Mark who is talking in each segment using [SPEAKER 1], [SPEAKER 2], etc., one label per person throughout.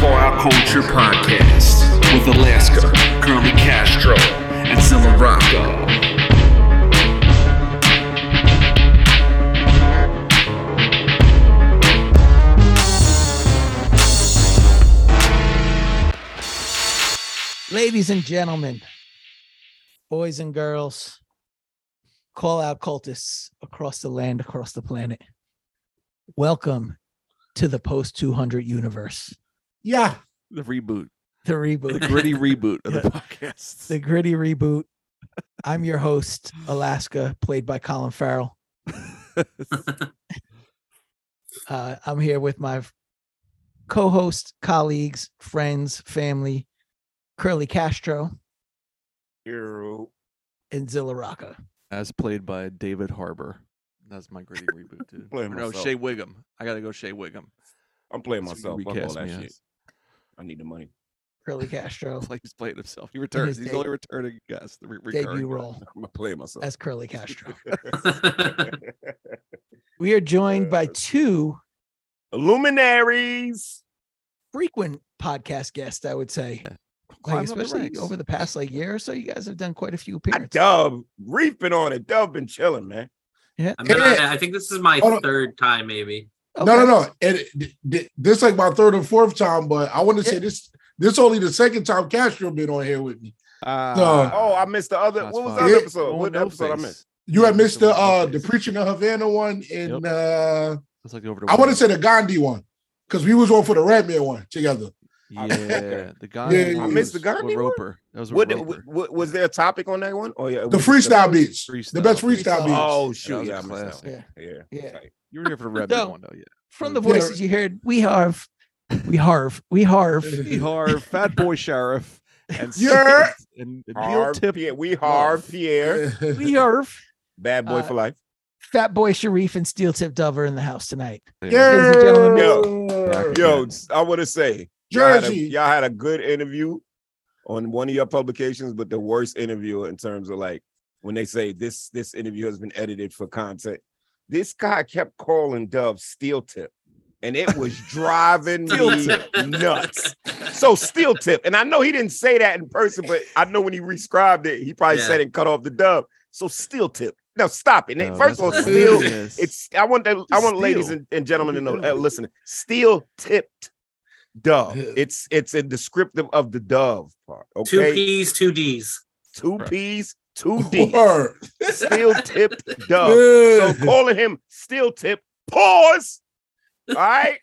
[SPEAKER 1] Culture Podcast with Alaska, Curly Castro, and Zilla Rocco.
[SPEAKER 2] Ladies and gentlemen, boys and girls, call out cultists across the land, across the planet. Welcome to the post 200 universe,
[SPEAKER 3] Yeah.
[SPEAKER 4] the reboot,
[SPEAKER 2] the
[SPEAKER 4] the
[SPEAKER 2] reboot,
[SPEAKER 4] gritty reboot of
[SPEAKER 2] Yeah.
[SPEAKER 4] the podcast.
[SPEAKER 2] the gritty reboot. I'm your host, Alaska, played by Colin Farrell. Uh, I'm here with my co host, colleagues, friends, family, Curly Castro and Zilla Rocca.
[SPEAKER 4] As played by David Harbour. That's my gritty reboot, dude. Oh.
[SPEAKER 3] Playing
[SPEAKER 4] Or no,
[SPEAKER 3] myself.
[SPEAKER 4] Shea Wiggum. I gotta go Shea Wiggum.
[SPEAKER 3] I'm playing
[SPEAKER 4] That's what
[SPEAKER 3] myself.
[SPEAKER 4] you
[SPEAKER 3] Fuck
[SPEAKER 4] recast
[SPEAKER 3] all that
[SPEAKER 4] me as.
[SPEAKER 3] shit. I need the money.
[SPEAKER 2] Curly Castro,
[SPEAKER 4] Play- He's playing himself. He returns.
[SPEAKER 2] his
[SPEAKER 4] He's
[SPEAKER 2] de-
[SPEAKER 4] the only returning guest. The re-
[SPEAKER 2] debut
[SPEAKER 4] recurring
[SPEAKER 2] role
[SPEAKER 3] I'm not playing myself.
[SPEAKER 2] as Curly Castro.
[SPEAKER 3] Illuminaries.
[SPEAKER 2] We are joined by
[SPEAKER 3] Uh,
[SPEAKER 2] two frequent podcast guests, I would say.
[SPEAKER 4] Yeah. Climb
[SPEAKER 2] Like
[SPEAKER 4] up the
[SPEAKER 2] especially
[SPEAKER 4] ranks.
[SPEAKER 2] over the past like year or so, you guys have done quite a few
[SPEAKER 3] I
[SPEAKER 2] appearances.
[SPEAKER 3] dub reefing on it. Dub been chilling, man.
[SPEAKER 5] I, mean,
[SPEAKER 6] Hey,
[SPEAKER 5] I, I think this is my
[SPEAKER 6] hold on.
[SPEAKER 5] third time, maybe.
[SPEAKER 6] No, no,
[SPEAKER 2] Okay.
[SPEAKER 6] no. And th- th- this like my third or fourth time, but I want to say this. This only the second time Castro been on here with me.
[SPEAKER 4] Ah,
[SPEAKER 3] Oh, I missed the other.
[SPEAKER 4] that's
[SPEAKER 3] what was
[SPEAKER 4] fine.
[SPEAKER 3] the
[SPEAKER 6] Yeah.
[SPEAKER 3] other episode?
[SPEAKER 4] Oh,
[SPEAKER 3] What
[SPEAKER 4] no
[SPEAKER 3] episode I
[SPEAKER 4] face.
[SPEAKER 3] missed?
[SPEAKER 6] You
[SPEAKER 4] Yeah,
[SPEAKER 6] had missed the
[SPEAKER 4] that's what
[SPEAKER 6] uh
[SPEAKER 4] it
[SPEAKER 6] the
[SPEAKER 4] is.
[SPEAKER 6] preaching of Havana one and
[SPEAKER 4] Yep.
[SPEAKER 6] uh
[SPEAKER 4] That's like over to
[SPEAKER 6] I want to
[SPEAKER 4] Wiggum.
[SPEAKER 6] say the Gandhi one because we was on for the Red Man one together.
[SPEAKER 3] I-
[SPEAKER 4] yeah,
[SPEAKER 3] okay.
[SPEAKER 4] the Gandhi.
[SPEAKER 6] yeah, yeah.
[SPEAKER 4] one
[SPEAKER 6] I
[SPEAKER 3] missed
[SPEAKER 4] was
[SPEAKER 3] the
[SPEAKER 4] with
[SPEAKER 3] Gandhi one?
[SPEAKER 4] Roper. That was with
[SPEAKER 3] What,
[SPEAKER 4] Roper.
[SPEAKER 3] what, what- was there a topic on that one? Oh yeah, it
[SPEAKER 6] The
[SPEAKER 3] was
[SPEAKER 6] freestyle beats, the
[SPEAKER 4] Freestyle.
[SPEAKER 6] best freestyle
[SPEAKER 2] Freestyle.
[SPEAKER 6] beats.
[SPEAKER 3] Oh
[SPEAKER 4] That
[SPEAKER 3] shoot,
[SPEAKER 4] was a
[SPEAKER 3] yeah, I missed that.
[SPEAKER 4] classic.
[SPEAKER 3] one.
[SPEAKER 2] Yeah.
[SPEAKER 3] Yeah,
[SPEAKER 2] Yeah.
[SPEAKER 3] tight.
[SPEAKER 4] You were here for the Red
[SPEAKER 2] No.
[SPEAKER 4] Man one though, yeah.
[SPEAKER 2] From
[SPEAKER 3] Mm.
[SPEAKER 2] the
[SPEAKER 6] Yeah.
[SPEAKER 2] voices you heard, we have, we harv, we harv.
[SPEAKER 4] Steve Harv, Fat Boy Sheriff, and
[SPEAKER 6] Yeah.
[SPEAKER 4] Steve- and and Peel
[SPEAKER 3] Harv
[SPEAKER 4] Tip.
[SPEAKER 3] Pierre, we Harv
[SPEAKER 4] Love.
[SPEAKER 3] Pierre,
[SPEAKER 2] We harv.
[SPEAKER 3] bad boy
[SPEAKER 2] Uh,
[SPEAKER 3] for life.
[SPEAKER 2] Fat Boy Sharif and Steel Tip Dover in the house tonight.
[SPEAKER 4] Yeah.
[SPEAKER 2] Ladies and gentlemen.
[SPEAKER 6] Yeah.
[SPEAKER 3] Yo, I want to say Y'all had a-
[SPEAKER 6] Jersey.
[SPEAKER 3] Y'all had a good interview on one of your publications, but the worst interview in terms of like when they say this this interview has been edited for content. This guy kept calling Dove Steel Tip, and it was driving me nuts. So Steel Tip, and I know he didn't say that in person, but I know when he rescribed it, he probably
[SPEAKER 5] Yeah.
[SPEAKER 3] said it and cut off the dub. So Steel Tip. Now stop it.
[SPEAKER 4] No,
[SPEAKER 3] First of all,
[SPEAKER 4] Oh, that's
[SPEAKER 6] what it
[SPEAKER 3] Steel
[SPEAKER 6] is.
[SPEAKER 3] it's I want that I
[SPEAKER 4] It's
[SPEAKER 3] want ladies
[SPEAKER 4] steel.
[SPEAKER 3] and, and gentlemen to know.
[SPEAKER 4] Yeah.
[SPEAKER 3] Uh, listen, steel tipped dove.
[SPEAKER 6] Yeah.
[SPEAKER 3] It's it's a descriptive of the dove part.
[SPEAKER 5] Two
[SPEAKER 3] Okay,
[SPEAKER 5] P's, two D's.
[SPEAKER 3] two p's, two d,
[SPEAKER 6] Word.
[SPEAKER 3] steel tipped dove.
[SPEAKER 6] Yeah.
[SPEAKER 3] So calling him steel tip. Pause. All right.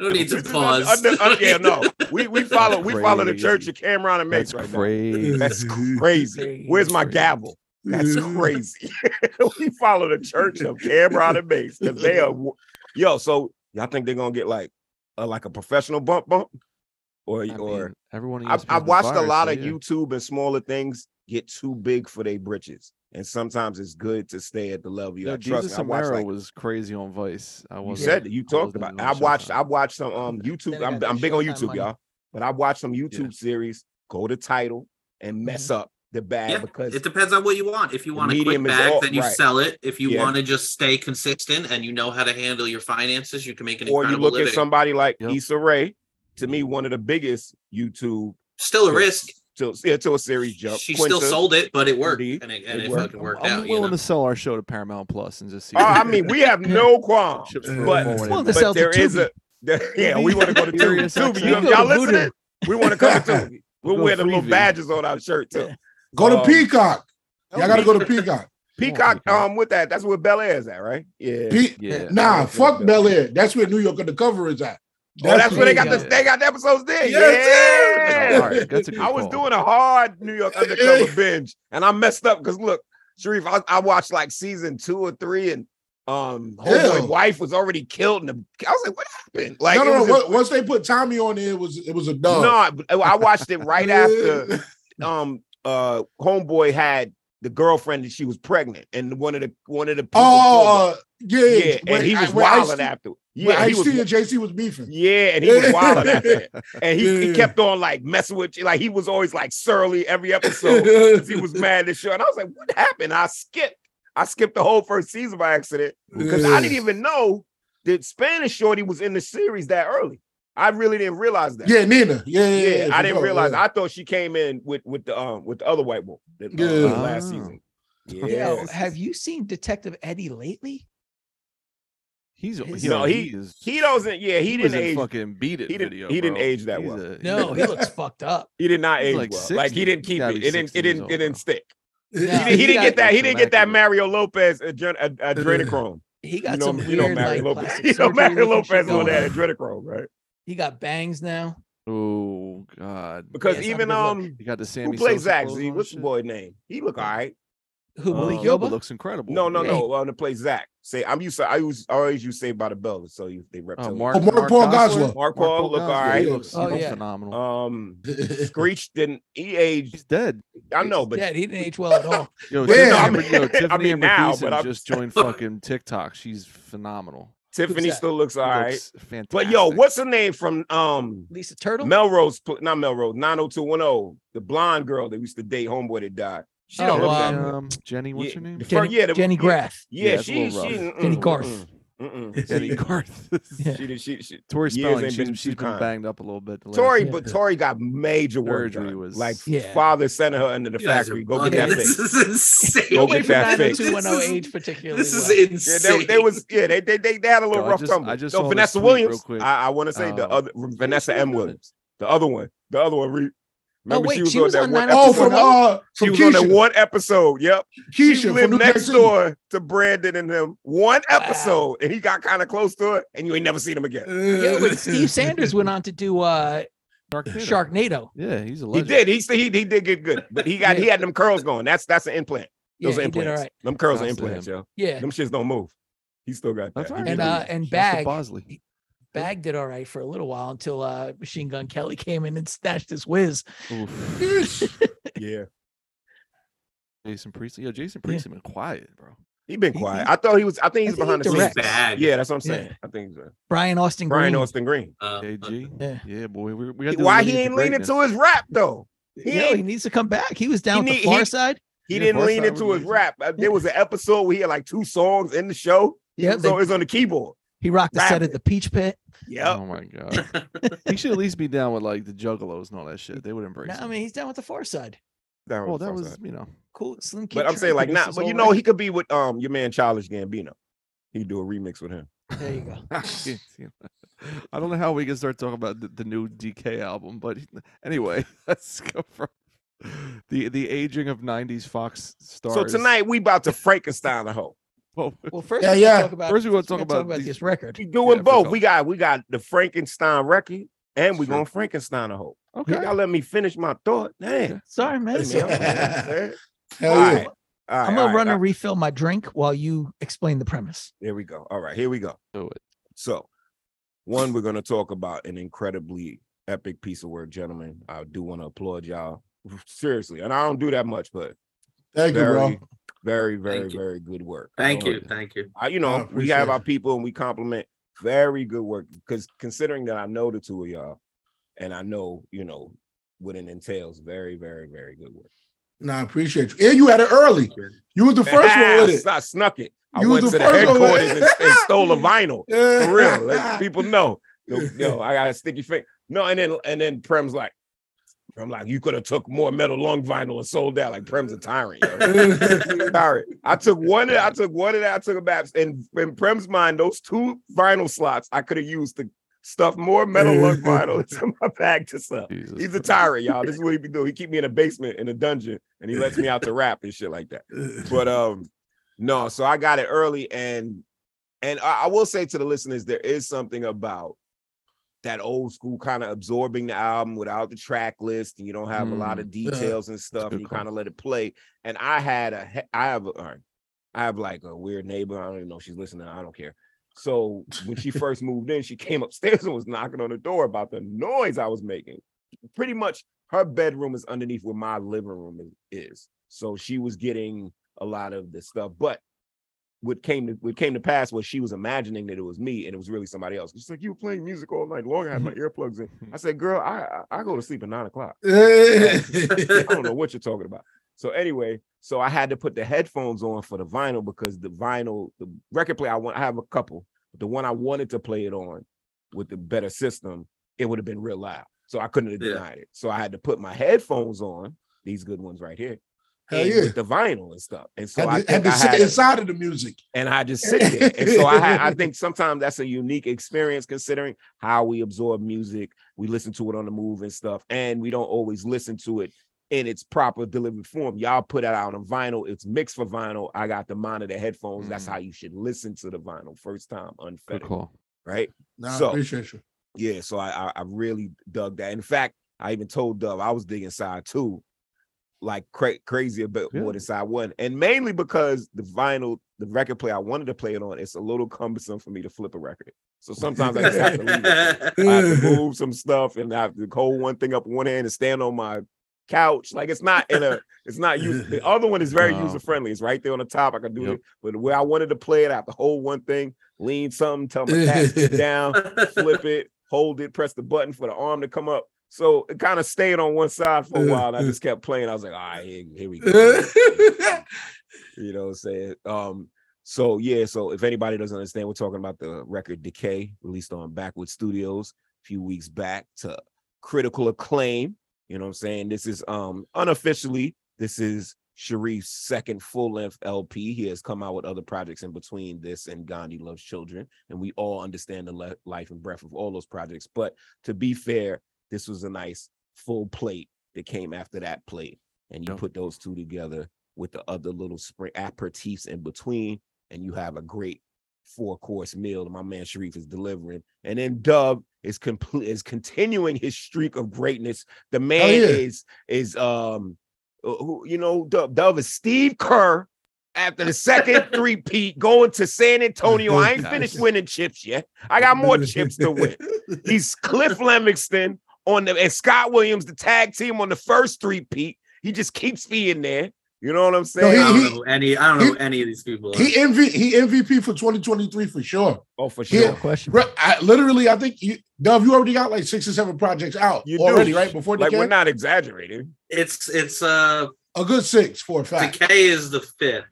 [SPEAKER 5] No need to
[SPEAKER 3] This is
[SPEAKER 5] pause.
[SPEAKER 3] under- under- yeah, no. We we follow we follow the
[SPEAKER 4] Crazy.
[SPEAKER 3] church of Cameron and Mace
[SPEAKER 4] That's
[SPEAKER 3] right now.
[SPEAKER 4] crazy.
[SPEAKER 3] That's crazy. Where's my
[SPEAKER 4] Crazy.
[SPEAKER 3] gavel? That's crazy. we follow the church of Cameron and Mace because they are wo- yo. So y'all think they're gonna get like a like a professional bump bump, or
[SPEAKER 4] I
[SPEAKER 3] or
[SPEAKER 4] mean, everyone.
[SPEAKER 3] I've,
[SPEAKER 4] ESPN's
[SPEAKER 3] I've
[SPEAKER 4] on
[SPEAKER 3] watched a
[SPEAKER 4] fire,
[SPEAKER 3] lot
[SPEAKER 4] so
[SPEAKER 3] of
[SPEAKER 4] yeah.
[SPEAKER 3] YouTube and smaller things get too big for their britches, and sometimes it's good to stay at the level. You
[SPEAKER 4] No,
[SPEAKER 3] got. trust
[SPEAKER 4] Jesus
[SPEAKER 3] me, I watched
[SPEAKER 4] Samara
[SPEAKER 3] like
[SPEAKER 4] was crazy on Vice. I
[SPEAKER 3] you
[SPEAKER 4] was
[SPEAKER 3] said that you talked about. it. I watched. I watched some um
[SPEAKER 2] Then
[SPEAKER 3] YouTube.
[SPEAKER 2] I
[SPEAKER 3] I'm,
[SPEAKER 2] got
[SPEAKER 3] I'm
[SPEAKER 2] that
[SPEAKER 3] big on
[SPEAKER 2] Showtime
[SPEAKER 3] YouTube,
[SPEAKER 2] money.
[SPEAKER 3] y'all. But I watched some YouTube series. Go to title and mess
[SPEAKER 2] Mm-hmm.
[SPEAKER 3] up the bag
[SPEAKER 5] Yeah,
[SPEAKER 3] because
[SPEAKER 5] It depends on what you want. If you
[SPEAKER 3] The
[SPEAKER 5] want a quick
[SPEAKER 3] medium is
[SPEAKER 5] bag,
[SPEAKER 3] all-
[SPEAKER 5] then you
[SPEAKER 3] right.
[SPEAKER 5] sell it. If you
[SPEAKER 3] Yeah.
[SPEAKER 5] want to just stay consistent and you know how to handle your finances, you can make an
[SPEAKER 3] or you
[SPEAKER 5] incredible
[SPEAKER 3] look
[SPEAKER 5] living.
[SPEAKER 3] at somebody like
[SPEAKER 4] Yep.
[SPEAKER 3] Issa Rae, to me, one of the biggest YouTube
[SPEAKER 5] still a risk.
[SPEAKER 3] to, yeah, to a series jump.
[SPEAKER 5] she
[SPEAKER 3] Quinta.
[SPEAKER 5] still sold it, but it worked,
[SPEAKER 3] Indeed.
[SPEAKER 5] and it, and
[SPEAKER 3] It
[SPEAKER 5] it,
[SPEAKER 3] worked.
[SPEAKER 5] fucking worked
[SPEAKER 4] I'm
[SPEAKER 5] out. You
[SPEAKER 4] willing
[SPEAKER 5] know?
[SPEAKER 4] to sell our show to Paramount Plus and just see.
[SPEAKER 3] Oh, I mean, we have no qualm,
[SPEAKER 4] Chips
[SPEAKER 6] Uh,
[SPEAKER 4] for
[SPEAKER 3] but-
[SPEAKER 4] forward
[SPEAKER 2] Well,
[SPEAKER 4] and
[SPEAKER 2] to
[SPEAKER 3] but
[SPEAKER 2] sell to
[SPEAKER 3] there is
[SPEAKER 2] Tubi.
[SPEAKER 3] a there- yeah. We want to go to Tubi.
[SPEAKER 4] Sirius
[SPEAKER 3] Tubi,
[SPEAKER 4] XM.
[SPEAKER 3] you,
[SPEAKER 2] We go to
[SPEAKER 3] all
[SPEAKER 2] Voodoo.
[SPEAKER 3] listening? We want to come to Tubi. We'll,
[SPEAKER 4] We'll go
[SPEAKER 3] wear the little
[SPEAKER 4] freebie.
[SPEAKER 3] badges on our shirt too.
[SPEAKER 2] Yeah.
[SPEAKER 6] Go to
[SPEAKER 3] Um,
[SPEAKER 6] Peacock. Y'all gotta go to Peacock.
[SPEAKER 3] Peacock,
[SPEAKER 4] Peacock.
[SPEAKER 3] um, with that, that's where Bel Air is at, right? Yeah.
[SPEAKER 6] Pe-
[SPEAKER 4] Yeah.
[SPEAKER 6] Nah,
[SPEAKER 3] Yeah.
[SPEAKER 6] fuck Bel Air. That's where New York undercover is at.
[SPEAKER 3] oh, that's where they got
[SPEAKER 2] where
[SPEAKER 3] the
[SPEAKER 2] you
[SPEAKER 4] got it.
[SPEAKER 3] they got the episodes there.
[SPEAKER 6] Yes,
[SPEAKER 3] yeah.
[SPEAKER 4] All right, that's a good
[SPEAKER 3] I was
[SPEAKER 4] call.
[SPEAKER 3] doing a hard New York undercover binge, and I messed up because look, Sharif, I, I watched like season two or three, and um, homeboy
[SPEAKER 6] Ew.
[SPEAKER 3] wife was already killed, and I was like, "What happened?" Like,
[SPEAKER 6] no,
[SPEAKER 3] it
[SPEAKER 6] no, no.
[SPEAKER 3] was just-
[SPEAKER 6] Once- Once they put Tommy on there, it was it was a dub.
[SPEAKER 3] no, I I watched it right after um uh homeboy had the girlfriend that she was pregnant, and one of the one of the people
[SPEAKER 6] Oh, uh, yeah,
[SPEAKER 3] killed her. yeah, and
[SPEAKER 6] when-
[SPEAKER 3] he was
[SPEAKER 6] when Ice-T-
[SPEAKER 3] wilding after.
[SPEAKER 6] when
[SPEAKER 3] Yeah, he
[SPEAKER 6] Ice-T
[SPEAKER 3] was.
[SPEAKER 6] and JC was beefing.
[SPEAKER 3] Yeah, and he was wild after that. And he, he
[SPEAKER 6] Yeah.
[SPEAKER 3] kept on like messing with like he was always like surly every episode. 'cause he was mad as shit. And I was like, what happened? I skipped. I skipped the whole first season by accident because I didn't even know that Spanish Shorty was in the series that early. I really didn't realize that.
[SPEAKER 6] Yeah, Nina. Yeah, yeah.
[SPEAKER 3] Yeah,
[SPEAKER 6] yeah,
[SPEAKER 3] I
[SPEAKER 6] for
[SPEAKER 3] didn't
[SPEAKER 6] sure,
[SPEAKER 3] realize.
[SPEAKER 6] yeah.
[SPEAKER 3] I thought she came in with with the um with the other white woman that, uh,
[SPEAKER 6] Yeah.
[SPEAKER 3] last
[SPEAKER 4] Oh.
[SPEAKER 3] season.
[SPEAKER 4] Yo,
[SPEAKER 3] Yeah,
[SPEAKER 2] Yo, have you seen Detective Eddie lately?
[SPEAKER 4] He's
[SPEAKER 2] His-
[SPEAKER 4] yo,
[SPEAKER 3] No, he-
[SPEAKER 4] is,
[SPEAKER 3] he doesn't. Yeah, he,
[SPEAKER 4] was
[SPEAKER 3] didn't
[SPEAKER 4] in
[SPEAKER 3] age.
[SPEAKER 4] fucking beat it.
[SPEAKER 3] he didn't-
[SPEAKER 4] video,
[SPEAKER 3] he didn't
[SPEAKER 4] bro.
[SPEAKER 3] age that
[SPEAKER 4] He's
[SPEAKER 3] well.
[SPEAKER 4] a-
[SPEAKER 2] No, he looks fucked up.
[SPEAKER 3] He did not
[SPEAKER 4] He's
[SPEAKER 3] age
[SPEAKER 4] like
[SPEAKER 3] well. Like he
[SPEAKER 4] 60.
[SPEAKER 3] didn't keep
[SPEAKER 4] Gotta
[SPEAKER 3] it.
[SPEAKER 4] be
[SPEAKER 3] It didn't.
[SPEAKER 4] 60
[SPEAKER 3] It didn't.
[SPEAKER 4] years
[SPEAKER 3] It
[SPEAKER 4] old,
[SPEAKER 3] didn't
[SPEAKER 4] bro.
[SPEAKER 3] stick.
[SPEAKER 2] He
[SPEAKER 3] He,
[SPEAKER 2] Yeah,
[SPEAKER 3] did, he didn't
[SPEAKER 2] got-
[SPEAKER 3] get that. He didn't get that
[SPEAKER 4] immaculate.
[SPEAKER 3] Mario Lopez adren- ad- adrenochrome.
[SPEAKER 2] He got
[SPEAKER 3] You know,
[SPEAKER 2] some
[SPEAKER 3] you know
[SPEAKER 2] weird
[SPEAKER 3] Mario
[SPEAKER 2] like
[SPEAKER 3] Lopez.
[SPEAKER 2] plastic
[SPEAKER 3] You know
[SPEAKER 2] surgery
[SPEAKER 3] Mario
[SPEAKER 2] looking
[SPEAKER 3] Lopez
[SPEAKER 2] shit
[SPEAKER 3] on
[SPEAKER 2] going
[SPEAKER 3] that
[SPEAKER 2] on.
[SPEAKER 3] adrenochrome, right?
[SPEAKER 2] He got bangs now.
[SPEAKER 4] Oh God.
[SPEAKER 3] Because
[SPEAKER 2] Yeah, it's not
[SPEAKER 3] even
[SPEAKER 2] a good
[SPEAKER 3] um,
[SPEAKER 4] He got the Sammy.
[SPEAKER 3] who plays
[SPEAKER 4] Sosa
[SPEAKER 3] Zach
[SPEAKER 4] clothes
[SPEAKER 3] Z?
[SPEAKER 4] on
[SPEAKER 3] What's the
[SPEAKER 4] and
[SPEAKER 3] boy's name? He look all right.
[SPEAKER 2] Who
[SPEAKER 3] Oh.
[SPEAKER 4] shit.
[SPEAKER 2] Malik
[SPEAKER 4] Um,
[SPEAKER 2] Yoba?
[SPEAKER 4] looks incredible.
[SPEAKER 3] No, no,
[SPEAKER 2] Yeah.
[SPEAKER 3] no. Uh, to play Zach. Say I'm used. To, I use I always use Saved by the Bell. So you, they rep.
[SPEAKER 4] Uh,
[SPEAKER 3] to it.
[SPEAKER 4] Mark,
[SPEAKER 6] Oh, Mark Paul Gosselaar.
[SPEAKER 3] Mark Paul look
[SPEAKER 4] Gosselaar,
[SPEAKER 3] alright.
[SPEAKER 4] He looks, he
[SPEAKER 2] Oh,
[SPEAKER 4] looks
[SPEAKER 2] yeah.
[SPEAKER 4] phenomenal.
[SPEAKER 3] Um, Screech didn't. He aged.
[SPEAKER 4] He's dead.
[SPEAKER 3] I know, but
[SPEAKER 2] yeah, he didn't age well at all.
[SPEAKER 4] Yo,
[SPEAKER 6] Yeah,
[SPEAKER 4] Tiffany,
[SPEAKER 6] I
[SPEAKER 4] Amber-
[SPEAKER 3] mean-
[SPEAKER 4] yo,
[SPEAKER 3] I
[SPEAKER 4] Tiffany
[SPEAKER 3] mean
[SPEAKER 4] Amber
[SPEAKER 3] now,
[SPEAKER 4] Thiessen
[SPEAKER 3] but I'm-
[SPEAKER 4] just joined fucking TikTok. She's phenomenal.
[SPEAKER 3] Tiffany
[SPEAKER 2] that?
[SPEAKER 3] still looks
[SPEAKER 4] She
[SPEAKER 3] all right.
[SPEAKER 4] looks Fantastic.
[SPEAKER 3] But yo, what's her name from um
[SPEAKER 2] Lisa Turtle.
[SPEAKER 3] Melrose? pl- Not Melrose. 90210. The blonde girl that used to date homeboy that died. She
[SPEAKER 2] Oh,
[SPEAKER 3] don't look that.
[SPEAKER 2] um,
[SPEAKER 3] good.
[SPEAKER 4] um, Jenny? What's her name?
[SPEAKER 3] the
[SPEAKER 2] Jenny,
[SPEAKER 3] fir- yeah, the-
[SPEAKER 2] Jenny
[SPEAKER 3] yeah,
[SPEAKER 2] Graff.
[SPEAKER 3] Yeah,
[SPEAKER 4] Yeah, it's a
[SPEAKER 3] she, she,
[SPEAKER 4] little rough.
[SPEAKER 3] mm,
[SPEAKER 2] Jenny
[SPEAKER 3] mm,
[SPEAKER 2] Garth.
[SPEAKER 3] mm, mm.
[SPEAKER 4] Jenny Garth.
[SPEAKER 2] Yeah.
[SPEAKER 3] She did. She, she,
[SPEAKER 4] Tori
[SPEAKER 3] Years
[SPEAKER 4] Spelling.
[SPEAKER 3] ain't
[SPEAKER 4] She's
[SPEAKER 3] been
[SPEAKER 4] been,
[SPEAKER 3] too
[SPEAKER 4] she's been
[SPEAKER 3] kind.
[SPEAKER 4] banged up a little bit. the last-
[SPEAKER 3] Tori,
[SPEAKER 2] Yeah.
[SPEAKER 3] but Tori got major work
[SPEAKER 4] Surgery
[SPEAKER 3] done.
[SPEAKER 4] was-
[SPEAKER 3] like
[SPEAKER 2] Yeah.
[SPEAKER 3] father sent her into the
[SPEAKER 5] You guys are
[SPEAKER 3] factory. Go
[SPEAKER 5] bugging.
[SPEAKER 3] get that
[SPEAKER 5] This
[SPEAKER 3] thing.
[SPEAKER 5] is insane.
[SPEAKER 3] Go
[SPEAKER 2] Nobody
[SPEAKER 3] get
[SPEAKER 2] from
[SPEAKER 3] that fix.
[SPEAKER 2] 90210 age particularly.
[SPEAKER 5] This is
[SPEAKER 2] well.
[SPEAKER 3] Yeah,
[SPEAKER 5] insane.
[SPEAKER 3] they, they was yeah they they they, they had a little
[SPEAKER 4] Yo, I
[SPEAKER 3] rough
[SPEAKER 4] just-
[SPEAKER 3] tumble.
[SPEAKER 4] I just
[SPEAKER 3] so
[SPEAKER 4] saw this
[SPEAKER 3] Vanessa
[SPEAKER 4] tweet real
[SPEAKER 3] Williams.
[SPEAKER 4] quick.
[SPEAKER 3] I, I want to say the
[SPEAKER 4] Uh,
[SPEAKER 3] other Vanessa
[SPEAKER 4] she
[SPEAKER 3] M.
[SPEAKER 4] was
[SPEAKER 3] Williams, the other one, the other one. Re, remember
[SPEAKER 2] wait,
[SPEAKER 3] she was
[SPEAKER 2] she
[SPEAKER 3] on
[SPEAKER 2] was
[SPEAKER 3] that
[SPEAKER 2] on
[SPEAKER 3] one.
[SPEAKER 2] 90210?
[SPEAKER 6] oh,
[SPEAKER 3] Episode,
[SPEAKER 6] from uh,
[SPEAKER 3] she
[SPEAKER 6] from
[SPEAKER 3] was on that
[SPEAKER 6] Keisha.
[SPEAKER 3] one episode. Yep,
[SPEAKER 6] Keisha
[SPEAKER 3] she
[SPEAKER 6] from
[SPEAKER 3] lived
[SPEAKER 6] New Jack
[SPEAKER 3] next
[SPEAKER 6] City.
[SPEAKER 3] door to Brandon and him. One
[SPEAKER 2] Wow.
[SPEAKER 3] episode, and he got kind of close to her, and you ain't never seen him again.
[SPEAKER 2] Yo, but Steve Sanders went on to do uh,
[SPEAKER 4] Sharknado.
[SPEAKER 2] Sharknado.
[SPEAKER 4] Yeah, he's a
[SPEAKER 3] He
[SPEAKER 4] legend.
[SPEAKER 3] did. He, st- he he did get good, but he got
[SPEAKER 2] Yeah.
[SPEAKER 3] he had them curls going. That's that's an implant.
[SPEAKER 2] Yeah,
[SPEAKER 3] Those
[SPEAKER 2] he
[SPEAKER 3] are
[SPEAKER 2] did all
[SPEAKER 3] implants.
[SPEAKER 2] right.
[SPEAKER 3] Them curls are
[SPEAKER 4] Props to
[SPEAKER 3] implants, yo.
[SPEAKER 2] Yeah,
[SPEAKER 3] Them shits don't move. He still got that.
[SPEAKER 4] That's
[SPEAKER 3] He
[SPEAKER 4] all right.
[SPEAKER 3] really-
[SPEAKER 2] and uh, and
[SPEAKER 4] Shouts to
[SPEAKER 2] Bag
[SPEAKER 4] Bosley.
[SPEAKER 2] Bag did all right for a little while until uh, Machine Gun Kelly came in and snatched his whiz.
[SPEAKER 4] Oof.
[SPEAKER 3] yeah.
[SPEAKER 4] Jason Priestley. Yo, Jason Priestley been quiet, bro.
[SPEAKER 3] He been
[SPEAKER 2] He-
[SPEAKER 3] quiet. I thought he was. I think
[SPEAKER 2] I
[SPEAKER 3] he's
[SPEAKER 2] think he
[SPEAKER 3] behind the
[SPEAKER 5] He's
[SPEAKER 3] scenes.
[SPEAKER 2] directs.
[SPEAKER 5] bad.
[SPEAKER 3] Yeah, that's what I'm
[SPEAKER 2] Yeah.
[SPEAKER 3] saying. I think he's uh,
[SPEAKER 2] Brian Austin
[SPEAKER 3] Brian
[SPEAKER 2] Green.
[SPEAKER 3] Austin Green.
[SPEAKER 5] Uh,
[SPEAKER 4] AG.
[SPEAKER 2] Yeah.
[SPEAKER 4] Yeah, boy. We, we gotta do the
[SPEAKER 3] Why he
[SPEAKER 4] Leading
[SPEAKER 3] ain't leaning
[SPEAKER 4] Greatness.
[SPEAKER 3] to his rap though? He
[SPEAKER 2] Yo,
[SPEAKER 3] ain't-
[SPEAKER 2] he needs to come back. He was down with
[SPEAKER 3] need-
[SPEAKER 2] the far
[SPEAKER 3] he-
[SPEAKER 2] side.
[SPEAKER 3] He
[SPEAKER 4] Yeah,
[SPEAKER 3] didn't
[SPEAKER 4] Forsyth
[SPEAKER 3] lean
[SPEAKER 4] was
[SPEAKER 3] into his
[SPEAKER 4] amazing.
[SPEAKER 3] rap. Uh, There was an episode where he had like two songs in the show. He
[SPEAKER 2] Yeah,
[SPEAKER 3] was
[SPEAKER 2] they-
[SPEAKER 3] always on the keyboard.
[SPEAKER 2] He rocked the set
[SPEAKER 3] Rapid.
[SPEAKER 2] at the Peach Pit.
[SPEAKER 3] Yep.
[SPEAKER 4] Oh my god. he should at least be down with like the juggalos and all that shit. They would embrace.
[SPEAKER 2] No, I
[SPEAKER 4] him.
[SPEAKER 2] mean he's down with the far side.
[SPEAKER 3] That
[SPEAKER 4] well, that was
[SPEAKER 3] Forsyth.
[SPEAKER 4] you know.
[SPEAKER 2] Cool, Slim Kid.
[SPEAKER 3] But I'm
[SPEAKER 2] Trey
[SPEAKER 3] saying like
[SPEAKER 2] produced
[SPEAKER 3] not.
[SPEAKER 2] his
[SPEAKER 3] But you
[SPEAKER 2] whole
[SPEAKER 3] know he
[SPEAKER 2] record.
[SPEAKER 3] could be with um your man Childish Gambino. He do a remix with him.
[SPEAKER 2] There you go.
[SPEAKER 4] I don't know how we can start talking about the, the new DK album, but anyway, let's go from the the aging of '90s Fox stars.
[SPEAKER 3] So tonight we about to Frankenstein the hoe.
[SPEAKER 4] Well,
[SPEAKER 2] Well, first
[SPEAKER 6] Yeah,
[SPEAKER 2] we gotta
[SPEAKER 6] yeah.
[SPEAKER 2] talk about
[SPEAKER 4] First we wanna
[SPEAKER 2] gotta
[SPEAKER 4] talk about these-
[SPEAKER 2] this record.
[SPEAKER 3] We doing
[SPEAKER 4] Yeah, for
[SPEAKER 3] both.
[SPEAKER 4] sure.
[SPEAKER 3] We got we got the Frankenstein record, and we
[SPEAKER 4] Sure.
[SPEAKER 3] gonna Frankenstein the hoe.
[SPEAKER 4] okay.
[SPEAKER 3] Y'all let me finish my thought. Damn.
[SPEAKER 2] Sorry, man.
[SPEAKER 3] Hey, man, I'm- man.
[SPEAKER 6] Hell
[SPEAKER 3] All
[SPEAKER 6] yeah.
[SPEAKER 3] right. All right,
[SPEAKER 2] I'm
[SPEAKER 3] all
[SPEAKER 2] gonna
[SPEAKER 3] right,
[SPEAKER 2] run
[SPEAKER 3] all
[SPEAKER 2] and refill my drink while you explain the premise.
[SPEAKER 3] There we go. All right, here we go.
[SPEAKER 4] Do it.
[SPEAKER 3] So, one, we're going to talk about an incredibly epic piece of work, gentlemen. I do want to applaud y'all seriously, and I don't do that much, but
[SPEAKER 6] Thank you, bro.
[SPEAKER 3] very, very, very,
[SPEAKER 5] Thank you.
[SPEAKER 3] very good work.
[SPEAKER 5] thank
[SPEAKER 3] I don't-
[SPEAKER 5] you, thank you.
[SPEAKER 3] I, you
[SPEAKER 6] I
[SPEAKER 3] know, we have
[SPEAKER 6] appreciate
[SPEAKER 3] our people and we compliment very good work because considering that I know the two of y'all, and I know you know what it entails, very, very, very good work.
[SPEAKER 6] Nah, I appreciate you. And you had it early. You was the first one with it.
[SPEAKER 3] I snuck it. I
[SPEAKER 6] You was
[SPEAKER 3] went
[SPEAKER 6] the
[SPEAKER 3] to the
[SPEAKER 6] first one with
[SPEAKER 3] headquarters
[SPEAKER 6] it.
[SPEAKER 3] and, and stole a vinyl.
[SPEAKER 6] Yeah.
[SPEAKER 3] For real. Let people know. Yo, yo, I got a sticky finger. No, and then and then Prem's like, I'm like, you could have took more metal lung vinyl and sold that. Like Prem's a tyrant. yo. tyrant. I took one. I took one of that. I took a baps. And in Prem's mind, those two vinyl slots I could have used to stuff more metal lung vinyl into my bag to sell.
[SPEAKER 4] Jesus
[SPEAKER 3] He's a
[SPEAKER 4] Christ.
[SPEAKER 3] tyrant, y'all. This is what he be doing. He keep me in a basement in a dungeon, and he lets me out to rap and shit like that but um no so i got it early and and I, I will say to the listeners there is something about that old school kind of absorbing the album without the track list and you don't have a lot of details and stuff
[SPEAKER 4] good
[SPEAKER 3] and you
[SPEAKER 4] call.
[SPEAKER 3] kind of let it play and i had a he- i have a all right, i have like a weird neighbor i don't even know if she's listening i don't care so when she first moved in she came upstairs and was knocking on the door about the noise i was making pretty much her bedroom is underneath where my living room is- is so she was getting a lot of this stuff. But what came to what came to pass was she was imagining that it was me and it was really somebody else. She's like, "You were playing music all night long. I had my earplugs in." I said, "Girl, I I I go to sleep at nine o'clock. I don't know what you're talking about." So anyway, so I had to put the headphones on for the vinyl because the vinyl, the record player I want, I have a couple. The one I wanted to play it on with the better system it would have been real loud. So I couldn't have
[SPEAKER 5] Yeah.
[SPEAKER 3] denied it. So I had to put my headphones on, these good ones right here,
[SPEAKER 6] Hell
[SPEAKER 3] and
[SPEAKER 6] yeah.
[SPEAKER 3] with the vinyl and stuff. And so I
[SPEAKER 6] had to, had
[SPEAKER 3] think
[SPEAKER 6] to
[SPEAKER 3] I
[SPEAKER 6] sit
[SPEAKER 3] had,
[SPEAKER 6] inside of the music.
[SPEAKER 3] and I just sit there. And so I, had, I think sometimes that's a unique experience considering how we absorb music. We listen to it on the move and stuff, and we don't always listen to it in its proper delivered form. Y'all put it out on vinyl. It's mixed for vinyl. I got the monitor headphones. That's
[SPEAKER 4] Mm.
[SPEAKER 3] how you should listen to the vinyl first time
[SPEAKER 4] Good
[SPEAKER 3] unfettered,
[SPEAKER 4] call.
[SPEAKER 3] right?
[SPEAKER 6] Nah,
[SPEAKER 3] So-
[SPEAKER 6] I appreciate you.
[SPEAKER 3] Yeah, so I, I I really dug that. In fact, I even told Dove I was digging side two, like cra- crazy about more
[SPEAKER 4] Really?
[SPEAKER 3] than side one, and mainly because the vinyl, the record player I wanted to play it on, it's a little cumbersome for me to flip a record. So sometimes I just have to leave it. I have to move some stuff and I have to hold one thing up in one hand and stand on my couch. Like it's not in a, it's not used. The other one is very
[SPEAKER 4] Wow.
[SPEAKER 3] user friendly. It's right there on the top. I can do
[SPEAKER 4] Yep.
[SPEAKER 3] it. But the way I wanted to play it, I have to hold one thing, lean something, tell my cat sit down flip it, hold it, press the button for the arm to come up. So it kind of stayed on one side for a while. And I just kept playing. I was like, all right, here, here we go.
[SPEAKER 6] Uh-huh.
[SPEAKER 3] you know what I'm saying? Um, so yeah, so if anybody doesn't understand, we're talking about the record Decay, released on Backwood Studios a few weeks back to critical acclaim. You know what I'm saying? This is um unofficially, this is Sharif's second full-length LP. He has come out with other projects in between this and Gandhi Loves Children, and we all understand the le- life and breadth of all those projects. But to be fair, this was a nice full plate that came after that plate, and you
[SPEAKER 4] Yep.
[SPEAKER 3] put those two together with the other little spring aperitifs in between, and you have a great four-course meal that my man Sharif is delivering. And then Dub is complete is continuing his streak of greatness. The man
[SPEAKER 6] yeah.
[SPEAKER 3] is is um uh, who you know Dove, Dove is Steve Kerr after the second three peat going to San Antonio. I ain't finished winning chips yet. I got more chips to win. He's Cliff Lemington on the and Scott Williams, the tag team on the first three peat. He just keeps being there. You know what I'm
[SPEAKER 6] No,
[SPEAKER 3] saying?
[SPEAKER 5] I don't
[SPEAKER 6] He-
[SPEAKER 5] know any. I don't know
[SPEAKER 6] he-
[SPEAKER 5] who any of these people. Are.
[SPEAKER 6] He MV, he MVP for 2023 for sure.
[SPEAKER 3] oh, for sure.
[SPEAKER 6] Yeah.
[SPEAKER 2] question.
[SPEAKER 6] Bro, I, literally, I think you, Dove, you already got like six or seven projects out
[SPEAKER 3] You do.
[SPEAKER 6] already, right? Before
[SPEAKER 3] Like
[SPEAKER 6] Decay,
[SPEAKER 3] we're not exaggerating.
[SPEAKER 5] it's it's uh
[SPEAKER 6] a good six for a fact.
[SPEAKER 5] decay is the fifth.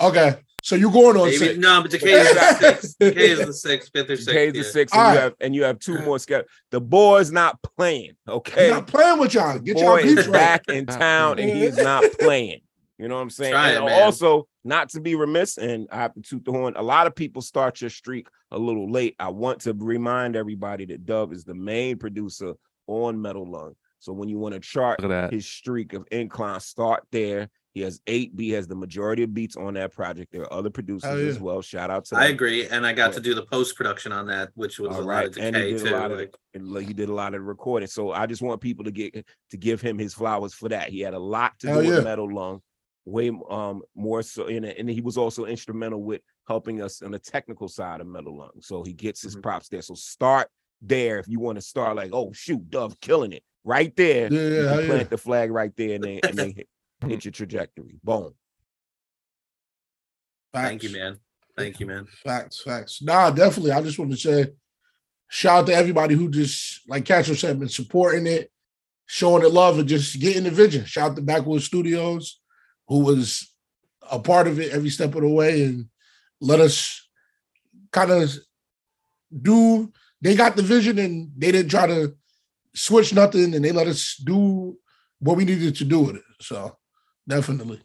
[SPEAKER 6] Okay, so you're going
[SPEAKER 3] Oh,
[SPEAKER 6] on
[SPEAKER 5] Maybe,
[SPEAKER 6] six.
[SPEAKER 5] no, but decay is the sixth. Decay is the sixth, fifth or sixth.
[SPEAKER 3] Pays the
[SPEAKER 5] yeah.
[SPEAKER 3] six,
[SPEAKER 6] All
[SPEAKER 3] and you
[SPEAKER 6] right.
[SPEAKER 3] have and you have two more scared. The boy's not playing.
[SPEAKER 6] You're
[SPEAKER 3] Okay.
[SPEAKER 6] not playing with y'all. Get y'all
[SPEAKER 3] boy is
[SPEAKER 6] beats right.
[SPEAKER 3] back in town and he is not playing. You know what I'm saying?
[SPEAKER 5] Try it,
[SPEAKER 3] and
[SPEAKER 5] man.
[SPEAKER 3] also, not to be remiss, and I have to toot the horn. A lot of people start your streak a little late. I want to remind everybody that Dub is the main producer on Metal Lung. So when you want to chart
[SPEAKER 4] Look at that.
[SPEAKER 3] his streak of incline, start there. He has eight B, has the majority of beats on that project. There are other producers
[SPEAKER 6] yeah.
[SPEAKER 3] as well. Shout out to
[SPEAKER 5] I
[SPEAKER 3] them.
[SPEAKER 5] agree, and I got to do the post production on that, which was
[SPEAKER 3] All
[SPEAKER 5] a lot
[SPEAKER 3] right,
[SPEAKER 5] of
[SPEAKER 3] and he
[SPEAKER 5] decay
[SPEAKER 3] did a
[SPEAKER 5] too.
[SPEAKER 3] lot of-
[SPEAKER 5] like,
[SPEAKER 3] and like, he did a lot of the recording. So I just want people to get to give him his flowers for that. He had a lot to
[SPEAKER 6] Hell
[SPEAKER 3] do
[SPEAKER 6] yeah.
[SPEAKER 3] with Metal Lung, way um more so in it, and he was also instrumental with helping us on the technical side of Metal Lung. So he gets his
[SPEAKER 6] Mm-hmm.
[SPEAKER 5] Mhm.
[SPEAKER 3] props there. So start there if you want to start like, oh shoot, Dove killing it right there.
[SPEAKER 6] Yeah,
[SPEAKER 3] you
[SPEAKER 6] yeah,
[SPEAKER 3] can
[SPEAKER 6] hell yeah.
[SPEAKER 3] plant the flag right there, and then, and then hit, hit your trajectory. Boom.
[SPEAKER 5] thank you,
[SPEAKER 6] Facts.
[SPEAKER 5] man. Thank you, man.
[SPEAKER 6] Facts, facts. Nah, definitely. I just want to say shout out to everybody who just, like Castro said, been supporting it, showing it love, and just getting the vision. Shout out to Backwoods Studios, who was a part of it every step of the way and let us kind of do. They got the vision and they didn't try to switch nothing and they let us do what we needed to do with it. So, definitely.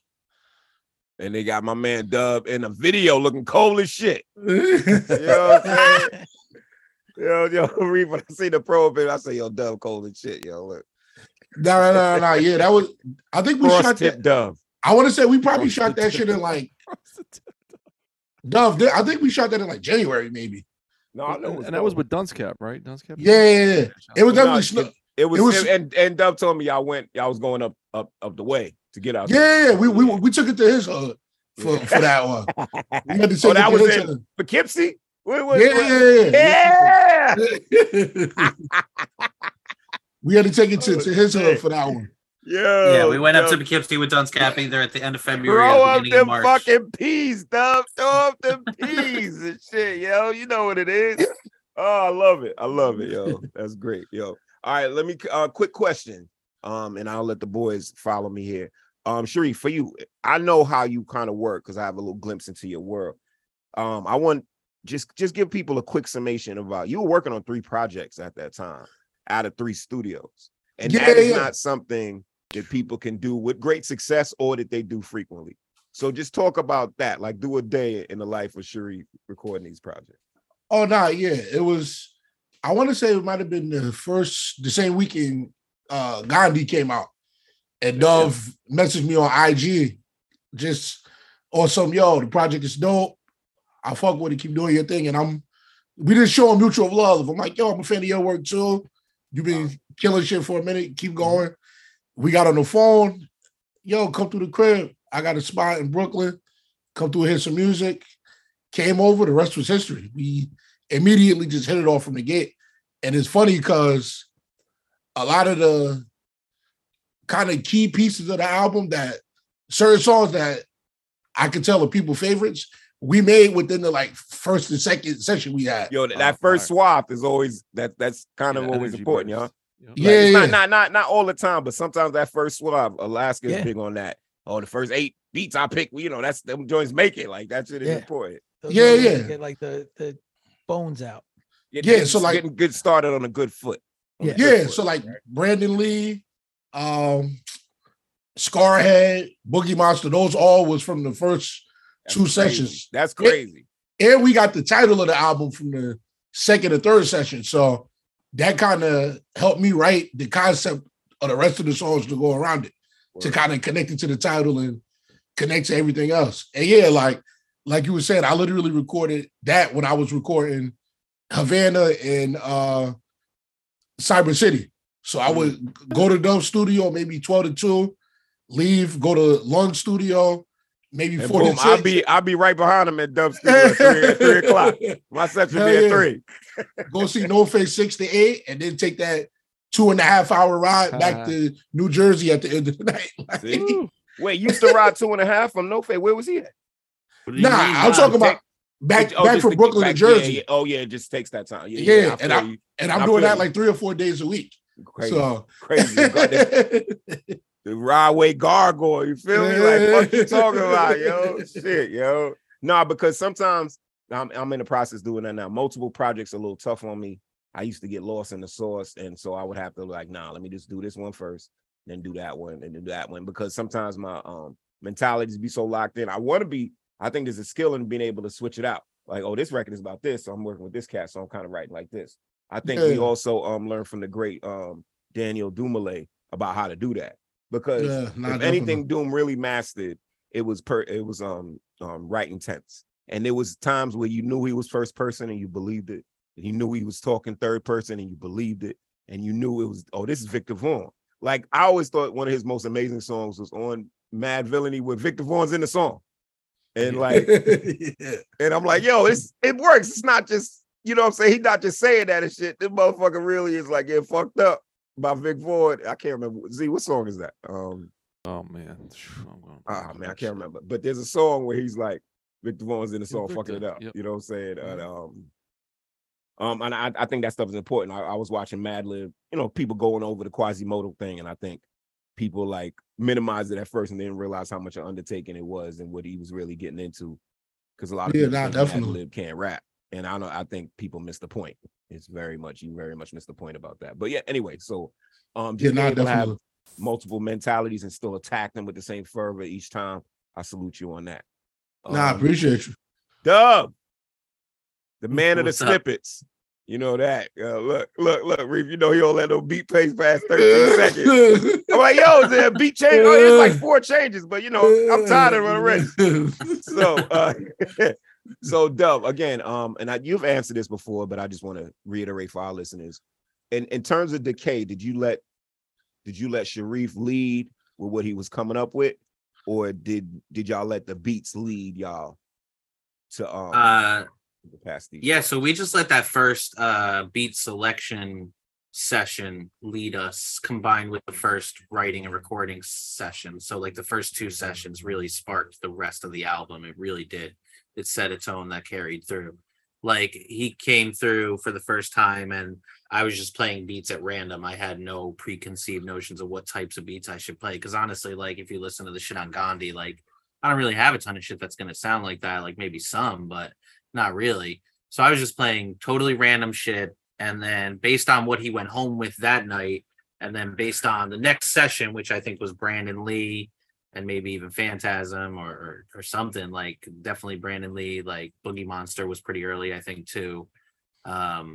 [SPEAKER 3] And they got my man Dub in a video looking cold as shit. You know what I'm saying? Yo, yo, Reed, when I see the pro bit, I say, yo, Dove cold and shit, yo. Look.
[SPEAKER 6] No, no, no, no. Yeah, that was. I think we
[SPEAKER 3] Cross
[SPEAKER 6] shot
[SPEAKER 3] tip
[SPEAKER 6] that.
[SPEAKER 3] Dove.
[SPEAKER 6] I want to say we probably shot that shit in like Dove. I think we shot that in like January, maybe.
[SPEAKER 3] No, I know it
[SPEAKER 4] And, and that was
[SPEAKER 3] Dove.
[SPEAKER 4] with Dunscap, right? Dunscap.
[SPEAKER 6] Yeah, yeah, yeah. It was
[SPEAKER 3] No,
[SPEAKER 6] definitely snow.
[SPEAKER 3] it was,
[SPEAKER 6] it was-
[SPEAKER 3] and and Dove told me y'all went, y'all was going up up up the way to get out.
[SPEAKER 6] Yeah,
[SPEAKER 3] there.
[SPEAKER 6] yeah, yeah. We, we we took it to his hood for, for that one. We had to take
[SPEAKER 3] Oh, that
[SPEAKER 6] it to
[SPEAKER 3] was
[SPEAKER 6] his
[SPEAKER 3] it.
[SPEAKER 6] hood.
[SPEAKER 3] Poughkeepsie. What,
[SPEAKER 6] Yeah,
[SPEAKER 3] what, what-
[SPEAKER 6] yeah, yeah.
[SPEAKER 3] yeah.
[SPEAKER 6] yeah. we had to take it to, to his
[SPEAKER 3] Oh,
[SPEAKER 6] hood
[SPEAKER 3] shit.
[SPEAKER 6] for that one.
[SPEAKER 3] Yo,
[SPEAKER 5] yeah, we went up
[SPEAKER 3] yo,
[SPEAKER 5] to Poughkeepsie with Duns Capping there at the end of February,
[SPEAKER 3] Throw
[SPEAKER 5] at the
[SPEAKER 3] up
[SPEAKER 5] beginning of
[SPEAKER 3] them
[SPEAKER 5] March.
[SPEAKER 3] fucking peas, Dove. Throw up them peas and shit, yo. You know what it is. Oh, I love it. I love it, yo. That's great, yo. All right, let me. Uh, quick question. Um, and I'll let the boys follow me here. Um, Sharif, for you, I know how you kind of work because I have a little glimpse into your world. Um, I want just just give people a quick summation about you were working on three projects at that time. out of three studios. And
[SPEAKER 6] Yeah,
[SPEAKER 3] that is
[SPEAKER 6] yeah.
[SPEAKER 3] not something that people can do with great success or that they do frequently. So just talk about that. Like do a day in the life of Sharif recording these projects.
[SPEAKER 6] Oh no, yeah, it was. I want to say it might have been the first, the same weekend uh Gandhi came out, and Dove messaged me on IG, just on some yo, the project is dope. I fuck with it, keep doing your thing, and I'm. We didn't show him mutual love. I'm like, yo, I'm a fan of your work too. You've been killing shit for a minute. Keep going. We got on the phone. Yo, come through the crib. I got a spot in Brooklyn. Come through, hear some music came over, the rest was history. We immediately just hit it off from the gate. And it's funny because a lot of the kind of key pieces of the album that certain songs that I could tell are people favorites, we made within the like first and second session we had.
[SPEAKER 3] Yo, that,
[SPEAKER 4] Oh,
[SPEAKER 3] that first
[SPEAKER 4] fire.
[SPEAKER 3] swap is always that that's kind of
[SPEAKER 4] Yeah,
[SPEAKER 3] always
[SPEAKER 4] energy
[SPEAKER 3] important,
[SPEAKER 4] boost.
[SPEAKER 3] y'all.
[SPEAKER 6] Yeah,
[SPEAKER 3] Like, it's
[SPEAKER 6] yeah,
[SPEAKER 3] Not, not not not all the time, but sometimes that first swab, Alaska
[SPEAKER 2] Yeah.
[SPEAKER 3] is big on that. Oh, the first eight beats I pick, you know, that's them joints make it. Like that shit is
[SPEAKER 2] Yeah.
[SPEAKER 3] important.
[SPEAKER 2] Those
[SPEAKER 6] Yeah,
[SPEAKER 2] are the ones
[SPEAKER 6] yeah.
[SPEAKER 2] that Get like the the bones out.
[SPEAKER 3] It-
[SPEAKER 6] Yeah,
[SPEAKER 3] it's
[SPEAKER 6] so, like-
[SPEAKER 3] getting good started on a good foot. On a
[SPEAKER 2] Yeah.
[SPEAKER 3] good
[SPEAKER 6] Yeah,
[SPEAKER 3] foot.
[SPEAKER 6] so like Brandon Lee, um, Scarhead, Boogie Monster, those all was from the first
[SPEAKER 3] That's
[SPEAKER 6] two
[SPEAKER 3] crazy.
[SPEAKER 6] sessions.
[SPEAKER 3] That's crazy.
[SPEAKER 6] and we got the title of the album from the second or third session. So that kind of helped me write the concept of the rest of the songs to go around it, to
[SPEAKER 3] Word.
[SPEAKER 6] kind of connect it to the title and connect to everything else. And yeah, like like you were saying, I literally recorded that when I was recording Havana and uh Cyber City. So I would go to Dove Studio, maybe 12 to 2, leave, go to Lung Studio, maybe
[SPEAKER 3] And
[SPEAKER 6] 4
[SPEAKER 3] boom,
[SPEAKER 6] to 6.
[SPEAKER 3] I'll be I'll be right behind him at Dub Studio at three, at three o'clock. My session
[SPEAKER 6] Hell
[SPEAKER 3] be at
[SPEAKER 6] yeah.
[SPEAKER 3] three.
[SPEAKER 6] go see No Face 68 and then take that two and a half hour ride back to New Jersey at the end of the night. Like,
[SPEAKER 3] Uh-huh. See? Wait, you used to ride two and a half from No Fade. Where was he at?
[SPEAKER 5] What do you
[SPEAKER 6] nah,
[SPEAKER 5] mean?
[SPEAKER 6] I'm talking about back
[SPEAKER 3] Oh,
[SPEAKER 6] back
[SPEAKER 3] just
[SPEAKER 6] from
[SPEAKER 3] to get
[SPEAKER 6] Brooklyn
[SPEAKER 3] back-
[SPEAKER 6] to
[SPEAKER 3] yeah,
[SPEAKER 6] Jersey.
[SPEAKER 3] yeah. Oh yeah, it just takes that time. Yeah,
[SPEAKER 6] Yeah,
[SPEAKER 3] I
[SPEAKER 6] and
[SPEAKER 3] feel
[SPEAKER 6] I-
[SPEAKER 3] you.
[SPEAKER 6] And I'm
[SPEAKER 3] I
[SPEAKER 6] doing
[SPEAKER 3] feel
[SPEAKER 6] that
[SPEAKER 3] you.
[SPEAKER 6] like three or four days a week.
[SPEAKER 3] Crazy,
[SPEAKER 6] So
[SPEAKER 3] crazy. You got that the Rodway gargoyle. You feel me? Like what you talking about, yo? Shit, yo. Nah, because sometimes I'm I'm in the process doing that now. Multiple projects are a little tough on me. I used to get lost in the sauce, and so I would have to like, nah, let me just do this one first, then do that one, and do that one. Because sometimes my um mentalities be so locked in. I want to be. I think there's a skill in being able to switch it out. Like, oh, this record is about this, so I'm working with this cat, so I'm kind of writing like this. I think we
[SPEAKER 6] Yeah.
[SPEAKER 3] also um learned from the great um Daniel Dumoulin about how to do that because
[SPEAKER 6] Yeah, nah,
[SPEAKER 3] if
[SPEAKER 6] definitely.
[SPEAKER 3] anything Doom really mastered, it was per it was um um right intense. And there was times where you knew he was first person and you believed it. And you knew he was talking third person and you believed it. And you knew it was oh this is Victor Vaughn. Like I always thought one of his most amazing songs was on Mad Villainy where Victor Vaughn's in the song. And like
[SPEAKER 6] Yeah.
[SPEAKER 3] and I'm like, yo, it's it works. It's not just, you know what I'm saying? He's not just saying that and shit. This motherfucker really is like getting fucked up by Vic Ford. I can't remember. Z, what song is that? Um,
[SPEAKER 4] Oh man. Phew, I'm going
[SPEAKER 3] ah man, I can't remember. But there's a song where he's like, Victor Vaughn's in the song fucking it
[SPEAKER 4] Victor,
[SPEAKER 3] up.
[SPEAKER 4] yep. Mm-hmm.
[SPEAKER 3] You know what I'm saying? And, um, um, and I, I think that stuff is important. I, I was watching Mad Lib, you know, people going over the Quasimodo thing, and I think people like minimized it at first and didn't realize how much an undertaking it was and what he was really getting into. Because a lot of
[SPEAKER 6] Yeah,
[SPEAKER 3] people
[SPEAKER 6] nah,
[SPEAKER 3] think Mad
[SPEAKER 6] definitely.
[SPEAKER 3] Lib can't rap, and I know I think people miss the point. It's very much you very much missed the point about that. But yeah, anyway, so um,
[SPEAKER 6] Yeah,
[SPEAKER 3] just
[SPEAKER 6] nah,
[SPEAKER 3] being able to have
[SPEAKER 6] definitely.
[SPEAKER 3] multiple mentalities and still attack them with the same fervor each time. I salute you on that.
[SPEAKER 6] Nah, I
[SPEAKER 3] Um,
[SPEAKER 6] appreciate you.
[SPEAKER 3] Dub, the man of the
[SPEAKER 5] What's up?
[SPEAKER 3] snippets. You know that. Uh, look, look, look, Reef. You know he don't let no beat pace past 13 seconds. I'm like, yo, is there a beat change? Oh, it's like four changes, but you know, I'm tired of it already. So, uh, so Dub, again, um, and I, you've answered this before, but I just want to reiterate for our listeners. In in terms of decay, did you let did you let Sharif lead with what he was coming up with, or did did y'all let the beats lead y'all to um
[SPEAKER 5] Uh,
[SPEAKER 3] the past these?
[SPEAKER 5] yeah, so we just let that first uh, beat selection session lead us combined with the first writing and recording session. So like the first two sessions really sparked the rest of the album. It really did. It set a tone that carried through. Like he came through for the first time and I was just playing beats at random. I had no preconceived notions of what types of beats I should play. Cause honestly, like if you listen to the shit on Gandhi, like I don't really have a ton of shit that's gonna sound like that. Like maybe some, but not really. So I was just playing totally random shit And then based on what he went home with that night, and then based on the next session, which I think was Brandon Lee and maybe even Phantasm or or, or something, like definitely Brandon Lee, like Boogie Monster was pretty early, I think, too. Um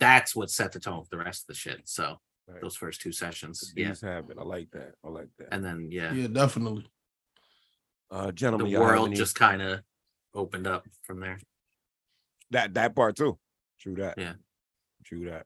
[SPEAKER 5] that's what set the tone for the rest of the shit. So
[SPEAKER 3] Right.
[SPEAKER 5] those first two sessions. Yeah.
[SPEAKER 3] These have it. I like that. I like that.
[SPEAKER 5] And then yeah,
[SPEAKER 6] Yeah, definitely.
[SPEAKER 3] uh, gentlemen,
[SPEAKER 5] the
[SPEAKER 3] y'all have
[SPEAKER 5] world
[SPEAKER 3] any-
[SPEAKER 5] just kind of opened up from there.
[SPEAKER 3] that that part too. True that.
[SPEAKER 5] Yeah.
[SPEAKER 3] True that.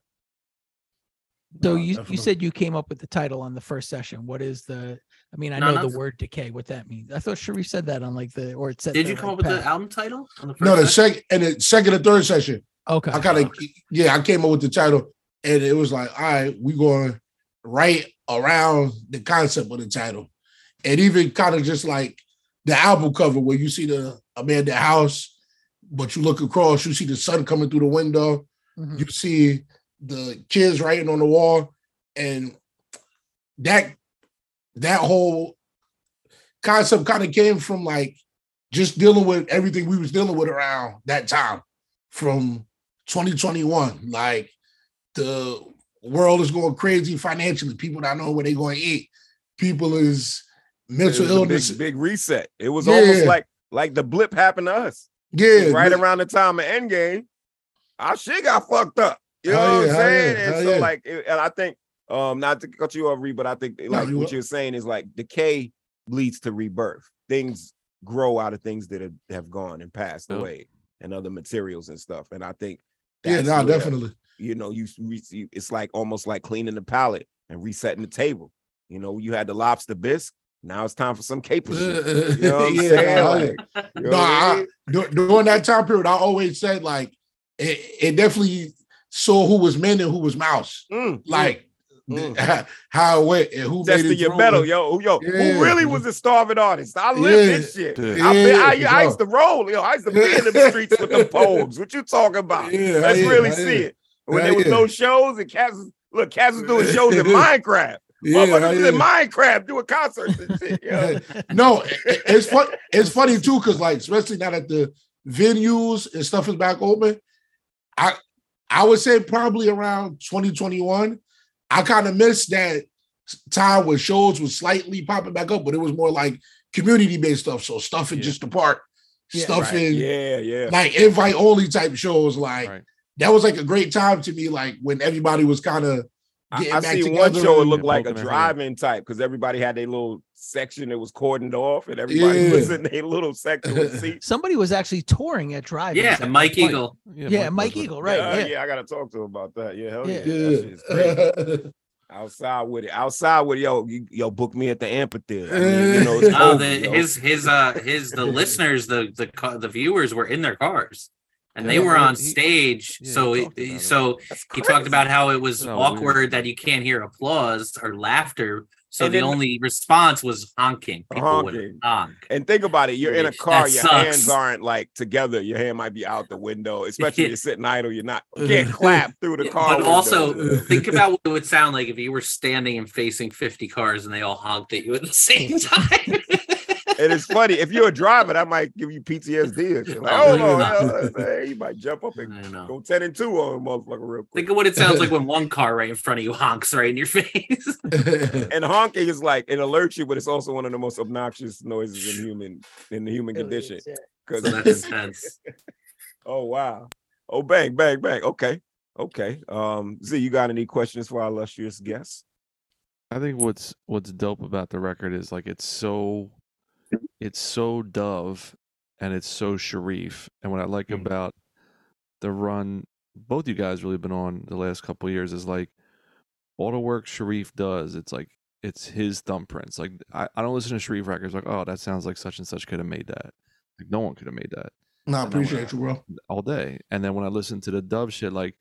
[SPEAKER 2] So
[SPEAKER 6] Nah,
[SPEAKER 2] you
[SPEAKER 6] definitely.
[SPEAKER 2] you said you came up with the title on the first session. What is the? I mean, I
[SPEAKER 5] No,
[SPEAKER 2] know
[SPEAKER 5] not
[SPEAKER 2] the
[SPEAKER 5] the-
[SPEAKER 2] word decay. What that means? I thought Sharif said that on like the or it said.
[SPEAKER 5] Did
[SPEAKER 2] the,
[SPEAKER 5] you come up
[SPEAKER 2] like,
[SPEAKER 5] with the
[SPEAKER 2] path.
[SPEAKER 5] album title? On the first
[SPEAKER 6] No, the
[SPEAKER 5] session?
[SPEAKER 6] second and the second and third session,
[SPEAKER 2] Okay.
[SPEAKER 6] I kind of yeah, I came up with the title, and it was like, all right, we going right around the concept of the title, and even kind of just like the album cover where you see the Amanda House, but you look across, you see the sun coming through the window,
[SPEAKER 2] Mhm.
[SPEAKER 6] you see the kids writing on the wall and that that whole concept kind of came from like just dealing with everything we was dealing with around that time from 2021 like the world is going crazy financially people not knowing where they're going to eat people is mental
[SPEAKER 3] It was a big-
[SPEAKER 6] illness
[SPEAKER 3] Big, reset. It was
[SPEAKER 6] Yeah.
[SPEAKER 3] almost like like the blip happened to us.
[SPEAKER 6] yeah
[SPEAKER 3] right
[SPEAKER 6] men-
[SPEAKER 3] around the time of Endgame, our shit got fucked up. You know
[SPEAKER 6] Hell
[SPEAKER 3] what I'm
[SPEAKER 6] yeah, hell
[SPEAKER 3] saying?
[SPEAKER 6] yeah,
[SPEAKER 3] and
[SPEAKER 6] hell
[SPEAKER 3] so
[SPEAKER 6] yeah.
[SPEAKER 3] like, it- and I think, um, not to cut you off, Reed, but I think like
[SPEAKER 6] you
[SPEAKER 3] what
[SPEAKER 6] up.
[SPEAKER 3] you're saying is like decay leads to rebirth. Things grow out of things that have, have gone and passed
[SPEAKER 4] Yeah.
[SPEAKER 3] away, and other materials and stuff. And I think,
[SPEAKER 6] yeah
[SPEAKER 3] that's
[SPEAKER 6] no
[SPEAKER 3] where,
[SPEAKER 6] definitely
[SPEAKER 3] You know, you, re- you it's like almost like cleaning the palate and resetting the table. You know, you had the lobster bisque. Now it's time for some capers. You know what I'm
[SPEAKER 6] Yeah,
[SPEAKER 3] saying?
[SPEAKER 6] hell yeah.
[SPEAKER 3] Like, you know
[SPEAKER 6] No,
[SPEAKER 3] what I
[SPEAKER 6] I-
[SPEAKER 3] mean?
[SPEAKER 6] dur- during that time period, I always said like it, it definitely saw who was man and who was mouse,
[SPEAKER 3] Mm,
[SPEAKER 6] like how it went and who made
[SPEAKER 3] Testing
[SPEAKER 6] it
[SPEAKER 3] your
[SPEAKER 6] through.
[SPEAKER 3] metal, yo, yo.
[SPEAKER 6] Yeah.
[SPEAKER 3] Who really was a starving artist? I lived
[SPEAKER 6] Yeah.
[SPEAKER 3] this shit.
[SPEAKER 4] Dude.
[SPEAKER 3] I, been, I,
[SPEAKER 6] Yeah,
[SPEAKER 3] I used to roll, yo. I used to be in the streets with the poems. What you talking about?
[SPEAKER 6] Yeah,
[SPEAKER 3] Let's
[SPEAKER 6] yeah,
[SPEAKER 3] really
[SPEAKER 6] yeah.
[SPEAKER 3] see it. When
[SPEAKER 6] Yeah,
[SPEAKER 3] there was
[SPEAKER 6] yeah.
[SPEAKER 3] no shows and cats, was- look, cats was doing shows in Minecraff.
[SPEAKER 6] Yeah,
[SPEAKER 3] Motherfuckers was
[SPEAKER 6] yeah.
[SPEAKER 3] in Minecraft doing concerts and shit. Yo.
[SPEAKER 6] no, it- it- it's fun. It's funny too, because like especially now that the venues and stuff is back open, I I would say probably around 2021, I kind of missed that time where shows was slightly popping back up, but it was more like community based stuff. So stuff in
[SPEAKER 4] Yeah.
[SPEAKER 6] just the park,
[SPEAKER 2] Yeah.
[SPEAKER 6] stuff
[SPEAKER 3] Right.
[SPEAKER 6] in
[SPEAKER 3] Yeah, yeah.
[SPEAKER 6] like invite only type shows. Like
[SPEAKER 4] Right.
[SPEAKER 6] that was like a great time to me, like when everybody was kind of
[SPEAKER 3] I,
[SPEAKER 6] getting
[SPEAKER 3] I
[SPEAKER 6] back
[SPEAKER 3] see
[SPEAKER 6] together.
[SPEAKER 3] one show. It looked
[SPEAKER 4] Yeah,
[SPEAKER 3] like a
[SPEAKER 4] poking her head.
[SPEAKER 3] drive-in type because everybody had their little section that was cordoned off, and everybody
[SPEAKER 6] Yeah.
[SPEAKER 3] was in their little section with seats.
[SPEAKER 2] Somebody was actually touring at Drive.
[SPEAKER 5] Yeah, Mike Eagle.
[SPEAKER 2] Yeah, Mike Eagle. Right.
[SPEAKER 3] Uh,
[SPEAKER 2] Yeah.
[SPEAKER 3] yeah. I gotta talk to him about that. Yeah, hell yeah.
[SPEAKER 2] Yeah.
[SPEAKER 3] That shit is crazy.
[SPEAKER 6] yeah.
[SPEAKER 3] Outside with it. Outside with it. Yo, you, yo, book me at the amphitheater. I mean, you know, it's
[SPEAKER 5] Oh,
[SPEAKER 3] over,
[SPEAKER 5] the,
[SPEAKER 3] yo.
[SPEAKER 5] his his uh his the listeners the the ca- the viewers were in their cars and they
[SPEAKER 4] Yeah,
[SPEAKER 5] were on
[SPEAKER 4] he-
[SPEAKER 5] stage.
[SPEAKER 4] yeah, he
[SPEAKER 5] so
[SPEAKER 4] talked about
[SPEAKER 5] it,
[SPEAKER 4] it.
[SPEAKER 5] so
[SPEAKER 3] That's
[SPEAKER 5] he
[SPEAKER 3] crazy.
[SPEAKER 5] talked about how it was
[SPEAKER 4] No, weird.
[SPEAKER 5] awkward that you can't hear applause or laughter. So
[SPEAKER 3] And
[SPEAKER 5] the
[SPEAKER 3] then-
[SPEAKER 5] only response was honking. People
[SPEAKER 3] Honking.
[SPEAKER 5] would honk.
[SPEAKER 3] And think about it. You're in a
[SPEAKER 5] That
[SPEAKER 3] car. Your
[SPEAKER 5] sucks.
[SPEAKER 3] hands aren't like together. Your hand might be out the window, especially if you're sitting idle. You're not you can't clap through the
[SPEAKER 5] Yeah,
[SPEAKER 3] car.
[SPEAKER 5] But
[SPEAKER 3] window.
[SPEAKER 5] also, think about what it would sound like if you were standing and facing 50 cars and they all honked at you at the same time.
[SPEAKER 3] and it's funny if you're a driver, that might give you PTSD. and shit. Like,
[SPEAKER 5] Oh,
[SPEAKER 3] oh,
[SPEAKER 5] no,
[SPEAKER 3] no,
[SPEAKER 6] you're not.
[SPEAKER 3] hey, you might jump up and
[SPEAKER 5] I know.
[SPEAKER 3] go ten and two on a motherfucker real quick.
[SPEAKER 5] Think of what it sounds like when one car right in front of you honks right in your face.
[SPEAKER 3] and honking is like it alerts you, but it's also one of the most obnoxious noises in human in the human condition.
[SPEAKER 5] so
[SPEAKER 3] Because
[SPEAKER 5] that's intense.
[SPEAKER 3] oh wow, oh bang bang bang. Okay, okay. Um, Z, you got any questions for our illustrious guests?
[SPEAKER 4] I think what's what's dope about the record is like it's so it's so Dove and it's so Sharif. And what I like
[SPEAKER 5] Mm.
[SPEAKER 4] about the run both you guys really been on the last couple years is like all the work Sharif does, it's like it's his thumbprints. Like I, I don't listen to Sharif records like, oh, that sounds like such and such could have made that. Like no one could have made that
[SPEAKER 6] no, I appreciate you, bro.
[SPEAKER 4] all day. And then when I listen to the dub shit, like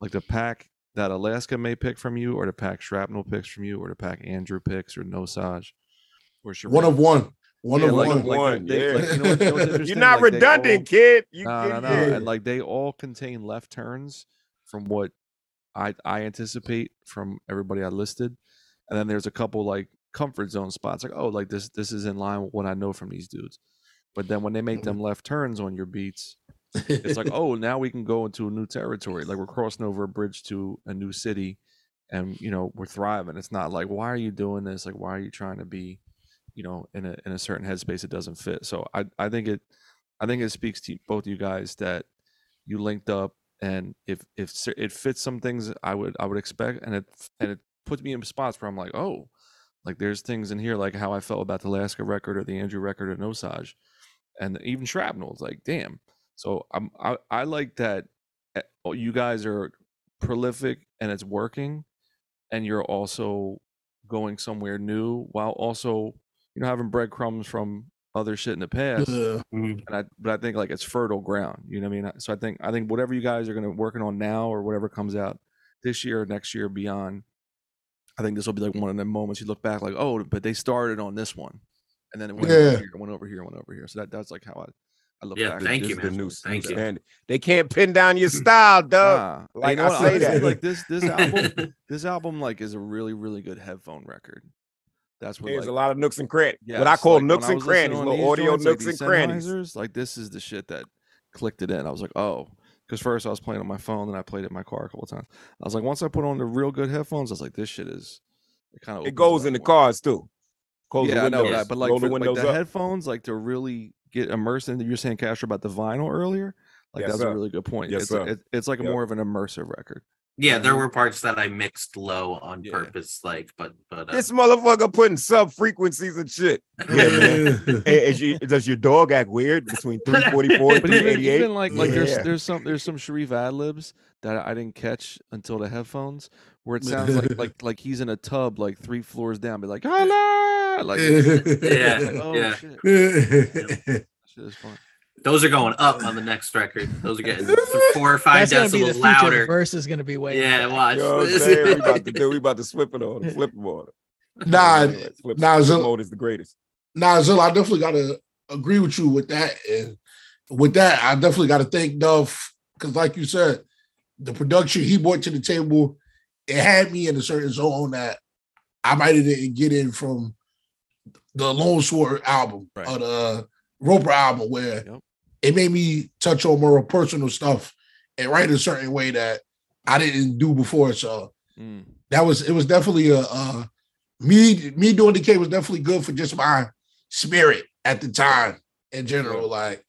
[SPEAKER 4] like the pack that Alaska may pick from you, or the pack Shrapnel picks from you, or the pack Andrew picks, or Nosage, or Sharif.
[SPEAKER 6] One of one. One
[SPEAKER 4] Yeah,
[SPEAKER 6] of
[SPEAKER 4] like-
[SPEAKER 6] one.
[SPEAKER 4] like,
[SPEAKER 3] One,
[SPEAKER 4] they-
[SPEAKER 3] yeah.
[SPEAKER 4] like, you know what- you know what's
[SPEAKER 3] You're
[SPEAKER 4] interesting?
[SPEAKER 3] not
[SPEAKER 4] Like, they
[SPEAKER 3] redundant,
[SPEAKER 4] all-
[SPEAKER 3] kid. You,
[SPEAKER 4] no, no,
[SPEAKER 3] you-
[SPEAKER 4] no.
[SPEAKER 3] yeah.
[SPEAKER 4] And like they all contain left turns from what I I anticipate from everybody I listed, and then there's a couple like comfort zone spots like oh like this this is in line with what I know from these dudes, but then when they make them left turns on your beats, It's like, oh, now we can go into a new territory. Like we're crossing over a bridge to a new city, and you know we're thriving. It's not like why are you doing this? Like why are you trying to be, you know, in a in a certain headspace it doesn't fit. So I I think it, I think it speaks to both you guys that you linked up, and if if cer- it fits some things I would I would expect, and it and it puts me in spots where I'm like, oh, like there's things in here like how I felt about the Alaska record or the Andrew record or Nosage, and even Shrapnel. It's like, damn. So I'm I, I like that eh, oh, you guys are prolific and it's working, and you're also going somewhere new while also you know having breadcrumbs from other shit in the past
[SPEAKER 6] Yeah.
[SPEAKER 4] and I but I think like it's fertile ground. You know what I mean? So I think I think whatever you guys are gonna working on now or whatever comes out this year, next year, beyond, I think this will be like one of the moments you look back like, oh, but they started on this one, and then it went
[SPEAKER 6] Yeah.
[SPEAKER 4] over here, it went over here, it went over here. So that that's like how I I look
[SPEAKER 5] Yeah,
[SPEAKER 4] back.
[SPEAKER 5] thank
[SPEAKER 4] This
[SPEAKER 5] you,
[SPEAKER 4] is
[SPEAKER 5] man.
[SPEAKER 4] the new
[SPEAKER 5] Thank you.
[SPEAKER 3] And they can't pin down your style, dog.
[SPEAKER 4] Ah,
[SPEAKER 3] like,
[SPEAKER 4] you know
[SPEAKER 3] I
[SPEAKER 4] what,
[SPEAKER 3] say that.
[SPEAKER 4] honestly, like this this album this album like is a really really good headphone record. That's what
[SPEAKER 3] There's
[SPEAKER 4] like,
[SPEAKER 3] a lot of nooks and crannies. what I
[SPEAKER 4] Yes,
[SPEAKER 3] call
[SPEAKER 4] like, when
[SPEAKER 3] nooks
[SPEAKER 4] I
[SPEAKER 3] and
[SPEAKER 4] was listening
[SPEAKER 3] crannies,
[SPEAKER 4] on
[SPEAKER 3] little
[SPEAKER 4] these
[SPEAKER 3] audio
[SPEAKER 4] joints, like
[SPEAKER 3] nooks and
[SPEAKER 4] these
[SPEAKER 3] crannies.
[SPEAKER 4] Sennheisers, Like this is the shit that clicked it in. I was like, oh, because first I was playing on my phone, then I played it in my car a couple times. I was like, once I put on the real good headphones, I was like, this shit is. It kind of
[SPEAKER 3] It goes in the cars too. Close
[SPEAKER 4] yeah,
[SPEAKER 3] the
[SPEAKER 4] I know
[SPEAKER 3] windows.
[SPEAKER 4] that, but like,
[SPEAKER 3] roll
[SPEAKER 4] for,
[SPEAKER 3] the
[SPEAKER 4] like,
[SPEAKER 3] windows
[SPEAKER 4] the
[SPEAKER 3] up.
[SPEAKER 4] headphones, like to really get immersed into. You're saying Castro about the vinyl earlier. Like
[SPEAKER 3] Yes,
[SPEAKER 4] that's
[SPEAKER 3] sir.
[SPEAKER 4] a really good point.
[SPEAKER 3] Yes,
[SPEAKER 4] it's, like-
[SPEAKER 3] sir.
[SPEAKER 4] it- it's like a
[SPEAKER 3] Yep.
[SPEAKER 4] more of an immersive record.
[SPEAKER 5] Yeah, there
[SPEAKER 2] Um,
[SPEAKER 4] Mhm.
[SPEAKER 5] were parts that I mixed low on
[SPEAKER 4] Yeah.
[SPEAKER 5] purpose, like, but but uh,
[SPEAKER 3] This motherfucker putting sub frequencies and shit. Yeah, man. Hey, is you- does your dog act weird between 344 and
[SPEAKER 4] But even,
[SPEAKER 3] 388?
[SPEAKER 4] even like like there's
[SPEAKER 3] Yeah.
[SPEAKER 4] there's some there's some Sharif ad libs that I didn't catch until the headphones where it sounds like like like he's in a tub like three floors down, be like "Holla!" like it's like,
[SPEAKER 5] Yeah.
[SPEAKER 4] oh
[SPEAKER 5] Yeah.
[SPEAKER 4] shit, that shit is fun.
[SPEAKER 5] those are going up on the next record. Those are getting four or five
[SPEAKER 2] That's gonna be
[SPEAKER 5] decibels
[SPEAKER 2] the future.
[SPEAKER 5] louder.
[SPEAKER 2] Verse is gonna be way.
[SPEAKER 5] Yeah,
[SPEAKER 3] You
[SPEAKER 5] watch.
[SPEAKER 3] know what I'm saying? We about to do, we about to flip it on, him, flip it on. him.
[SPEAKER 6] Nah,
[SPEAKER 3] Anyway, flip,
[SPEAKER 6] nah,
[SPEAKER 3] flip
[SPEAKER 6] Zilla-
[SPEAKER 3] mode is the greatest.
[SPEAKER 6] Nah, Zill, I definitely gotta agree with you with that. And with that, I definitely gotta thank Duff because, like you said, the production he brought to the table, it had me in a certain zone that I might have didn't get in from the Lone Sword album
[SPEAKER 4] Right.
[SPEAKER 6] or the Roper album, where
[SPEAKER 4] Yep.
[SPEAKER 6] it made me touch on more personal stuff and write a certain way that I didn't do before. So
[SPEAKER 4] Mm.
[SPEAKER 6] that was it was definitely a uh me me doing decay was definitely good for just my spirit at the time in general like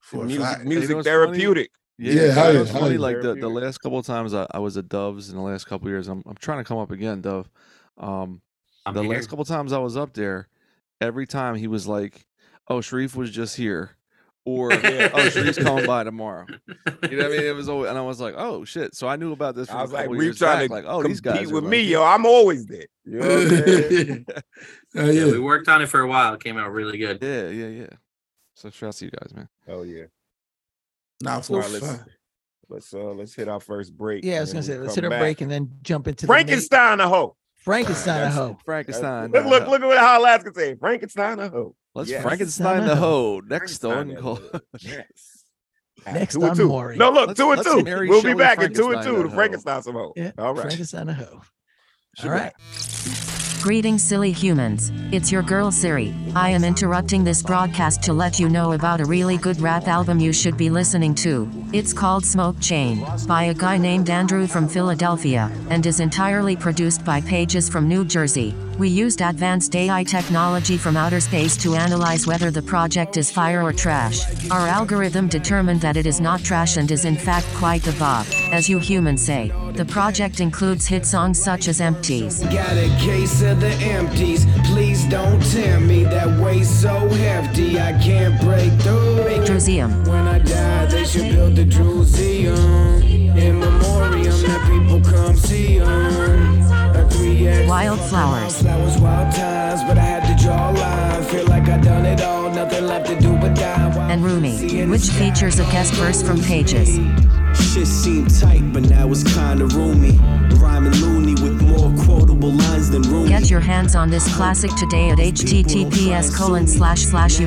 [SPEAKER 6] for a
[SPEAKER 3] music
[SPEAKER 6] fact.
[SPEAKER 3] music
[SPEAKER 4] what's funny?
[SPEAKER 3] therapeutic.
[SPEAKER 4] Yeah,
[SPEAKER 6] Yeah,
[SPEAKER 4] it's
[SPEAKER 6] hell
[SPEAKER 4] kinda
[SPEAKER 6] yeah, hell
[SPEAKER 4] funny.
[SPEAKER 6] yeah.
[SPEAKER 4] Like the, the
[SPEAKER 3] Therapeutic.
[SPEAKER 4] last couple of times I, I was at Dove's in the last couple of years, I'm I'm trying to come up again, Dove. Um,
[SPEAKER 5] I'm
[SPEAKER 4] the
[SPEAKER 5] here.
[SPEAKER 4] last couple times I was up there, every time he was like, "Oh, Sharif was just here," or
[SPEAKER 5] Yeah.
[SPEAKER 4] "Oh, Sharif's coming by tomorrow." You know what I mean? It was always, and I was like, "Oh shit!" So I knew about this. From
[SPEAKER 3] I was
[SPEAKER 4] a
[SPEAKER 3] like,
[SPEAKER 4] couple
[SPEAKER 3] we
[SPEAKER 4] years back,
[SPEAKER 3] trying to
[SPEAKER 4] like, "Oh, these guys
[SPEAKER 3] compete
[SPEAKER 4] are
[SPEAKER 3] with
[SPEAKER 4] like
[SPEAKER 3] me,
[SPEAKER 4] this."
[SPEAKER 3] yo. I'm always there. You know what I'm saying?
[SPEAKER 6] Hell
[SPEAKER 5] Yeah, we
[SPEAKER 6] yeah.
[SPEAKER 5] worked on it for a while. It came out really good.
[SPEAKER 4] Yeah, yeah, yeah. So shout out to you guys, man.
[SPEAKER 3] oh yeah.
[SPEAKER 6] Nah,
[SPEAKER 3] All
[SPEAKER 6] for
[SPEAKER 3] right,
[SPEAKER 6] a
[SPEAKER 3] let's
[SPEAKER 6] fact.
[SPEAKER 3] let's uh let's hit our first break.
[SPEAKER 2] Yeah, I
[SPEAKER 3] and
[SPEAKER 2] was
[SPEAKER 3] then
[SPEAKER 2] gonna say
[SPEAKER 3] we
[SPEAKER 2] let's
[SPEAKER 3] come
[SPEAKER 2] hit a
[SPEAKER 3] back.
[SPEAKER 2] break and then jump into the main-
[SPEAKER 3] Frankenstein a hoe.
[SPEAKER 2] Frankenstein, a
[SPEAKER 3] That's-
[SPEAKER 2] hoe.
[SPEAKER 4] Frankenstein.
[SPEAKER 3] Look,
[SPEAKER 4] the
[SPEAKER 3] look,
[SPEAKER 4] Ho-
[SPEAKER 3] look at what how Alaska say. Frankenstein a hoe.
[SPEAKER 4] Let's
[SPEAKER 3] yes.
[SPEAKER 4] Frankenstein the
[SPEAKER 2] Frankenstein.
[SPEAKER 4] hoe. Next on
[SPEAKER 3] Frankenstein
[SPEAKER 4] call.
[SPEAKER 3] a hoe. Yes. Alright,
[SPEAKER 2] Next
[SPEAKER 3] two and
[SPEAKER 2] on
[SPEAKER 3] two.
[SPEAKER 2] Maury.
[SPEAKER 3] No, look,
[SPEAKER 4] Let's-
[SPEAKER 3] two and
[SPEAKER 4] let's
[SPEAKER 3] two.
[SPEAKER 4] marry
[SPEAKER 3] We'll be
[SPEAKER 4] Shelley
[SPEAKER 3] back in two and
[SPEAKER 4] Frankenstein
[SPEAKER 3] two
[SPEAKER 4] that
[SPEAKER 3] to
[SPEAKER 4] hoe.
[SPEAKER 3] Frankenstein some hoe.
[SPEAKER 2] Yeah,
[SPEAKER 3] All right.
[SPEAKER 2] Frankenstein, a hoe.
[SPEAKER 4] Should
[SPEAKER 2] All
[SPEAKER 4] be-
[SPEAKER 2] right.
[SPEAKER 7] Greetings, silly humans. It's your girl Siri. I am interrupting this broadcast to let you know about a really good rap album you should be listening to. It's called Smoke Chain by a guy named Andrew from Philadelphia and is entirely produced by Pages from New Jersey. We used advanced AI technology from outer space to analyze whether the project is fire or trash. Our algorithm determined that it is not trash and is in fact quite the bop, as you humans say. The project includes hit songs such as Empties.
[SPEAKER 8] Got a case of the empties. Please don't tear me that way so hefty. I can't break through.
[SPEAKER 7] Drusium,
[SPEAKER 8] When I die, they should build the Druseum. In memoriam that people come see 'em. A 3X.
[SPEAKER 7] Wildflowers,
[SPEAKER 8] That was wild times, but I had to draw a line. Feel like I done it all, nothing left to do but die. While
[SPEAKER 7] and Rumi, which features a guest verse from Pages.
[SPEAKER 8] Shit seemed tight, but now it's kinda roomy. Rhyming loony with more quotable lines than roomy.
[SPEAKER 7] Get your hands on this classic today at https colon slash slash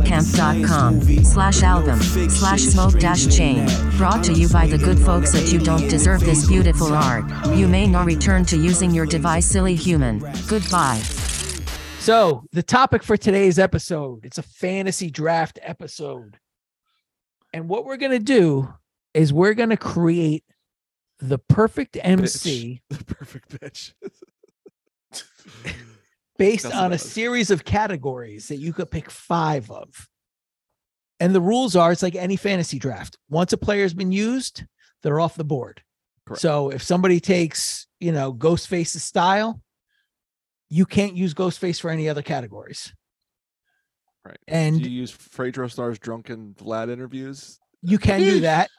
[SPEAKER 7] uddtva.bandcamp.com slash album slash smoke dash chain. Brought to you by the good folks at You Don't Deserve This Beautiful Art. You may now return to using your device, silly human. Goodbye.
[SPEAKER 2] So the topic for today's episode, it's a fantasy draft episode. And what we're gonna do is we're gonna create the perfect MC
[SPEAKER 4] The perfect bitch.
[SPEAKER 2] based
[SPEAKER 4] That's
[SPEAKER 2] on
[SPEAKER 4] what I
[SPEAKER 2] a
[SPEAKER 4] was-
[SPEAKER 2] series of categories that you could pick five of. And the rules are it's like any fantasy draft. Once a player's been used, they're off the board.
[SPEAKER 4] Correct.
[SPEAKER 2] So if somebody takes, you know, Ghostface's style, you can't use Ghostface for any other categories.
[SPEAKER 4] Right.
[SPEAKER 2] And
[SPEAKER 4] Do you use Fredro Star's drunken Vlad interviews?
[SPEAKER 2] you can do that.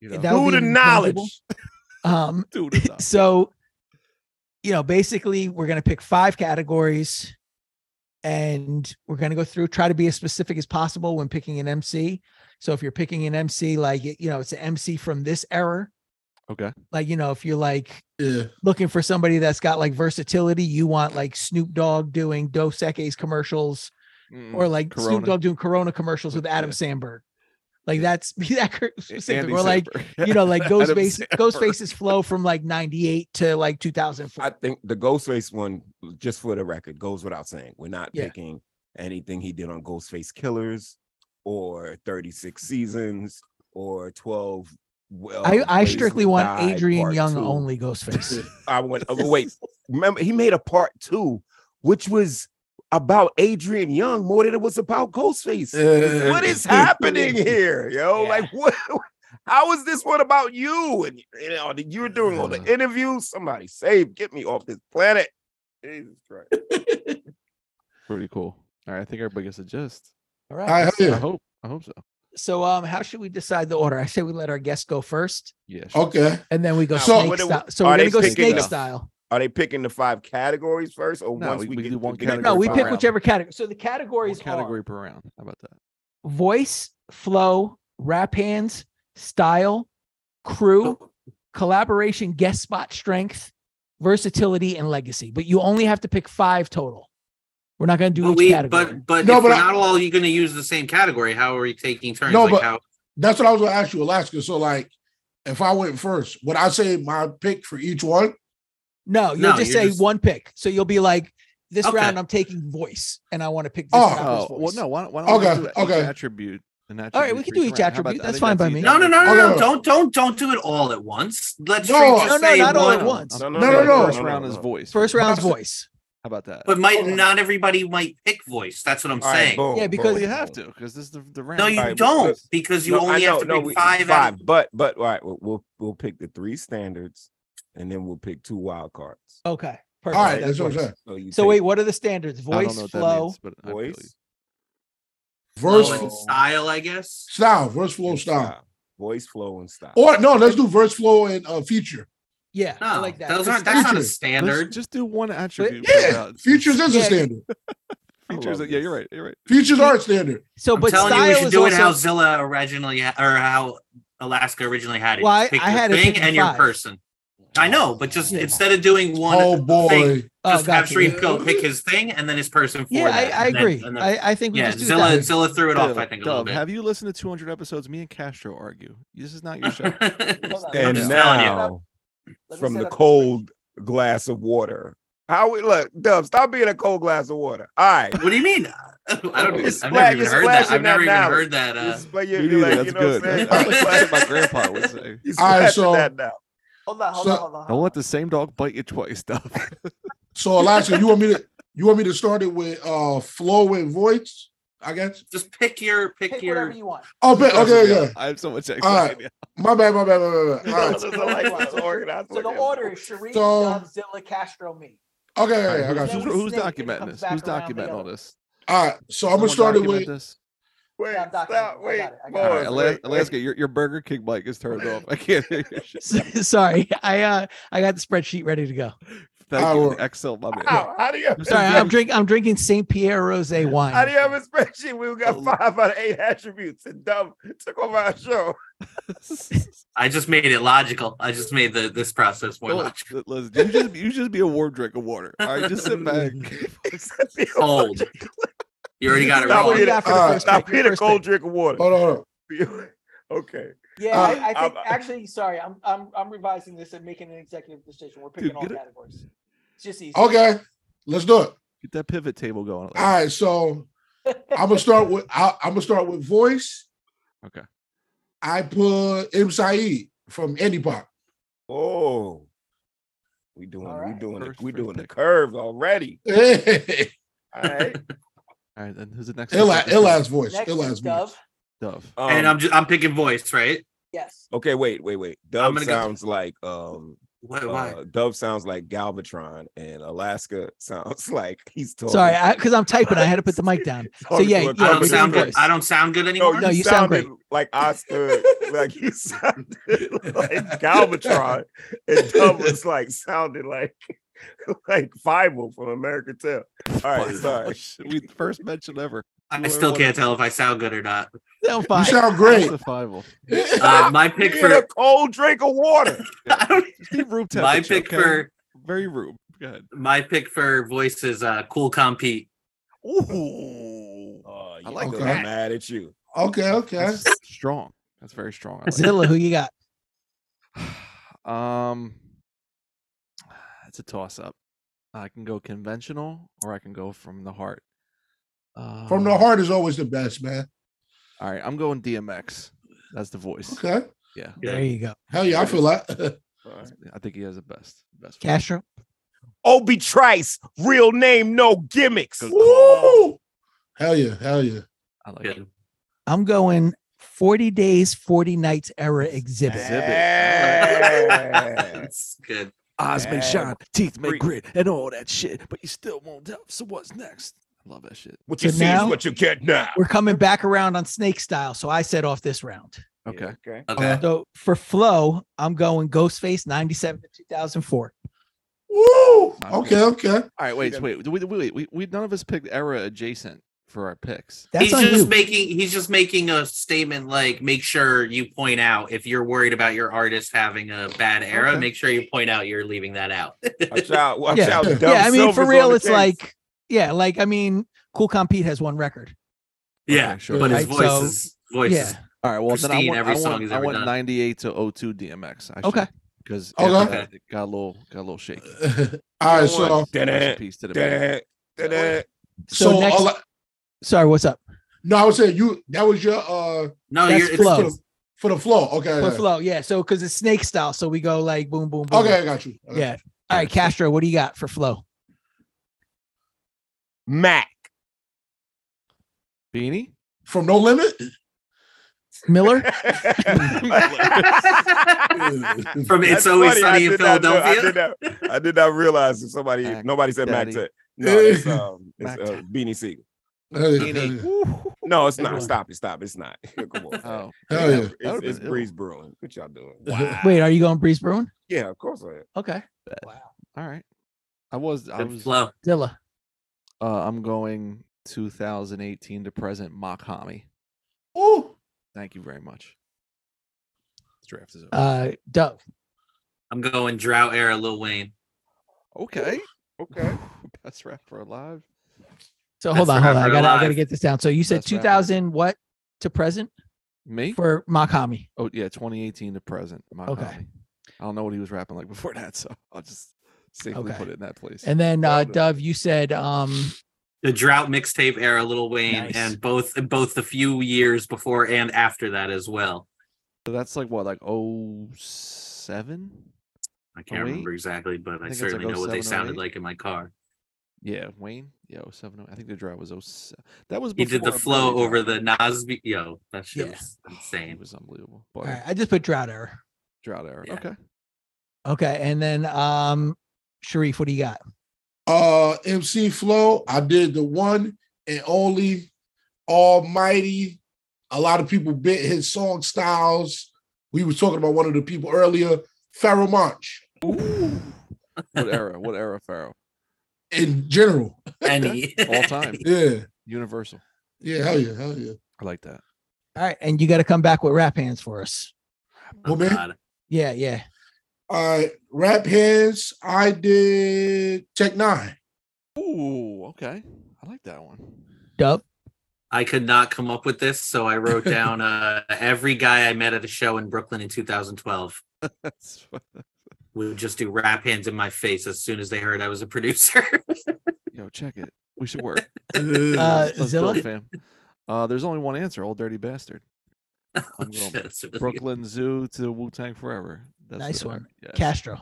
[SPEAKER 4] You know,
[SPEAKER 2] That would
[SPEAKER 3] Who
[SPEAKER 2] be
[SPEAKER 3] the knowledge?
[SPEAKER 2] intangible. Um,
[SPEAKER 4] dude, it's not-
[SPEAKER 2] so you know basically we're going to pick five categories and we're going to go through try to be as specific as possible when picking an mc so if you're picking an mc like you know it's an mc from this era
[SPEAKER 4] okay.
[SPEAKER 2] like you know if you're like
[SPEAKER 6] Yeah.
[SPEAKER 2] looking for somebody that's got like versatility you want like snoop dogg doing dos equis commercials
[SPEAKER 4] Mm,
[SPEAKER 2] or like
[SPEAKER 4] Corona.
[SPEAKER 2] snoop dogg doing corona commercials with adam
[SPEAKER 4] Yeah.
[SPEAKER 2] sandberg like that's that specific
[SPEAKER 4] Andy
[SPEAKER 2] or like
[SPEAKER 4] Samberg.
[SPEAKER 2] you know like
[SPEAKER 4] Adam
[SPEAKER 2] ghostface
[SPEAKER 4] Samberg.
[SPEAKER 2] ghostface's flow from like 98 to like 2004
[SPEAKER 3] I think the Ghostface one, just for the record, goes without saying. We're not
[SPEAKER 2] Yeah.
[SPEAKER 3] picking anything he did on Ghostface Killers or 36 Seasons or 12. Well,
[SPEAKER 2] I, I
[SPEAKER 3] Ways to
[SPEAKER 2] strictly want
[SPEAKER 3] Die
[SPEAKER 2] Adrian
[SPEAKER 3] Part
[SPEAKER 2] Young
[SPEAKER 3] Two.
[SPEAKER 2] only Ghostface.
[SPEAKER 3] I went, oh, wait, remember, he made a part two, which was about Adrian Young more than it was about Ghostface.
[SPEAKER 6] Yeah.
[SPEAKER 3] what is happening here, yo?
[SPEAKER 2] Yeah.
[SPEAKER 3] Like, what? How is this one about you? And you know, that you're doing all the
[SPEAKER 4] Yeah.
[SPEAKER 3] interviews. Somebody save, get me off this planet. Jesus Christ.
[SPEAKER 4] Pretty cool. All right, I think everybody gets a gist.
[SPEAKER 2] All
[SPEAKER 6] I
[SPEAKER 2] right.
[SPEAKER 6] heard you.
[SPEAKER 4] I hope. I hope so.
[SPEAKER 2] So um, how should we decide the order? I say we let our guests go first,
[SPEAKER 4] Yeah. sure.
[SPEAKER 6] Okay.
[SPEAKER 2] and then we go
[SPEAKER 3] Now,
[SPEAKER 2] snake
[SPEAKER 3] what do we-
[SPEAKER 2] style. So
[SPEAKER 3] are
[SPEAKER 2] we're
[SPEAKER 3] they
[SPEAKER 2] gonna go
[SPEAKER 3] picking
[SPEAKER 2] snake
[SPEAKER 4] the-
[SPEAKER 2] style.
[SPEAKER 3] Are they picking the five categories first, or
[SPEAKER 4] No,
[SPEAKER 3] once
[SPEAKER 4] we-
[SPEAKER 3] we,
[SPEAKER 4] we
[SPEAKER 3] get
[SPEAKER 4] do
[SPEAKER 3] to
[SPEAKER 4] one
[SPEAKER 3] the next
[SPEAKER 2] No, we
[SPEAKER 4] category
[SPEAKER 2] pick
[SPEAKER 4] by
[SPEAKER 3] round?
[SPEAKER 2] whichever category. So the
[SPEAKER 4] One
[SPEAKER 2] categories
[SPEAKER 4] category per round. How about that?
[SPEAKER 2] are voice, flow, rap hands, style, crew, collaboration, guest spot strength, versatility, and legacy. But you only have to pick five total. We're not gonna do
[SPEAKER 5] But
[SPEAKER 2] each
[SPEAKER 5] we,
[SPEAKER 2] category.
[SPEAKER 5] but but
[SPEAKER 6] No,
[SPEAKER 5] if
[SPEAKER 6] but
[SPEAKER 5] we're
[SPEAKER 6] I-
[SPEAKER 5] not all going to use the same category. How are we taking turns?
[SPEAKER 6] No,
[SPEAKER 5] like
[SPEAKER 6] but-
[SPEAKER 5] how
[SPEAKER 6] That's what I was gonna ask you, Alaska. So, like, if I went first, would I say my pick for each one?
[SPEAKER 2] No, you'll
[SPEAKER 5] No,
[SPEAKER 2] just
[SPEAKER 5] you're
[SPEAKER 2] say
[SPEAKER 5] just-
[SPEAKER 2] one pick. So you'll be like, this
[SPEAKER 5] Okay.
[SPEAKER 2] round I'm taking voice, and I want to pick this.
[SPEAKER 6] Oh.
[SPEAKER 2] rapper's
[SPEAKER 4] Oh, well,
[SPEAKER 2] voice.
[SPEAKER 4] no. Why don't, why don't
[SPEAKER 6] Okay,
[SPEAKER 4] we do each
[SPEAKER 6] okay.
[SPEAKER 4] attribute? An attribute
[SPEAKER 2] right, we
[SPEAKER 4] for
[SPEAKER 2] can do each
[SPEAKER 4] round? How about
[SPEAKER 2] attribute.
[SPEAKER 4] that? I
[SPEAKER 2] That's
[SPEAKER 4] think
[SPEAKER 2] fine by
[SPEAKER 4] easy.
[SPEAKER 2] me. Oh.
[SPEAKER 5] No, no, no, no, no,
[SPEAKER 6] Okay.
[SPEAKER 5] Don't, don't, don't do it all at once. Let's
[SPEAKER 6] No,
[SPEAKER 5] no, just
[SPEAKER 2] no,
[SPEAKER 5] say
[SPEAKER 2] not all at
[SPEAKER 5] one.
[SPEAKER 2] once.
[SPEAKER 4] No,
[SPEAKER 3] No,
[SPEAKER 4] no,
[SPEAKER 6] no, no, no.
[SPEAKER 4] First
[SPEAKER 3] no, no,
[SPEAKER 4] round
[SPEAKER 3] no,
[SPEAKER 4] is
[SPEAKER 3] no.
[SPEAKER 4] voice.
[SPEAKER 2] First round's
[SPEAKER 6] That's-
[SPEAKER 2] voice.
[SPEAKER 4] How about that?
[SPEAKER 5] But might
[SPEAKER 6] Okay.
[SPEAKER 5] not everybody might pick voice. That's what I'm
[SPEAKER 3] All right,
[SPEAKER 5] saying.
[SPEAKER 3] boom,
[SPEAKER 2] Yeah,
[SPEAKER 3] boom,
[SPEAKER 2] because-
[SPEAKER 4] well, you have
[SPEAKER 3] boom.
[SPEAKER 4] to because this is the, the round.
[SPEAKER 5] no, you
[SPEAKER 3] All right,
[SPEAKER 5] don't
[SPEAKER 3] let's-
[SPEAKER 5] because you
[SPEAKER 3] No,
[SPEAKER 5] only
[SPEAKER 3] I
[SPEAKER 5] have
[SPEAKER 3] know,
[SPEAKER 5] to
[SPEAKER 3] no,
[SPEAKER 5] pick
[SPEAKER 3] we-
[SPEAKER 5] five. out of-
[SPEAKER 3] But but all right, we'll, we'll we'll pick the three standards, and then we'll pick two wild cards.
[SPEAKER 2] Okay. Perfect.
[SPEAKER 6] All right,
[SPEAKER 2] That's
[SPEAKER 6] that's what I'm
[SPEAKER 2] voice.
[SPEAKER 6] saying.
[SPEAKER 3] So, you
[SPEAKER 2] So
[SPEAKER 3] take
[SPEAKER 2] wait, what are the standards?
[SPEAKER 4] I
[SPEAKER 2] Voice,
[SPEAKER 4] don't know what that
[SPEAKER 2] flow.
[SPEAKER 4] means, but I feel you.
[SPEAKER 3] voice,
[SPEAKER 6] Verse
[SPEAKER 5] Oh, and
[SPEAKER 3] flow.
[SPEAKER 5] style, I guess.
[SPEAKER 6] style, verse flow
[SPEAKER 3] and
[SPEAKER 6] style,
[SPEAKER 3] style. voice flow and style.
[SPEAKER 6] or no, let's do verse flow and uh, feature.
[SPEAKER 2] Yeah,
[SPEAKER 5] No,
[SPEAKER 2] I like that.
[SPEAKER 5] those
[SPEAKER 2] The
[SPEAKER 5] aren't. That's not a
[SPEAKER 6] Feature.
[SPEAKER 4] Let's
[SPEAKER 5] standard.
[SPEAKER 4] Just do one attribute. per
[SPEAKER 6] Yeah,
[SPEAKER 4] round.
[SPEAKER 6] features is a
[SPEAKER 2] Yeah.
[SPEAKER 6] standard.
[SPEAKER 3] I
[SPEAKER 4] Features.
[SPEAKER 3] love
[SPEAKER 4] Yeah,
[SPEAKER 3] this.
[SPEAKER 4] you're right. You're right.
[SPEAKER 6] Features are standard.
[SPEAKER 2] So,
[SPEAKER 5] I'm
[SPEAKER 2] but
[SPEAKER 5] telling
[SPEAKER 2] style
[SPEAKER 5] you, we should
[SPEAKER 2] is
[SPEAKER 5] do it
[SPEAKER 2] also,
[SPEAKER 5] how Zilla originally ha- or how Alaska originally had it.
[SPEAKER 2] Well, I-
[SPEAKER 5] Pick
[SPEAKER 2] I
[SPEAKER 5] your
[SPEAKER 2] had it
[SPEAKER 5] thing
[SPEAKER 2] picking
[SPEAKER 5] and your
[SPEAKER 2] five.
[SPEAKER 5] person. I know, but just
[SPEAKER 2] Yeah.
[SPEAKER 5] instead of doing one,
[SPEAKER 6] Oh boy,
[SPEAKER 5] thing,
[SPEAKER 2] Oh,
[SPEAKER 5] just have
[SPEAKER 2] gotcha, yeah.
[SPEAKER 5] Sharif go pick his thing and then his person for
[SPEAKER 2] Yeah, I,
[SPEAKER 5] that,
[SPEAKER 2] I
[SPEAKER 5] and then-
[SPEAKER 2] agree.
[SPEAKER 5] and then-
[SPEAKER 2] I, I think we
[SPEAKER 5] yeah,
[SPEAKER 2] just do
[SPEAKER 5] Zilla
[SPEAKER 2] that.
[SPEAKER 5] Zilla threw it off.
[SPEAKER 4] Dub,
[SPEAKER 5] I think a little
[SPEAKER 4] Dub,
[SPEAKER 5] bit.
[SPEAKER 4] have you listened to 200 episodes? Me and Castro argue. This is not your show.
[SPEAKER 5] I'm
[SPEAKER 3] And
[SPEAKER 5] just telling you.
[SPEAKER 3] now from the cold glass of water. How we look, Dub? Stop being a cold glass of water. All right,
[SPEAKER 5] What do you mean? I don't. Even,
[SPEAKER 3] Just
[SPEAKER 5] I've
[SPEAKER 3] splash-
[SPEAKER 5] never even
[SPEAKER 3] just
[SPEAKER 5] heard that.
[SPEAKER 3] splash in
[SPEAKER 5] I've
[SPEAKER 3] that
[SPEAKER 5] never even
[SPEAKER 3] knowledge.
[SPEAKER 5] heard that.
[SPEAKER 3] You
[SPEAKER 5] Uh,
[SPEAKER 3] splay your-
[SPEAKER 4] Me
[SPEAKER 3] you
[SPEAKER 4] neither,
[SPEAKER 3] like,
[SPEAKER 4] that's
[SPEAKER 3] you know what
[SPEAKER 4] good.
[SPEAKER 3] I'm saying?
[SPEAKER 4] That's like
[SPEAKER 5] classic
[SPEAKER 4] my grandpa would say.
[SPEAKER 3] You
[SPEAKER 6] All right,
[SPEAKER 3] splashing
[SPEAKER 6] so-
[SPEAKER 3] that now.
[SPEAKER 2] Hold on,
[SPEAKER 6] hold on, So-
[SPEAKER 4] Don't let the same dog bite you twice, Dub.
[SPEAKER 6] So Alaska, you want me to you want me to start it with uh flow and voice? I guess.
[SPEAKER 5] just pick your pick, your.
[SPEAKER 2] you want.
[SPEAKER 6] Oh, but, okay, yeah.
[SPEAKER 4] I have so much
[SPEAKER 6] right.
[SPEAKER 4] anxiety.
[SPEAKER 6] My bad, my bad, my bad. My bad. All right.
[SPEAKER 3] This is like what's organized like that.
[SPEAKER 2] is Sharif,
[SPEAKER 6] So- Dub,
[SPEAKER 2] Zilla, Castro, me.
[SPEAKER 6] Okay,
[SPEAKER 4] All right,
[SPEAKER 6] yeah, I got
[SPEAKER 4] who's,
[SPEAKER 6] you.
[SPEAKER 2] we
[SPEAKER 4] who's
[SPEAKER 2] snake and it
[SPEAKER 4] documenting
[SPEAKER 2] comes
[SPEAKER 4] this?
[SPEAKER 2] back
[SPEAKER 4] Who's
[SPEAKER 2] around
[SPEAKER 4] documenting
[SPEAKER 2] together.
[SPEAKER 4] all this?
[SPEAKER 6] All right, so I'm
[SPEAKER 4] Someone
[SPEAKER 6] gonna start it
[SPEAKER 4] document
[SPEAKER 6] with
[SPEAKER 4] this.
[SPEAKER 3] Wait,
[SPEAKER 2] Stop
[SPEAKER 3] stop,
[SPEAKER 2] documenting. I
[SPEAKER 3] wait,
[SPEAKER 2] got it, I got
[SPEAKER 4] All
[SPEAKER 2] it.
[SPEAKER 4] right,
[SPEAKER 3] boys,
[SPEAKER 4] Ala-
[SPEAKER 3] wait.
[SPEAKER 4] Alaska, your, your Burger King bike is turned off. I can't hear your shit.
[SPEAKER 2] Sorry, I uh, I got the spreadsheet ready to go.
[SPEAKER 4] Thank
[SPEAKER 6] All
[SPEAKER 4] you.
[SPEAKER 6] right.
[SPEAKER 4] Excel, my man.
[SPEAKER 3] How, how do you?
[SPEAKER 2] Sorry,
[SPEAKER 4] I'm so
[SPEAKER 2] I'm
[SPEAKER 4] glad-
[SPEAKER 2] drink. I'm drinking Saint Pierre rosé wine.
[SPEAKER 3] How do you have a spreadsheet? We got five out of eight attributes, and Dub took over our show.
[SPEAKER 5] I just made it logical. I just made the this process more
[SPEAKER 4] Don't-
[SPEAKER 5] logical.
[SPEAKER 4] Liz, you just you just be a warm drink of water. All right, just sit back.
[SPEAKER 5] Cold. You already got it
[SPEAKER 3] Stop
[SPEAKER 2] What do
[SPEAKER 5] wrong.
[SPEAKER 2] you
[SPEAKER 3] being a-
[SPEAKER 2] got for the
[SPEAKER 6] All right,
[SPEAKER 2] first
[SPEAKER 3] stop
[SPEAKER 2] pick? Your
[SPEAKER 3] being a
[SPEAKER 2] first
[SPEAKER 3] cold
[SPEAKER 2] pick.
[SPEAKER 3] drink of water.
[SPEAKER 6] hold on, hold on.
[SPEAKER 3] okay.
[SPEAKER 2] Yeah,
[SPEAKER 6] Uh,
[SPEAKER 2] I, I think
[SPEAKER 3] I'm-
[SPEAKER 2] actually, sorry, I'm I'm I'm revising this and making an executive decision. We're picking
[SPEAKER 4] Dude,
[SPEAKER 2] all
[SPEAKER 4] get it.
[SPEAKER 2] categories. It's just easy.
[SPEAKER 6] Okay, let's do it.
[SPEAKER 4] Get that pivot table going. Liz.
[SPEAKER 6] All right, so I'm gonna start with I, I'm gonna start with voice.
[SPEAKER 4] Okay.
[SPEAKER 6] I put M. Saeed from Andy Pop.
[SPEAKER 3] Oh, we doing,
[SPEAKER 2] All
[SPEAKER 3] we
[SPEAKER 2] right.
[SPEAKER 3] doing,
[SPEAKER 4] First-
[SPEAKER 3] it, we
[SPEAKER 4] first
[SPEAKER 3] doing the
[SPEAKER 4] pick.
[SPEAKER 3] curve already.
[SPEAKER 6] Ill
[SPEAKER 3] All right.
[SPEAKER 4] All right, then who's the next?
[SPEAKER 6] ill ass voice.
[SPEAKER 9] Next
[SPEAKER 6] Ill
[SPEAKER 9] is
[SPEAKER 6] ass voice.
[SPEAKER 9] Dove.
[SPEAKER 4] Dove.
[SPEAKER 3] Um,
[SPEAKER 5] and I'm just I'm picking voice, right?
[SPEAKER 9] Yes.
[SPEAKER 3] okay. Wait, wait, wait.
[SPEAKER 5] I'm
[SPEAKER 3] Dove
[SPEAKER 5] gonna go-
[SPEAKER 3] sounds like um,
[SPEAKER 5] Why? why?
[SPEAKER 3] uh, Dove sounds like Galvatron, and Alaska sounds like he's talking.
[SPEAKER 2] Sorry, because I'm typing. I had to put the mic down.
[SPEAKER 3] he's
[SPEAKER 2] so
[SPEAKER 3] talking
[SPEAKER 2] yeah, I yeah,
[SPEAKER 3] to a
[SPEAKER 5] I don't
[SPEAKER 2] Richard
[SPEAKER 3] computer
[SPEAKER 5] sound good.
[SPEAKER 2] voice.
[SPEAKER 5] I don't sound good
[SPEAKER 3] No,
[SPEAKER 5] anymore.
[SPEAKER 2] No, you sound
[SPEAKER 3] sounded like Oscar, like you sounded like Galvatron, and Dove was like sounded like like Fievel from America Tell. All right, sorry.
[SPEAKER 4] we first mentioned ever.
[SPEAKER 5] I still can't tell if I sound good or not.
[SPEAKER 2] Sound fine.
[SPEAKER 6] You sound great.
[SPEAKER 4] Survival.
[SPEAKER 5] Uh, my pick
[SPEAKER 3] Get a
[SPEAKER 5] for
[SPEAKER 3] cold drink of water.
[SPEAKER 5] I don't-
[SPEAKER 4] Just keep room
[SPEAKER 5] my
[SPEAKER 4] temperature.
[SPEAKER 5] pick
[SPEAKER 4] okay?
[SPEAKER 5] for
[SPEAKER 4] very room. Go ahead.
[SPEAKER 5] my pick for voice is uh, Cool Compete.
[SPEAKER 3] Ooh, oh, yeah, I
[SPEAKER 4] like
[SPEAKER 3] like
[SPEAKER 6] that.
[SPEAKER 3] that. Mad at you.
[SPEAKER 6] Okay, okay.
[SPEAKER 4] That's strong. That's very strong. I like that.
[SPEAKER 2] Zilla, who you got?
[SPEAKER 4] Um, it's a toss up. I can go conventional or I can go from the heart. Uh,
[SPEAKER 6] From the heart is always the best, man.
[SPEAKER 4] All right, I'm going DMX. That's the voice.
[SPEAKER 6] Okay.
[SPEAKER 4] Yeah,
[SPEAKER 5] Yeah.
[SPEAKER 2] There you go.
[SPEAKER 6] Hell yeah, I feel that.
[SPEAKER 4] that's- I think he has the best. Best. voice.
[SPEAKER 2] Castro.
[SPEAKER 3] Obi Trice, real name, no gimmicks.
[SPEAKER 6] Woo! Hell yeah, hell yeah.
[SPEAKER 4] I like it.
[SPEAKER 5] Good.
[SPEAKER 2] I'm going 40 days, 40 nights era exhibit.
[SPEAKER 4] Exhibit.
[SPEAKER 3] Yeah.
[SPEAKER 5] That's good.
[SPEAKER 4] Eyes may
[SPEAKER 3] Yeah.
[SPEAKER 4] shine, teeth may
[SPEAKER 3] Freak.
[SPEAKER 4] grit, and all that shit, but you still won't help. So what's next? I love that shit.
[SPEAKER 3] what you
[SPEAKER 2] So
[SPEAKER 3] see
[SPEAKER 2] now-
[SPEAKER 3] is what you get now.
[SPEAKER 2] We're coming back around on snake style. So I set off this round.
[SPEAKER 4] Okay.
[SPEAKER 3] okay.
[SPEAKER 5] Okay.
[SPEAKER 2] So for flow, I'm going Ghostface 97 to 2004.
[SPEAKER 6] Woo! Okay, okay.
[SPEAKER 4] All right. Wait.
[SPEAKER 3] done.
[SPEAKER 4] Wait. Wait. Wait. We, we none of us picked era adjacent for our picks.
[SPEAKER 2] That's
[SPEAKER 5] he's
[SPEAKER 2] on
[SPEAKER 5] just
[SPEAKER 2] you.
[SPEAKER 5] making he's just making a statement like make sure you point out if you're worried about your artist having a bad era,
[SPEAKER 4] Okay.
[SPEAKER 5] make sure you point out you're leaving that out.
[SPEAKER 3] Watch out. Watch
[SPEAKER 2] Yeah.
[SPEAKER 3] out.
[SPEAKER 6] Yeah,
[SPEAKER 3] Dove
[SPEAKER 2] yeah, I mean,
[SPEAKER 3] Silva's
[SPEAKER 2] for
[SPEAKER 3] on
[SPEAKER 2] real,
[SPEAKER 3] the
[SPEAKER 2] it's
[SPEAKER 3] case.
[SPEAKER 2] like, yeah, like, I mean, Cool Compete has one record.
[SPEAKER 5] yeah.
[SPEAKER 4] Okay, sure.
[SPEAKER 5] But his
[SPEAKER 2] Right,
[SPEAKER 5] voice
[SPEAKER 2] so-
[SPEAKER 5] is voice is
[SPEAKER 2] Yeah.
[SPEAKER 4] All right. Well, then I
[SPEAKER 5] Pristine,
[SPEAKER 4] want,
[SPEAKER 5] every
[SPEAKER 4] I
[SPEAKER 5] song
[SPEAKER 4] want,
[SPEAKER 5] he's
[SPEAKER 4] I
[SPEAKER 5] ever
[SPEAKER 4] want
[SPEAKER 5] done.
[SPEAKER 4] 98 to 02 DMX. Actually,
[SPEAKER 2] Okay.
[SPEAKER 4] Because
[SPEAKER 6] Okay.
[SPEAKER 4] it got a little got a little shaky.
[SPEAKER 2] Uh,
[SPEAKER 6] All right,
[SPEAKER 3] Come
[SPEAKER 6] so
[SPEAKER 3] on.
[SPEAKER 4] Rest in
[SPEAKER 3] Da-da,
[SPEAKER 4] peace to the man.
[SPEAKER 3] da-da, da-da.
[SPEAKER 2] So,
[SPEAKER 6] so,
[SPEAKER 2] next,
[SPEAKER 6] a lot-
[SPEAKER 2] sorry, what's up?
[SPEAKER 6] no, I would say you that was your uh
[SPEAKER 5] no,
[SPEAKER 2] That's
[SPEAKER 5] you're it's,
[SPEAKER 2] flow.
[SPEAKER 6] for the, for the flow. Okay,
[SPEAKER 2] For
[SPEAKER 6] yeah.
[SPEAKER 2] flow, yeah. So, because it's snake style. So we go like boom, boom, boom.
[SPEAKER 6] okay, I got you. I got
[SPEAKER 2] Yeah. All right, Castro, what do you got for flow?
[SPEAKER 3] Mac.
[SPEAKER 4] Beanie.
[SPEAKER 6] you. From No Limit.
[SPEAKER 2] Miller?
[SPEAKER 5] from
[SPEAKER 3] That's
[SPEAKER 5] It's Always
[SPEAKER 3] funny.
[SPEAKER 5] Sunny in
[SPEAKER 3] did not know- I
[SPEAKER 5] Philadelphia.
[SPEAKER 3] did not, I did not realize if somebody,
[SPEAKER 4] Mac
[SPEAKER 3] nobody said Mac
[SPEAKER 4] Daddy.
[SPEAKER 3] Tech. No, it's, um, it's
[SPEAKER 4] Mac
[SPEAKER 3] uh, Beanie Siegel.
[SPEAKER 6] Hell yeah, hell yeah.
[SPEAKER 4] Beanie. Woo.
[SPEAKER 3] No, it's
[SPEAKER 5] Everyone.
[SPEAKER 3] not. Stop it. Stop it. It's not. Come on.
[SPEAKER 4] Oh,
[SPEAKER 6] Hell yeah.
[SPEAKER 3] It's,
[SPEAKER 4] would've
[SPEAKER 3] it's
[SPEAKER 4] been ill.
[SPEAKER 3] Breeze Brewing. What y'all doing?
[SPEAKER 2] Wait, are you going Breeze Bruin?
[SPEAKER 3] Yeah, of course I am.
[SPEAKER 2] Okay.
[SPEAKER 4] all right. I was. I
[SPEAKER 5] Good
[SPEAKER 4] was.
[SPEAKER 5] flow.
[SPEAKER 2] Zilla.
[SPEAKER 4] Uh, I'm going 2018 to present Makami.
[SPEAKER 6] Ooh.
[SPEAKER 4] Thank you very much. Draft is over.
[SPEAKER 2] Uh, Dove.
[SPEAKER 5] I'm going drought era Lil Wayne.
[SPEAKER 4] okay.
[SPEAKER 3] Okay.
[SPEAKER 4] Best rapper alive.
[SPEAKER 2] So hold
[SPEAKER 5] That's
[SPEAKER 2] on, hold on. I
[SPEAKER 5] rapper
[SPEAKER 2] gotta, I gotta
[SPEAKER 5] alive.
[SPEAKER 2] get this down. So you said
[SPEAKER 4] That's rapper.
[SPEAKER 2] 2000 what to present
[SPEAKER 4] Me?
[SPEAKER 2] for Makami?
[SPEAKER 4] Oh yeah, 2018 to present. Makami.
[SPEAKER 2] Okay.
[SPEAKER 4] I don't know what he was rapping like before that, so I'll just safely
[SPEAKER 2] Okay.
[SPEAKER 4] put it in that place.
[SPEAKER 2] And then uh,
[SPEAKER 3] Love it.
[SPEAKER 2] Dove, you said um,
[SPEAKER 5] The drought mixtape era Lil Wayne
[SPEAKER 2] Nice.
[SPEAKER 5] and both both the few years before and after that as well.
[SPEAKER 4] so that's like what, like 07?
[SPEAKER 5] I
[SPEAKER 2] Oh,
[SPEAKER 5] can't
[SPEAKER 4] 08?
[SPEAKER 5] remember exactly,
[SPEAKER 4] I
[SPEAKER 5] but I,
[SPEAKER 4] think it's
[SPEAKER 5] certainly
[SPEAKER 4] like
[SPEAKER 5] know what they
[SPEAKER 4] 07,
[SPEAKER 5] sounded
[SPEAKER 4] 08.
[SPEAKER 5] like in my car.
[SPEAKER 4] Yeah, Wayne. Yeah, 07. I think the drive was 07. That was
[SPEAKER 5] He did the
[SPEAKER 4] before
[SPEAKER 5] flow
[SPEAKER 4] Ability
[SPEAKER 5] over the
[SPEAKER 4] Drive.
[SPEAKER 5] Nas. beat- Yo, that shit
[SPEAKER 2] Yeah.
[SPEAKER 5] was
[SPEAKER 4] Oh,
[SPEAKER 5] insane.
[SPEAKER 4] It was unbelievable. But
[SPEAKER 2] all right, I just put drought error.
[SPEAKER 4] drought era.
[SPEAKER 5] Yeah.
[SPEAKER 4] Okay.
[SPEAKER 2] Okay, and then um, Sharif, what do you got?
[SPEAKER 6] Uh MC Flow, I did the one and only Almighty. A lot of people bit his song styles. We were talking about one of the people earlier, Pharaoh Monch
[SPEAKER 4] What era? What era, Pharaoh?
[SPEAKER 6] in general.
[SPEAKER 5] Any
[SPEAKER 4] All time.
[SPEAKER 6] Yeah.
[SPEAKER 4] Universal.
[SPEAKER 6] Yeah, hell yeah, hell yeah.
[SPEAKER 4] I like that.
[SPEAKER 2] All right, and you got to come back with rap hands for us.
[SPEAKER 5] Oh,
[SPEAKER 6] Well, man,
[SPEAKER 5] God.
[SPEAKER 2] Yeah, yeah.
[SPEAKER 6] All right, rap hands. I did Tech Nine.
[SPEAKER 4] Ooh, okay. I like that one.
[SPEAKER 2] Dove.
[SPEAKER 5] I could not come up with this, so I wrote down uh, every guy I met at a show in Brooklyn in 2012
[SPEAKER 4] That's
[SPEAKER 5] would just do rap hands in my face as soon as they heard I was a producer.
[SPEAKER 4] yo, check it. We should work.
[SPEAKER 2] Uh,
[SPEAKER 4] Let's
[SPEAKER 5] Oh,
[SPEAKER 2] Zilla?
[SPEAKER 4] build, fam. Uh, there's only one answer, old dirty bastard.
[SPEAKER 5] Oh,
[SPEAKER 4] I'm going
[SPEAKER 5] That's really good.
[SPEAKER 4] Brooklyn Zoo to Wu Tang Forever. That's
[SPEAKER 2] Nice
[SPEAKER 4] what I-
[SPEAKER 2] one.
[SPEAKER 4] yes.
[SPEAKER 2] Castro.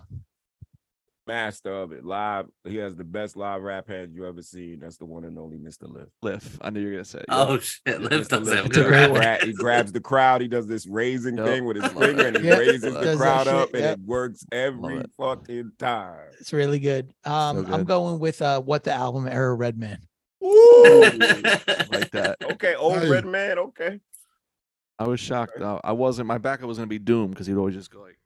[SPEAKER 3] Master of it. Live. He has the best live rap hand you ever seen. That's the one and only Mr. Lift.
[SPEAKER 4] Liff. I knew you were gonna say. it.
[SPEAKER 5] Oh shit, Liv
[SPEAKER 3] Mr.
[SPEAKER 5] does have
[SPEAKER 3] Lift
[SPEAKER 5] good
[SPEAKER 2] a great
[SPEAKER 5] rap.
[SPEAKER 2] one.
[SPEAKER 3] gra- he grabs the crowd. He does this raising
[SPEAKER 4] Yep.
[SPEAKER 3] thing with his
[SPEAKER 4] Love
[SPEAKER 3] finger
[SPEAKER 4] it.
[SPEAKER 3] and he
[SPEAKER 2] Yeah.
[SPEAKER 3] raises
[SPEAKER 4] Does
[SPEAKER 3] the
[SPEAKER 4] that
[SPEAKER 3] crowd
[SPEAKER 2] shit,
[SPEAKER 3] up and
[SPEAKER 2] yeah.
[SPEAKER 3] it works every
[SPEAKER 4] it.
[SPEAKER 3] fucking time.
[SPEAKER 2] It's really good. Um, I'm
[SPEAKER 4] good.
[SPEAKER 2] going with uh, what the album era Redman.
[SPEAKER 4] I like that.
[SPEAKER 3] Okay, old
[SPEAKER 6] Hey.
[SPEAKER 3] red man. Okay.
[SPEAKER 4] I was shocked. Uh, I wasn't. My backup was gonna be doomed because he'd always just go like,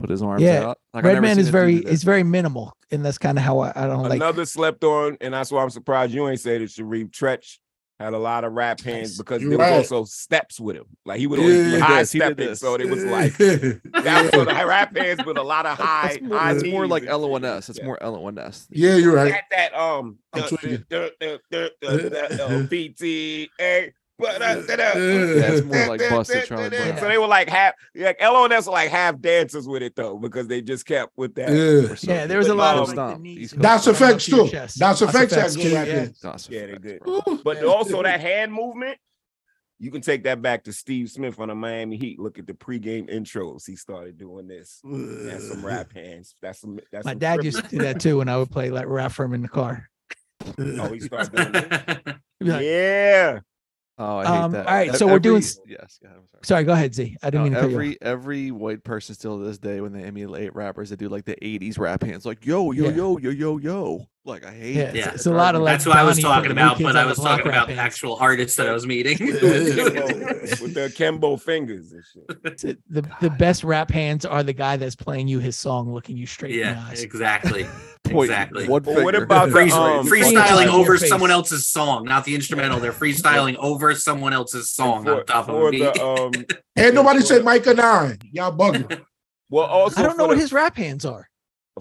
[SPEAKER 4] put his arms
[SPEAKER 2] Yeah,
[SPEAKER 4] out. Like, I never
[SPEAKER 2] Redman
[SPEAKER 4] seen
[SPEAKER 2] is
[SPEAKER 4] a dude do
[SPEAKER 2] very
[SPEAKER 4] that.
[SPEAKER 2] is very minimal, and that's kind of how I, I don't like.
[SPEAKER 3] Another slept on, and that's why I'm surprised you ain't say that Sharif Tretch had a lot of rap hands
[SPEAKER 2] Nice.
[SPEAKER 3] because
[SPEAKER 6] You're
[SPEAKER 3] there
[SPEAKER 6] right.
[SPEAKER 3] was also steps with him. Like he would always be
[SPEAKER 6] Yeah.
[SPEAKER 3] high
[SPEAKER 4] Yes, he did
[SPEAKER 3] stepping,
[SPEAKER 4] this.
[SPEAKER 3] so it was like that was
[SPEAKER 6] yeah.
[SPEAKER 3] for the rap hands with a lot of high.
[SPEAKER 4] That's more,
[SPEAKER 3] high
[SPEAKER 4] that's Ah, more
[SPEAKER 3] knees
[SPEAKER 4] like
[SPEAKER 3] and shit.
[SPEAKER 4] LONS. That's
[SPEAKER 3] Yeah.
[SPEAKER 4] more LONS.
[SPEAKER 6] yeah, you're
[SPEAKER 3] He
[SPEAKER 6] right.
[SPEAKER 3] had that um
[SPEAKER 6] I'm
[SPEAKER 3] duh,
[SPEAKER 6] tweaking.
[SPEAKER 3] duh, duh, duh, duh, duh, duh, duh, BTA, but, uh, duh, duh,
[SPEAKER 6] Yeah,
[SPEAKER 4] it's more
[SPEAKER 3] duh,
[SPEAKER 4] like
[SPEAKER 3] duh,
[SPEAKER 4] Busta
[SPEAKER 3] duh,
[SPEAKER 4] Charlie
[SPEAKER 3] duh, duh.
[SPEAKER 2] Brown.
[SPEAKER 3] So they were like half, like LONS were like half dancers with it though because they just kept with that.
[SPEAKER 6] Yeah.
[SPEAKER 4] Or
[SPEAKER 2] yeah,
[SPEAKER 4] something.
[SPEAKER 2] there was a
[SPEAKER 3] But
[SPEAKER 2] lot
[SPEAKER 3] no,
[SPEAKER 2] of like, the
[SPEAKER 4] Stomp,
[SPEAKER 2] knees
[SPEAKER 4] East
[SPEAKER 2] and
[SPEAKER 4] Coast
[SPEAKER 6] That's
[SPEAKER 2] stuff going
[SPEAKER 4] Stomp.
[SPEAKER 6] effects
[SPEAKER 2] up to your
[SPEAKER 6] too.
[SPEAKER 2] chest.
[SPEAKER 6] That's effects
[SPEAKER 2] effects,
[SPEAKER 6] has good
[SPEAKER 2] too,
[SPEAKER 6] rap
[SPEAKER 2] yeah.
[SPEAKER 6] hands.
[SPEAKER 4] That's a
[SPEAKER 3] Yeah, they
[SPEAKER 4] fact,
[SPEAKER 3] did.
[SPEAKER 4] bro.
[SPEAKER 3] But also that hand movement, you can take that back to Steve Smith on the Miami Heat. Look at the pregame intros. He started doing this. That's some rap hands. That's some. That's
[SPEAKER 2] My
[SPEAKER 3] some
[SPEAKER 2] dad
[SPEAKER 3] tripping.
[SPEAKER 2] used to do that too when I would play like rap for him in the car.
[SPEAKER 3] Oh, he started doing that.
[SPEAKER 2] He'd be like,
[SPEAKER 3] Yeah.
[SPEAKER 4] Oh, I hate
[SPEAKER 2] Um,
[SPEAKER 4] that.
[SPEAKER 2] all right,
[SPEAKER 4] Ev-
[SPEAKER 2] so we're doing
[SPEAKER 4] every-
[SPEAKER 2] s-
[SPEAKER 4] Yes. go ahead, I'm sorry.
[SPEAKER 2] Sorry, go ahead, Z. I didn't
[SPEAKER 4] No,
[SPEAKER 2] mean to cut you
[SPEAKER 4] every every white person still to this day when they emulate rappers, they do like the '80s rap hands, like yo yo
[SPEAKER 2] Yeah.
[SPEAKER 4] yo yo yo yo. Like I hate.
[SPEAKER 2] Yeah, it's-
[SPEAKER 4] that.
[SPEAKER 2] it's a lot of,
[SPEAKER 4] drives
[SPEAKER 2] like,
[SPEAKER 4] me nuts.
[SPEAKER 5] That's what I was
[SPEAKER 2] Donnie
[SPEAKER 5] talking
[SPEAKER 2] from
[SPEAKER 5] about,
[SPEAKER 2] Weekends on
[SPEAKER 5] but I
[SPEAKER 2] the
[SPEAKER 5] was
[SPEAKER 2] Block
[SPEAKER 5] talking about
[SPEAKER 2] rapping.
[SPEAKER 5] actual artists that I was meeting.
[SPEAKER 3] with the Kembo fingers and shit.
[SPEAKER 2] To- the the best rap hands are the guy that's playing you his song, looking you straight in the
[SPEAKER 5] yeah,
[SPEAKER 2] eyes.
[SPEAKER 5] exactly.
[SPEAKER 4] Point,
[SPEAKER 5] Exactly.
[SPEAKER 4] one
[SPEAKER 3] But what
[SPEAKER 4] finger.
[SPEAKER 3] about the
[SPEAKER 5] Freeze-
[SPEAKER 3] um,
[SPEAKER 2] Freestyle.
[SPEAKER 5] freestyling over
[SPEAKER 2] Yeah, face.
[SPEAKER 5] someone else's song, not the instrumental. They're freestyling over someone else's song
[SPEAKER 3] for,
[SPEAKER 5] on top of
[SPEAKER 3] for
[SPEAKER 5] a beat.
[SPEAKER 3] the um?
[SPEAKER 6] And nobody said Micah Nine. Y'all bugging.
[SPEAKER 3] Well, also
[SPEAKER 2] I don't know
[SPEAKER 3] for
[SPEAKER 2] what
[SPEAKER 3] the-
[SPEAKER 2] his rap hands are.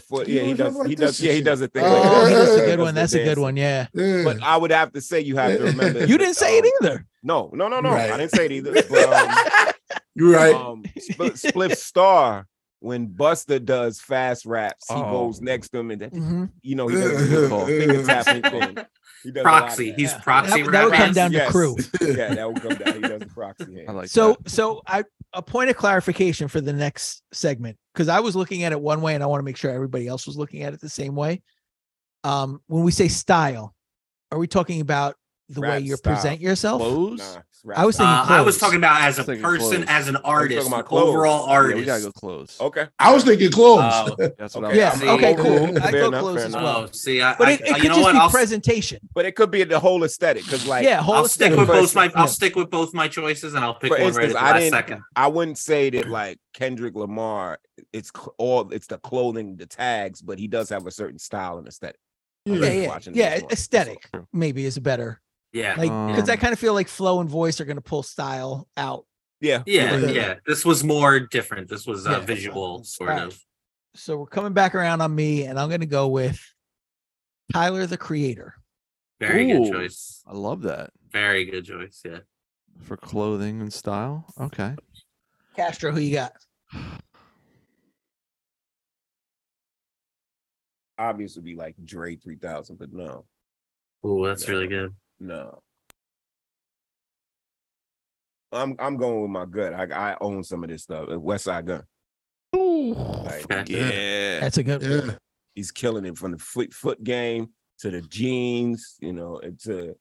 [SPEAKER 3] for,
[SPEAKER 6] He
[SPEAKER 3] yeah he
[SPEAKER 6] was
[SPEAKER 3] does
[SPEAKER 6] like
[SPEAKER 3] he
[SPEAKER 6] this
[SPEAKER 3] does
[SPEAKER 6] and
[SPEAKER 3] yeah he
[SPEAKER 6] shit.
[SPEAKER 3] does a thing.
[SPEAKER 6] Oh,
[SPEAKER 3] like
[SPEAKER 6] yeah,
[SPEAKER 2] Oh,
[SPEAKER 3] that.
[SPEAKER 6] yeah,
[SPEAKER 2] that's
[SPEAKER 3] He
[SPEAKER 2] a
[SPEAKER 3] does
[SPEAKER 6] yeah.
[SPEAKER 2] good one.
[SPEAKER 3] the
[SPEAKER 2] That's a good
[SPEAKER 3] dancing.
[SPEAKER 2] one. Yeah.
[SPEAKER 6] Yeah.
[SPEAKER 3] But I would have to say you have to remember.
[SPEAKER 2] You
[SPEAKER 3] that,
[SPEAKER 2] didn't say it
[SPEAKER 3] um,
[SPEAKER 2] either.
[SPEAKER 3] No, no, no, no. I
[SPEAKER 6] Right.
[SPEAKER 3] didn't say it either. But, um,
[SPEAKER 6] you're right.
[SPEAKER 3] um Spl- Spliff Star when Buster does fast raps, he
[SPEAKER 4] Oh.
[SPEAKER 3] goes next to him and that,
[SPEAKER 2] Mhm.
[SPEAKER 3] you know he does this little finger
[SPEAKER 6] Yeah.
[SPEAKER 3] tapping thing. He does a lot of
[SPEAKER 5] proxy.
[SPEAKER 3] that.
[SPEAKER 5] He's
[SPEAKER 2] Yeah.
[SPEAKER 5] proxy
[SPEAKER 2] That, that would come
[SPEAKER 5] rapping.
[SPEAKER 2] down to
[SPEAKER 3] Yes.
[SPEAKER 2] crew.
[SPEAKER 3] yeah, that would come down. He does the proxy hand.
[SPEAKER 4] I like
[SPEAKER 2] so
[SPEAKER 4] that.
[SPEAKER 2] so i a point of clarification for the next segment because i was looking at it one way and i want to make sure everybody else was looking at it the same way um when we say style are we talking about the way
[SPEAKER 3] Rap
[SPEAKER 2] you
[SPEAKER 3] style.
[SPEAKER 2] present yourself
[SPEAKER 4] clothes.
[SPEAKER 3] Nah, it's
[SPEAKER 2] I was
[SPEAKER 3] rap.
[SPEAKER 2] thinking-
[SPEAKER 5] Uh, I was
[SPEAKER 2] clothes.
[SPEAKER 5] talking about as a
[SPEAKER 4] Thinking
[SPEAKER 5] person,
[SPEAKER 4] clothes.
[SPEAKER 5] as an artist,
[SPEAKER 3] about
[SPEAKER 5] an
[SPEAKER 3] clothes.
[SPEAKER 5] overall
[SPEAKER 4] Yeah, we gotta go
[SPEAKER 5] artist.
[SPEAKER 4] clothes.
[SPEAKER 3] okay.
[SPEAKER 6] I was thinking clothes.
[SPEAKER 5] Oh,
[SPEAKER 4] Oh, That's what
[SPEAKER 3] Okay.
[SPEAKER 2] yeah
[SPEAKER 4] I'm.
[SPEAKER 5] See,
[SPEAKER 2] okay cool
[SPEAKER 6] Fair
[SPEAKER 2] i go
[SPEAKER 3] enough,
[SPEAKER 2] close
[SPEAKER 3] fair
[SPEAKER 2] as
[SPEAKER 3] enough.
[SPEAKER 2] well
[SPEAKER 5] oh, see, I,
[SPEAKER 2] but
[SPEAKER 5] I-
[SPEAKER 2] it, it could
[SPEAKER 5] you know
[SPEAKER 2] just
[SPEAKER 5] what?
[SPEAKER 2] be
[SPEAKER 5] I'll,
[SPEAKER 2] presentation
[SPEAKER 3] But it could be the whole aesthetic because, like,
[SPEAKER 2] yeah whole
[SPEAKER 5] I'll stick
[SPEAKER 2] aesthetic.
[SPEAKER 5] with both my.
[SPEAKER 2] Yeah.
[SPEAKER 5] I'll stick with both my choices, and I'll pick
[SPEAKER 3] for
[SPEAKER 5] one
[SPEAKER 3] instance,
[SPEAKER 5] right at the
[SPEAKER 3] I
[SPEAKER 5] last
[SPEAKER 3] didn't.
[SPEAKER 5] second.
[SPEAKER 3] I wouldn't say that like Kendrick Lamar. It's cl- all. It's the clothing, the tags, but he does have a certain style and aesthetic. I
[SPEAKER 2] yeah
[SPEAKER 3] was
[SPEAKER 2] yeah
[SPEAKER 3] watching
[SPEAKER 2] yeah
[SPEAKER 3] this one.
[SPEAKER 2] aesthetic maybe is better
[SPEAKER 5] Yeah,
[SPEAKER 2] like because i
[SPEAKER 4] Um,
[SPEAKER 2] kind of feel like flow and voice are going to pull style out
[SPEAKER 3] Yeah,
[SPEAKER 5] yeah,
[SPEAKER 2] Yeah.
[SPEAKER 5] yeah. This was more different. This was uh,
[SPEAKER 2] Yeah.
[SPEAKER 5] visual, sort
[SPEAKER 2] Alright.
[SPEAKER 5] of.
[SPEAKER 2] so we're coming back around on me and i'm going to go with tyler the creator
[SPEAKER 5] Very
[SPEAKER 4] Ooh.
[SPEAKER 5] good choice.
[SPEAKER 4] I love that
[SPEAKER 5] Very good choice. Yeah.
[SPEAKER 4] for clothing and style. Okay.
[SPEAKER 2] Castro, who you got?
[SPEAKER 3] obviously be like Dre three thousand, but no,
[SPEAKER 5] Oh, that's
[SPEAKER 3] Yeah.
[SPEAKER 5] really good.
[SPEAKER 3] no. I'm I'm going with my gut. I I own some of this stuff. uh, West Side Gun. Like,
[SPEAKER 5] Okay.
[SPEAKER 4] Yeah.
[SPEAKER 2] That's a good
[SPEAKER 6] Yeah.
[SPEAKER 3] he's killing it from the foot foot game to the jeans, you know, and to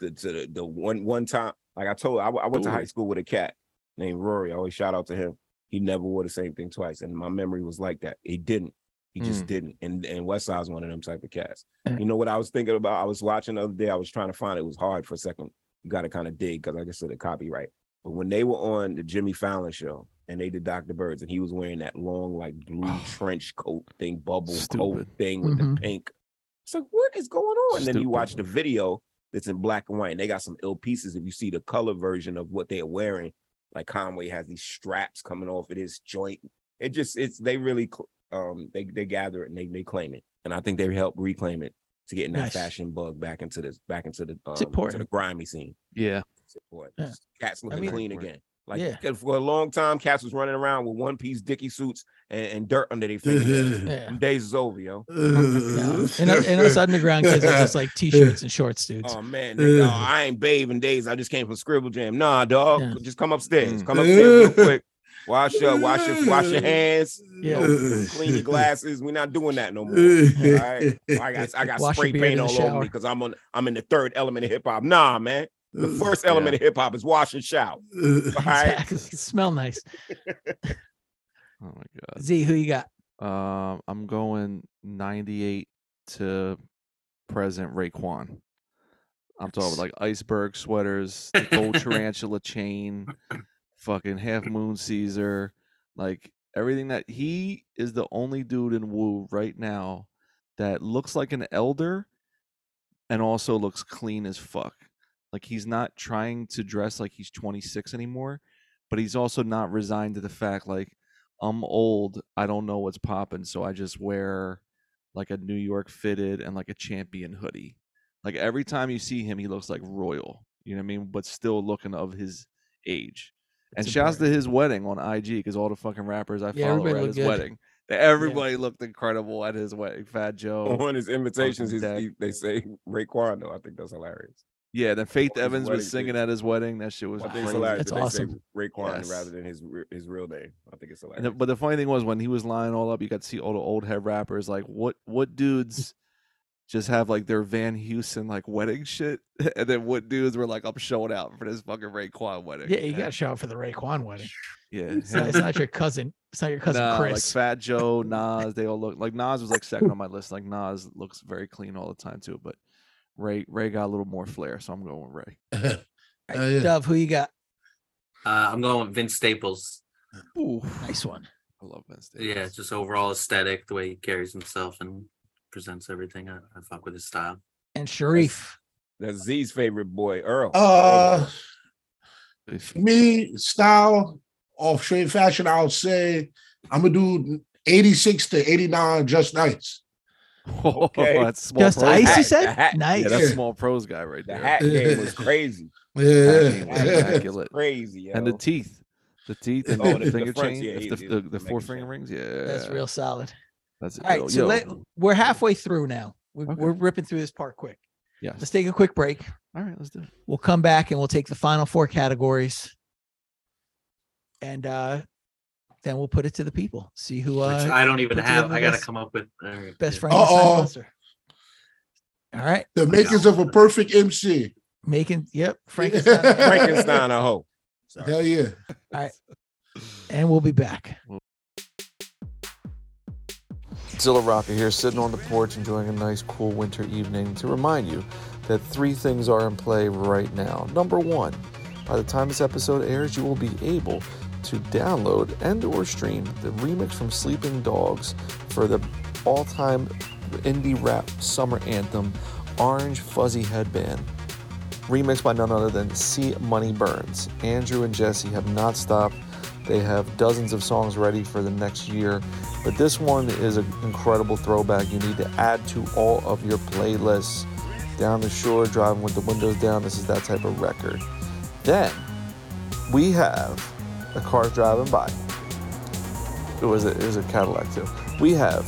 [SPEAKER 3] the to the, the one one time. Like I told, I, w- I went to high
[SPEAKER 4] Ooh.
[SPEAKER 3] school with a cat named Rory. I always shout out to him. He never wore the same thing twice, and my memory was like that. He didn't. He
[SPEAKER 4] Mm.
[SPEAKER 3] just didn't. And and Westside's one of them type of cats.
[SPEAKER 2] Mm.
[SPEAKER 3] You know what I was thinking about? I was watching the other day. I was trying to find it. It was hard for a second. You got to kind of dig because I just said the copyright. But when they were on the Jimmy Fallon show and they did Dr. Birds, and he was wearing that long, like blue
[SPEAKER 4] Oh.
[SPEAKER 3] trench coat thing, bubble coat
[SPEAKER 4] Stupid.
[SPEAKER 3] thing with
[SPEAKER 2] Mhm.
[SPEAKER 3] the pink. It's like, what is going on? And then you
[SPEAKER 4] Stupid.
[SPEAKER 3] watch the video that's in black and white, and they got some ill pieces. If you see the color version of what they're wearing, like Conway has these straps coming off of his joint. It just, it's they really, cl- um, they they gather it and they they claim it, and I think they help reclaim it to getting that
[SPEAKER 2] Nice.
[SPEAKER 3] fashion bug back into this, back into the um, to the
[SPEAKER 2] important.
[SPEAKER 3] grimy scene.
[SPEAKER 4] Yeah.
[SPEAKER 3] Support.
[SPEAKER 2] Yeah.
[SPEAKER 3] Cats looking
[SPEAKER 2] mean-
[SPEAKER 3] clean
[SPEAKER 4] Important.
[SPEAKER 3] again. Like
[SPEAKER 2] Yeah.
[SPEAKER 3] 'cause for a long time, cats was running around with one piece dicky suits and, and dirt under their fingers.
[SPEAKER 6] Ugh.
[SPEAKER 2] Yeah.
[SPEAKER 3] Them days is over, yo.
[SPEAKER 2] No. And, us- and us underground kids are just like t-shirts and shorts, dudes.
[SPEAKER 3] Oh man, nigga,
[SPEAKER 6] Ugh.
[SPEAKER 3] oh, I ain't bathing days. I just came from Scribble Jam. Nah, dog,
[SPEAKER 2] Yeah.
[SPEAKER 3] just come upstairs.
[SPEAKER 4] Mm.
[SPEAKER 3] Come upstairs real
[SPEAKER 6] Ugh.
[SPEAKER 3] quick. Wash up, wash your, wash your hands.
[SPEAKER 2] Yeah.
[SPEAKER 6] Ugh.
[SPEAKER 3] Clean your glasses. We're not doing that no more. All
[SPEAKER 6] Ugh.
[SPEAKER 3] right, I got I got
[SPEAKER 2] Wash your
[SPEAKER 3] spray
[SPEAKER 2] beard in
[SPEAKER 3] paint
[SPEAKER 2] the
[SPEAKER 3] all over me
[SPEAKER 2] shower.
[SPEAKER 3] because I'm on I'm in the third element of hip hop. Nah, man, the
[SPEAKER 6] Ugh.
[SPEAKER 3] first element of hip hop is wash and shout.
[SPEAKER 6] Ugh.
[SPEAKER 3] All right,
[SPEAKER 2] Exactly. Smell nice.
[SPEAKER 4] Oh my god.
[SPEAKER 2] Z, who you got?
[SPEAKER 4] Um, I'm going 98 to present Raekwon. I'm talking about like iceberg sweaters, the gold tarantula chain, fucking half moon Caesar, like everything that he is the only dude in Wu right now that looks like an elder and also looks clean as fuck. Like he's not trying to dress like he's 26 anymore, but he's also not resigned to the fact like I'm old. I don't know what's popping, so I just wear like a New York fitted and like a champion hoodie. Like every time you see him, he looks like royal. You know what I mean? But still looking of his age. and
[SPEAKER 2] It's
[SPEAKER 4] shouts to
[SPEAKER 2] important.
[SPEAKER 4] his wedding on IG because all the fucking rappers I
[SPEAKER 2] Yeah,
[SPEAKER 4] follow
[SPEAKER 2] everybody
[SPEAKER 4] were at
[SPEAKER 2] looked
[SPEAKER 4] his
[SPEAKER 2] good.
[SPEAKER 4] wedding. Everybody looked incredible at his wedding. Fat Joe.
[SPEAKER 3] on his invitations, he's,
[SPEAKER 4] deck.
[SPEAKER 3] he, they say Raekwon. Though I think that's hilarious.
[SPEAKER 4] Yeah, then Faith
[SPEAKER 3] his
[SPEAKER 4] Evans
[SPEAKER 3] wedding,
[SPEAKER 4] was singing
[SPEAKER 3] dude.
[SPEAKER 4] at his wedding. That shit was
[SPEAKER 3] I think it's
[SPEAKER 4] crazy.
[SPEAKER 3] hilarious
[SPEAKER 2] That's
[SPEAKER 3] that they say
[SPEAKER 2] awesome.
[SPEAKER 3] Raekwon
[SPEAKER 4] Yes.
[SPEAKER 3] rather than his re- his real name. I think it's
[SPEAKER 4] And the,
[SPEAKER 3] hilarious.
[SPEAKER 4] but the funny thing was when he was lining all up, you got to see all the old head rappers like what what dudes just have like their Van Houston like wedding shit, and then what dudes were like I'm showing out for this fucking Raekwon wedding.
[SPEAKER 2] Yeah, you
[SPEAKER 4] and-
[SPEAKER 2] got to show up for the Raekwon wedding.
[SPEAKER 4] yeah.
[SPEAKER 2] It's not,
[SPEAKER 4] him-
[SPEAKER 2] it's not your cousin. It's not your cousin
[SPEAKER 4] nah,
[SPEAKER 2] Chris.
[SPEAKER 4] like Fat Joe, Nas, they all look like Nas was like second on my list. Like Nas looks very clean all the time too, but Ray Ray got a little more flair, so I'm going with Ray.
[SPEAKER 6] Oh, yeah.
[SPEAKER 2] Dove, who you got?
[SPEAKER 5] Uh, I'm going with Vince Staples.
[SPEAKER 4] Ooh,
[SPEAKER 2] Nice one.
[SPEAKER 4] I love Vince.
[SPEAKER 5] Yeah,
[SPEAKER 4] Staples.
[SPEAKER 5] just overall aesthetic, the way he carries himself and presents everything. I, I fuck with his style.
[SPEAKER 2] And Sharif.
[SPEAKER 3] That's Z's favorite boy, Earl.
[SPEAKER 6] Uh,
[SPEAKER 4] If-
[SPEAKER 6] for me, style off straight fashion, I'll say I'm gonna do 86 to 89 just nice.
[SPEAKER 3] okay.
[SPEAKER 4] Oh, that's small
[SPEAKER 2] Just
[SPEAKER 4] pros.
[SPEAKER 2] ice, you
[SPEAKER 3] hat,
[SPEAKER 2] said?
[SPEAKER 3] the hat.
[SPEAKER 2] Nice.
[SPEAKER 4] Yeah, that's
[SPEAKER 6] Yeah.
[SPEAKER 4] small pros guy right
[SPEAKER 3] the
[SPEAKER 4] there.
[SPEAKER 3] hat game was crazy,
[SPEAKER 4] Packing was
[SPEAKER 6] Yeah.
[SPEAKER 4] immaculate.
[SPEAKER 3] crazy, yo.
[SPEAKER 4] and the teeth, the teeth, and
[SPEAKER 6] Oh,
[SPEAKER 4] the,
[SPEAKER 6] the- the
[SPEAKER 4] finger
[SPEAKER 3] fronts,
[SPEAKER 4] chain,
[SPEAKER 3] yeah,
[SPEAKER 4] if
[SPEAKER 3] he-
[SPEAKER 4] the,
[SPEAKER 3] he
[SPEAKER 4] the,
[SPEAKER 3] was
[SPEAKER 4] the
[SPEAKER 3] making
[SPEAKER 4] four
[SPEAKER 3] shit.
[SPEAKER 4] finger rings. Yeah,
[SPEAKER 2] That's real solid.
[SPEAKER 4] That's it.
[SPEAKER 2] All right,
[SPEAKER 4] Yo,
[SPEAKER 2] so
[SPEAKER 4] yo.
[SPEAKER 2] let- we're halfway through now. We're,
[SPEAKER 4] Okay.
[SPEAKER 2] we're ripping through this part quick.
[SPEAKER 4] Yes.
[SPEAKER 2] Let's take a quick break.
[SPEAKER 4] All right, let's do it.
[SPEAKER 2] We'll come back and we'll take the final four categories, and uh, then we'll put it to the people. See who
[SPEAKER 5] Which
[SPEAKER 2] uh,
[SPEAKER 5] I don't even
[SPEAKER 2] put
[SPEAKER 5] have.
[SPEAKER 2] together
[SPEAKER 5] I got to
[SPEAKER 2] best-
[SPEAKER 5] come up with uh, all right,
[SPEAKER 2] best
[SPEAKER 5] yeah.
[SPEAKER 2] friend. of the
[SPEAKER 6] Uh-oh.
[SPEAKER 2] Seinfeldster. All right,
[SPEAKER 6] The makers of a perfect MC.
[SPEAKER 2] making yep Frankenstein,
[SPEAKER 3] Frankenstein a hoe.
[SPEAKER 6] Hell yeah.
[SPEAKER 2] and we'll be back.
[SPEAKER 4] Zilla Rocker here, sitting on the porch enjoying a nice, cool winter evening to remind you that three things are in play right now. Number one, by the time this episode airs, you will be able to download and or stream the remix from Sleeping Dogs for the all-time indie rap summer anthem, Orange Fuzzy Headband. remixed by none other than C Money Burns. Andrew and Jesse have not stopped. They have dozens of songs ready for the next year, but this one is an incredible throwback. You need to add to all of your playlists. Down the shore, driving with the windows down. This is that type of record. Then we have a car driving by. It was a, it was a Cadillac too. We have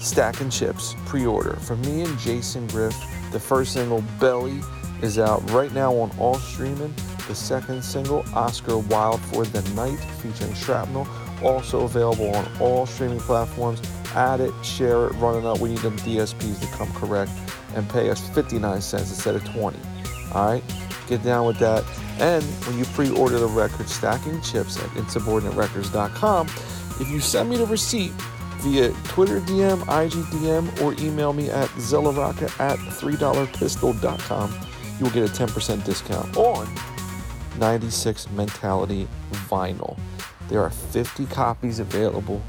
[SPEAKER 4] Stack and Chips pre-order for me and Jason Griff. The first single Belly is out right now on all streaming. The second single Oscar Wilde for the Night featuring Shrapnel also available on all streaming platforms. Add it, share it, run it up. We need them DSPs to come correct and pay us 59 cents instead of 20. All right, get down with that. And when you pre-order the record Stacking Chips at insubordinaterecords.com, if you send me the receipt via Twitter DM, IG DM, or email me at zellaraka at $3pistol.com. You will get a 10% discount on 96 Mentality vinyl. There are 50 copies available,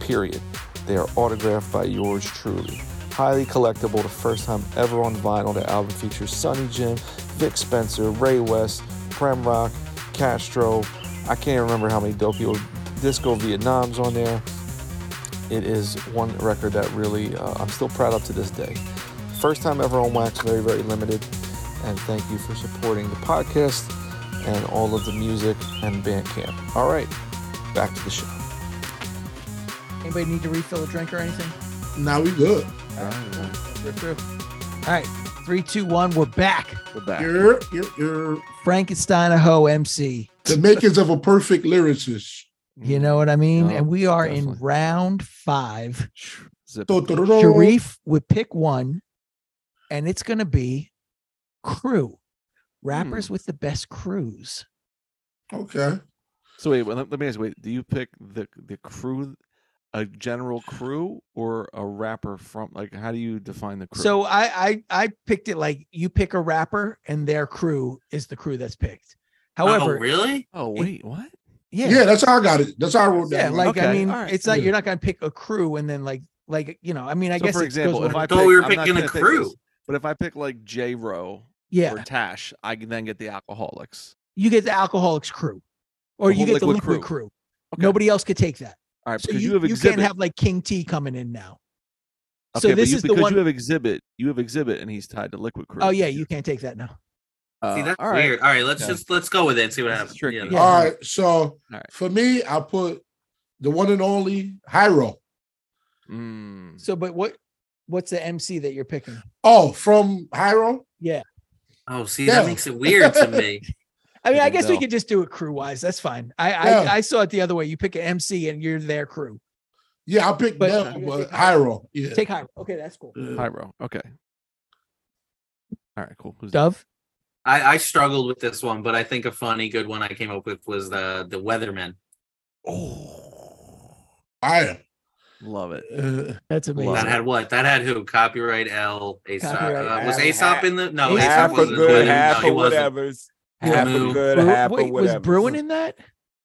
[SPEAKER 4] period. They are autographed by yours truly. Highly collectible, the first time ever on vinyl. The album features Sonny Jim, Vic Spencer, Ray West, Prem Rock, Castro. I can't remember how many dope people. Disco Vietnam's on there. It is one record that really uh, I'm still proud of to this day. First time ever on Wax, very, very limited. And thank you for supporting the podcast.
[SPEAKER 9] and all of the music and Bandcamp. All right, back to the show.
[SPEAKER 2] Anybody need to refill a drink or anything?
[SPEAKER 6] Now we good.
[SPEAKER 2] We're through. All right. Three, two, one. We're back.
[SPEAKER 4] We're back.
[SPEAKER 6] You're, you're, you're
[SPEAKER 2] Frankenstein a hoe MC.
[SPEAKER 6] the makers of a perfect lyricist.
[SPEAKER 4] Mm-hmm.
[SPEAKER 2] You know what I mean?
[SPEAKER 4] Yeah,
[SPEAKER 2] and we are in
[SPEAKER 4] definitely.
[SPEAKER 2] round five.
[SPEAKER 4] Zip.
[SPEAKER 6] Sharif.
[SPEAKER 2] Sharif would pick one, and it's going to be crew. Rappers with the best crews.
[SPEAKER 6] Okay.
[SPEAKER 4] So wait, well, let let me ask. you, Wait, do you pick the the crew, a general crew, or a rapper from? Like, how do you define the crew?
[SPEAKER 2] So I, I I picked it like you pick a rapper and their crew is the crew that's picked. However,
[SPEAKER 5] oh, really?
[SPEAKER 4] oh
[SPEAKER 2] it-
[SPEAKER 4] wait, what?
[SPEAKER 2] yeah,
[SPEAKER 6] Yeah. that's how I got it. That's how I wrote that.
[SPEAKER 2] yeah,
[SPEAKER 6] one.
[SPEAKER 2] like I
[SPEAKER 4] Okay,
[SPEAKER 2] mean,
[SPEAKER 4] all right,
[SPEAKER 2] it's not
[SPEAKER 6] yeah.
[SPEAKER 2] you're not gonna pick a crew and then like like you know, I mean, I
[SPEAKER 4] so
[SPEAKER 2] guess
[SPEAKER 4] for
[SPEAKER 2] it goes
[SPEAKER 4] example, if
[SPEAKER 2] whatever-
[SPEAKER 4] I
[SPEAKER 5] Thought
[SPEAKER 4] pick-
[SPEAKER 5] we were
[SPEAKER 4] I'm not
[SPEAKER 5] Oh, picking a
[SPEAKER 4] gonna pick
[SPEAKER 5] crew.
[SPEAKER 4] this, but if I pick like J. Rowe
[SPEAKER 2] yeah,
[SPEAKER 4] or Tash, I can then get the alcoholics.
[SPEAKER 2] you get the alcoholics crew, or
[SPEAKER 4] The
[SPEAKER 2] you
[SPEAKER 4] whole
[SPEAKER 2] get the liquid
[SPEAKER 4] liquid
[SPEAKER 2] crew.
[SPEAKER 4] crew. Okay.
[SPEAKER 2] Nobody else could take that.
[SPEAKER 4] All right,
[SPEAKER 2] So
[SPEAKER 4] because
[SPEAKER 2] you,
[SPEAKER 4] you,
[SPEAKER 2] you,
[SPEAKER 4] have exhibit.
[SPEAKER 2] can't have like King T coming in now.
[SPEAKER 4] okay,
[SPEAKER 2] so
[SPEAKER 4] but
[SPEAKER 2] this
[SPEAKER 4] you,
[SPEAKER 2] is the
[SPEAKER 4] because
[SPEAKER 2] one
[SPEAKER 4] you have exhibit. You have exhibit, and he's tied to liquid crew.
[SPEAKER 2] Oh yeah, you can't take that now.
[SPEAKER 4] Uh,
[SPEAKER 5] See, that's
[SPEAKER 4] all right.
[SPEAKER 5] weird. All right, let's
[SPEAKER 4] Okay.
[SPEAKER 5] just let's go with it and see what
[SPEAKER 4] This is
[SPEAKER 5] happens.
[SPEAKER 4] tricky.
[SPEAKER 5] Yeah.
[SPEAKER 2] Yeah.
[SPEAKER 6] All right. So
[SPEAKER 4] right.
[SPEAKER 6] for me, I put the one and only Hyro.
[SPEAKER 4] Mm.
[SPEAKER 2] So, but what what's the MC that you're picking?
[SPEAKER 6] Oh, from Hyro?
[SPEAKER 5] Oh, see,
[SPEAKER 6] Yeah.
[SPEAKER 5] that makes it weird to me.
[SPEAKER 2] I mean, I
[SPEAKER 4] Even
[SPEAKER 2] guess we
[SPEAKER 4] though-
[SPEAKER 2] could just do it crew wise. That's fine. I,
[SPEAKER 6] Yeah.
[SPEAKER 2] I I saw it the other way. You pick an MC and you're their crew.
[SPEAKER 6] Yeah, I picked
[SPEAKER 2] But-
[SPEAKER 6] them, but Hyro. Yeah.
[SPEAKER 2] Take high. Okay, that's cool.
[SPEAKER 4] Hi, bro. Okay. All right. Cool. Who's
[SPEAKER 2] Dove.
[SPEAKER 5] I, I struggled with this one, but I think a funny good one I came up with was the the Weatherman.
[SPEAKER 6] Oh. Fire.
[SPEAKER 4] Love it.
[SPEAKER 6] Uh,
[SPEAKER 2] That's amazing.
[SPEAKER 5] That had what? That had who? Copyright L. Aesop.
[SPEAKER 2] Copyright
[SPEAKER 5] Uh, was
[SPEAKER 3] L.
[SPEAKER 5] Aesop in the? No,
[SPEAKER 2] Aesop
[SPEAKER 5] Aesop
[SPEAKER 3] half a
[SPEAKER 5] wasn't. in the
[SPEAKER 3] good,
[SPEAKER 5] Weatherman.
[SPEAKER 3] half
[SPEAKER 5] no, he
[SPEAKER 3] a
[SPEAKER 5] wasn't.
[SPEAKER 3] whatever's,
[SPEAKER 5] Yeah.
[SPEAKER 3] half
[SPEAKER 5] Blue.
[SPEAKER 3] a good,
[SPEAKER 2] Brew-
[SPEAKER 3] half a
[SPEAKER 2] wait, was
[SPEAKER 3] whatever.
[SPEAKER 2] Bruin in that?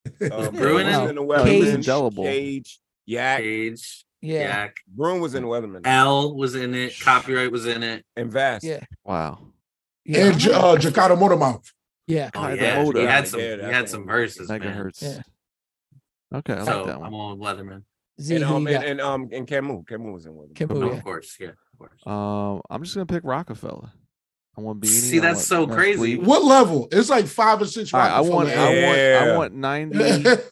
[SPEAKER 3] Uh,
[SPEAKER 5] Bruin
[SPEAKER 3] was
[SPEAKER 5] in-
[SPEAKER 3] in the
[SPEAKER 2] Cage.
[SPEAKER 3] Weatherman.
[SPEAKER 4] Indelible.
[SPEAKER 3] Cage, Yak.
[SPEAKER 5] Cage,
[SPEAKER 2] Yeah.
[SPEAKER 5] Jack,
[SPEAKER 3] Bruin was in the Weatherman.
[SPEAKER 5] L was in it. Copyright was in it.
[SPEAKER 3] and Vast.
[SPEAKER 2] Yeah.
[SPEAKER 4] Wow.
[SPEAKER 2] Yeah.
[SPEAKER 6] And J- uh, Jakarta Motormouth.
[SPEAKER 2] yeah.
[SPEAKER 5] Oh,
[SPEAKER 4] Oh, the
[SPEAKER 5] yeah,
[SPEAKER 4] Oda.
[SPEAKER 5] he
[SPEAKER 3] Yeah,
[SPEAKER 5] had some.
[SPEAKER 3] that's
[SPEAKER 5] he
[SPEAKER 3] a-
[SPEAKER 5] had some verses, man.
[SPEAKER 4] Megahertz. Okay, I
[SPEAKER 5] so
[SPEAKER 4] like that one.
[SPEAKER 5] I'm on with Leatherman.
[SPEAKER 2] Z, E,
[SPEAKER 3] And
[SPEAKER 2] who
[SPEAKER 3] um
[SPEAKER 2] you
[SPEAKER 3] and,
[SPEAKER 2] got?
[SPEAKER 3] and um and Camus. Camus was in Weatherman.
[SPEAKER 2] Kimbo,
[SPEAKER 5] Oh,
[SPEAKER 2] yeah.
[SPEAKER 5] Of course, yeah, of course.
[SPEAKER 4] Um, I'm just gonna pick Rockefeller. I want Beanie.
[SPEAKER 5] See,
[SPEAKER 4] I
[SPEAKER 5] that's
[SPEAKER 4] want
[SPEAKER 5] so
[SPEAKER 4] Nas
[SPEAKER 5] crazy.
[SPEAKER 4] Bleak.
[SPEAKER 6] What level? It's like five or six.
[SPEAKER 4] All right, I want, I
[SPEAKER 6] Rockefeller
[SPEAKER 4] want,
[SPEAKER 3] Yeah.
[SPEAKER 4] I want ninety.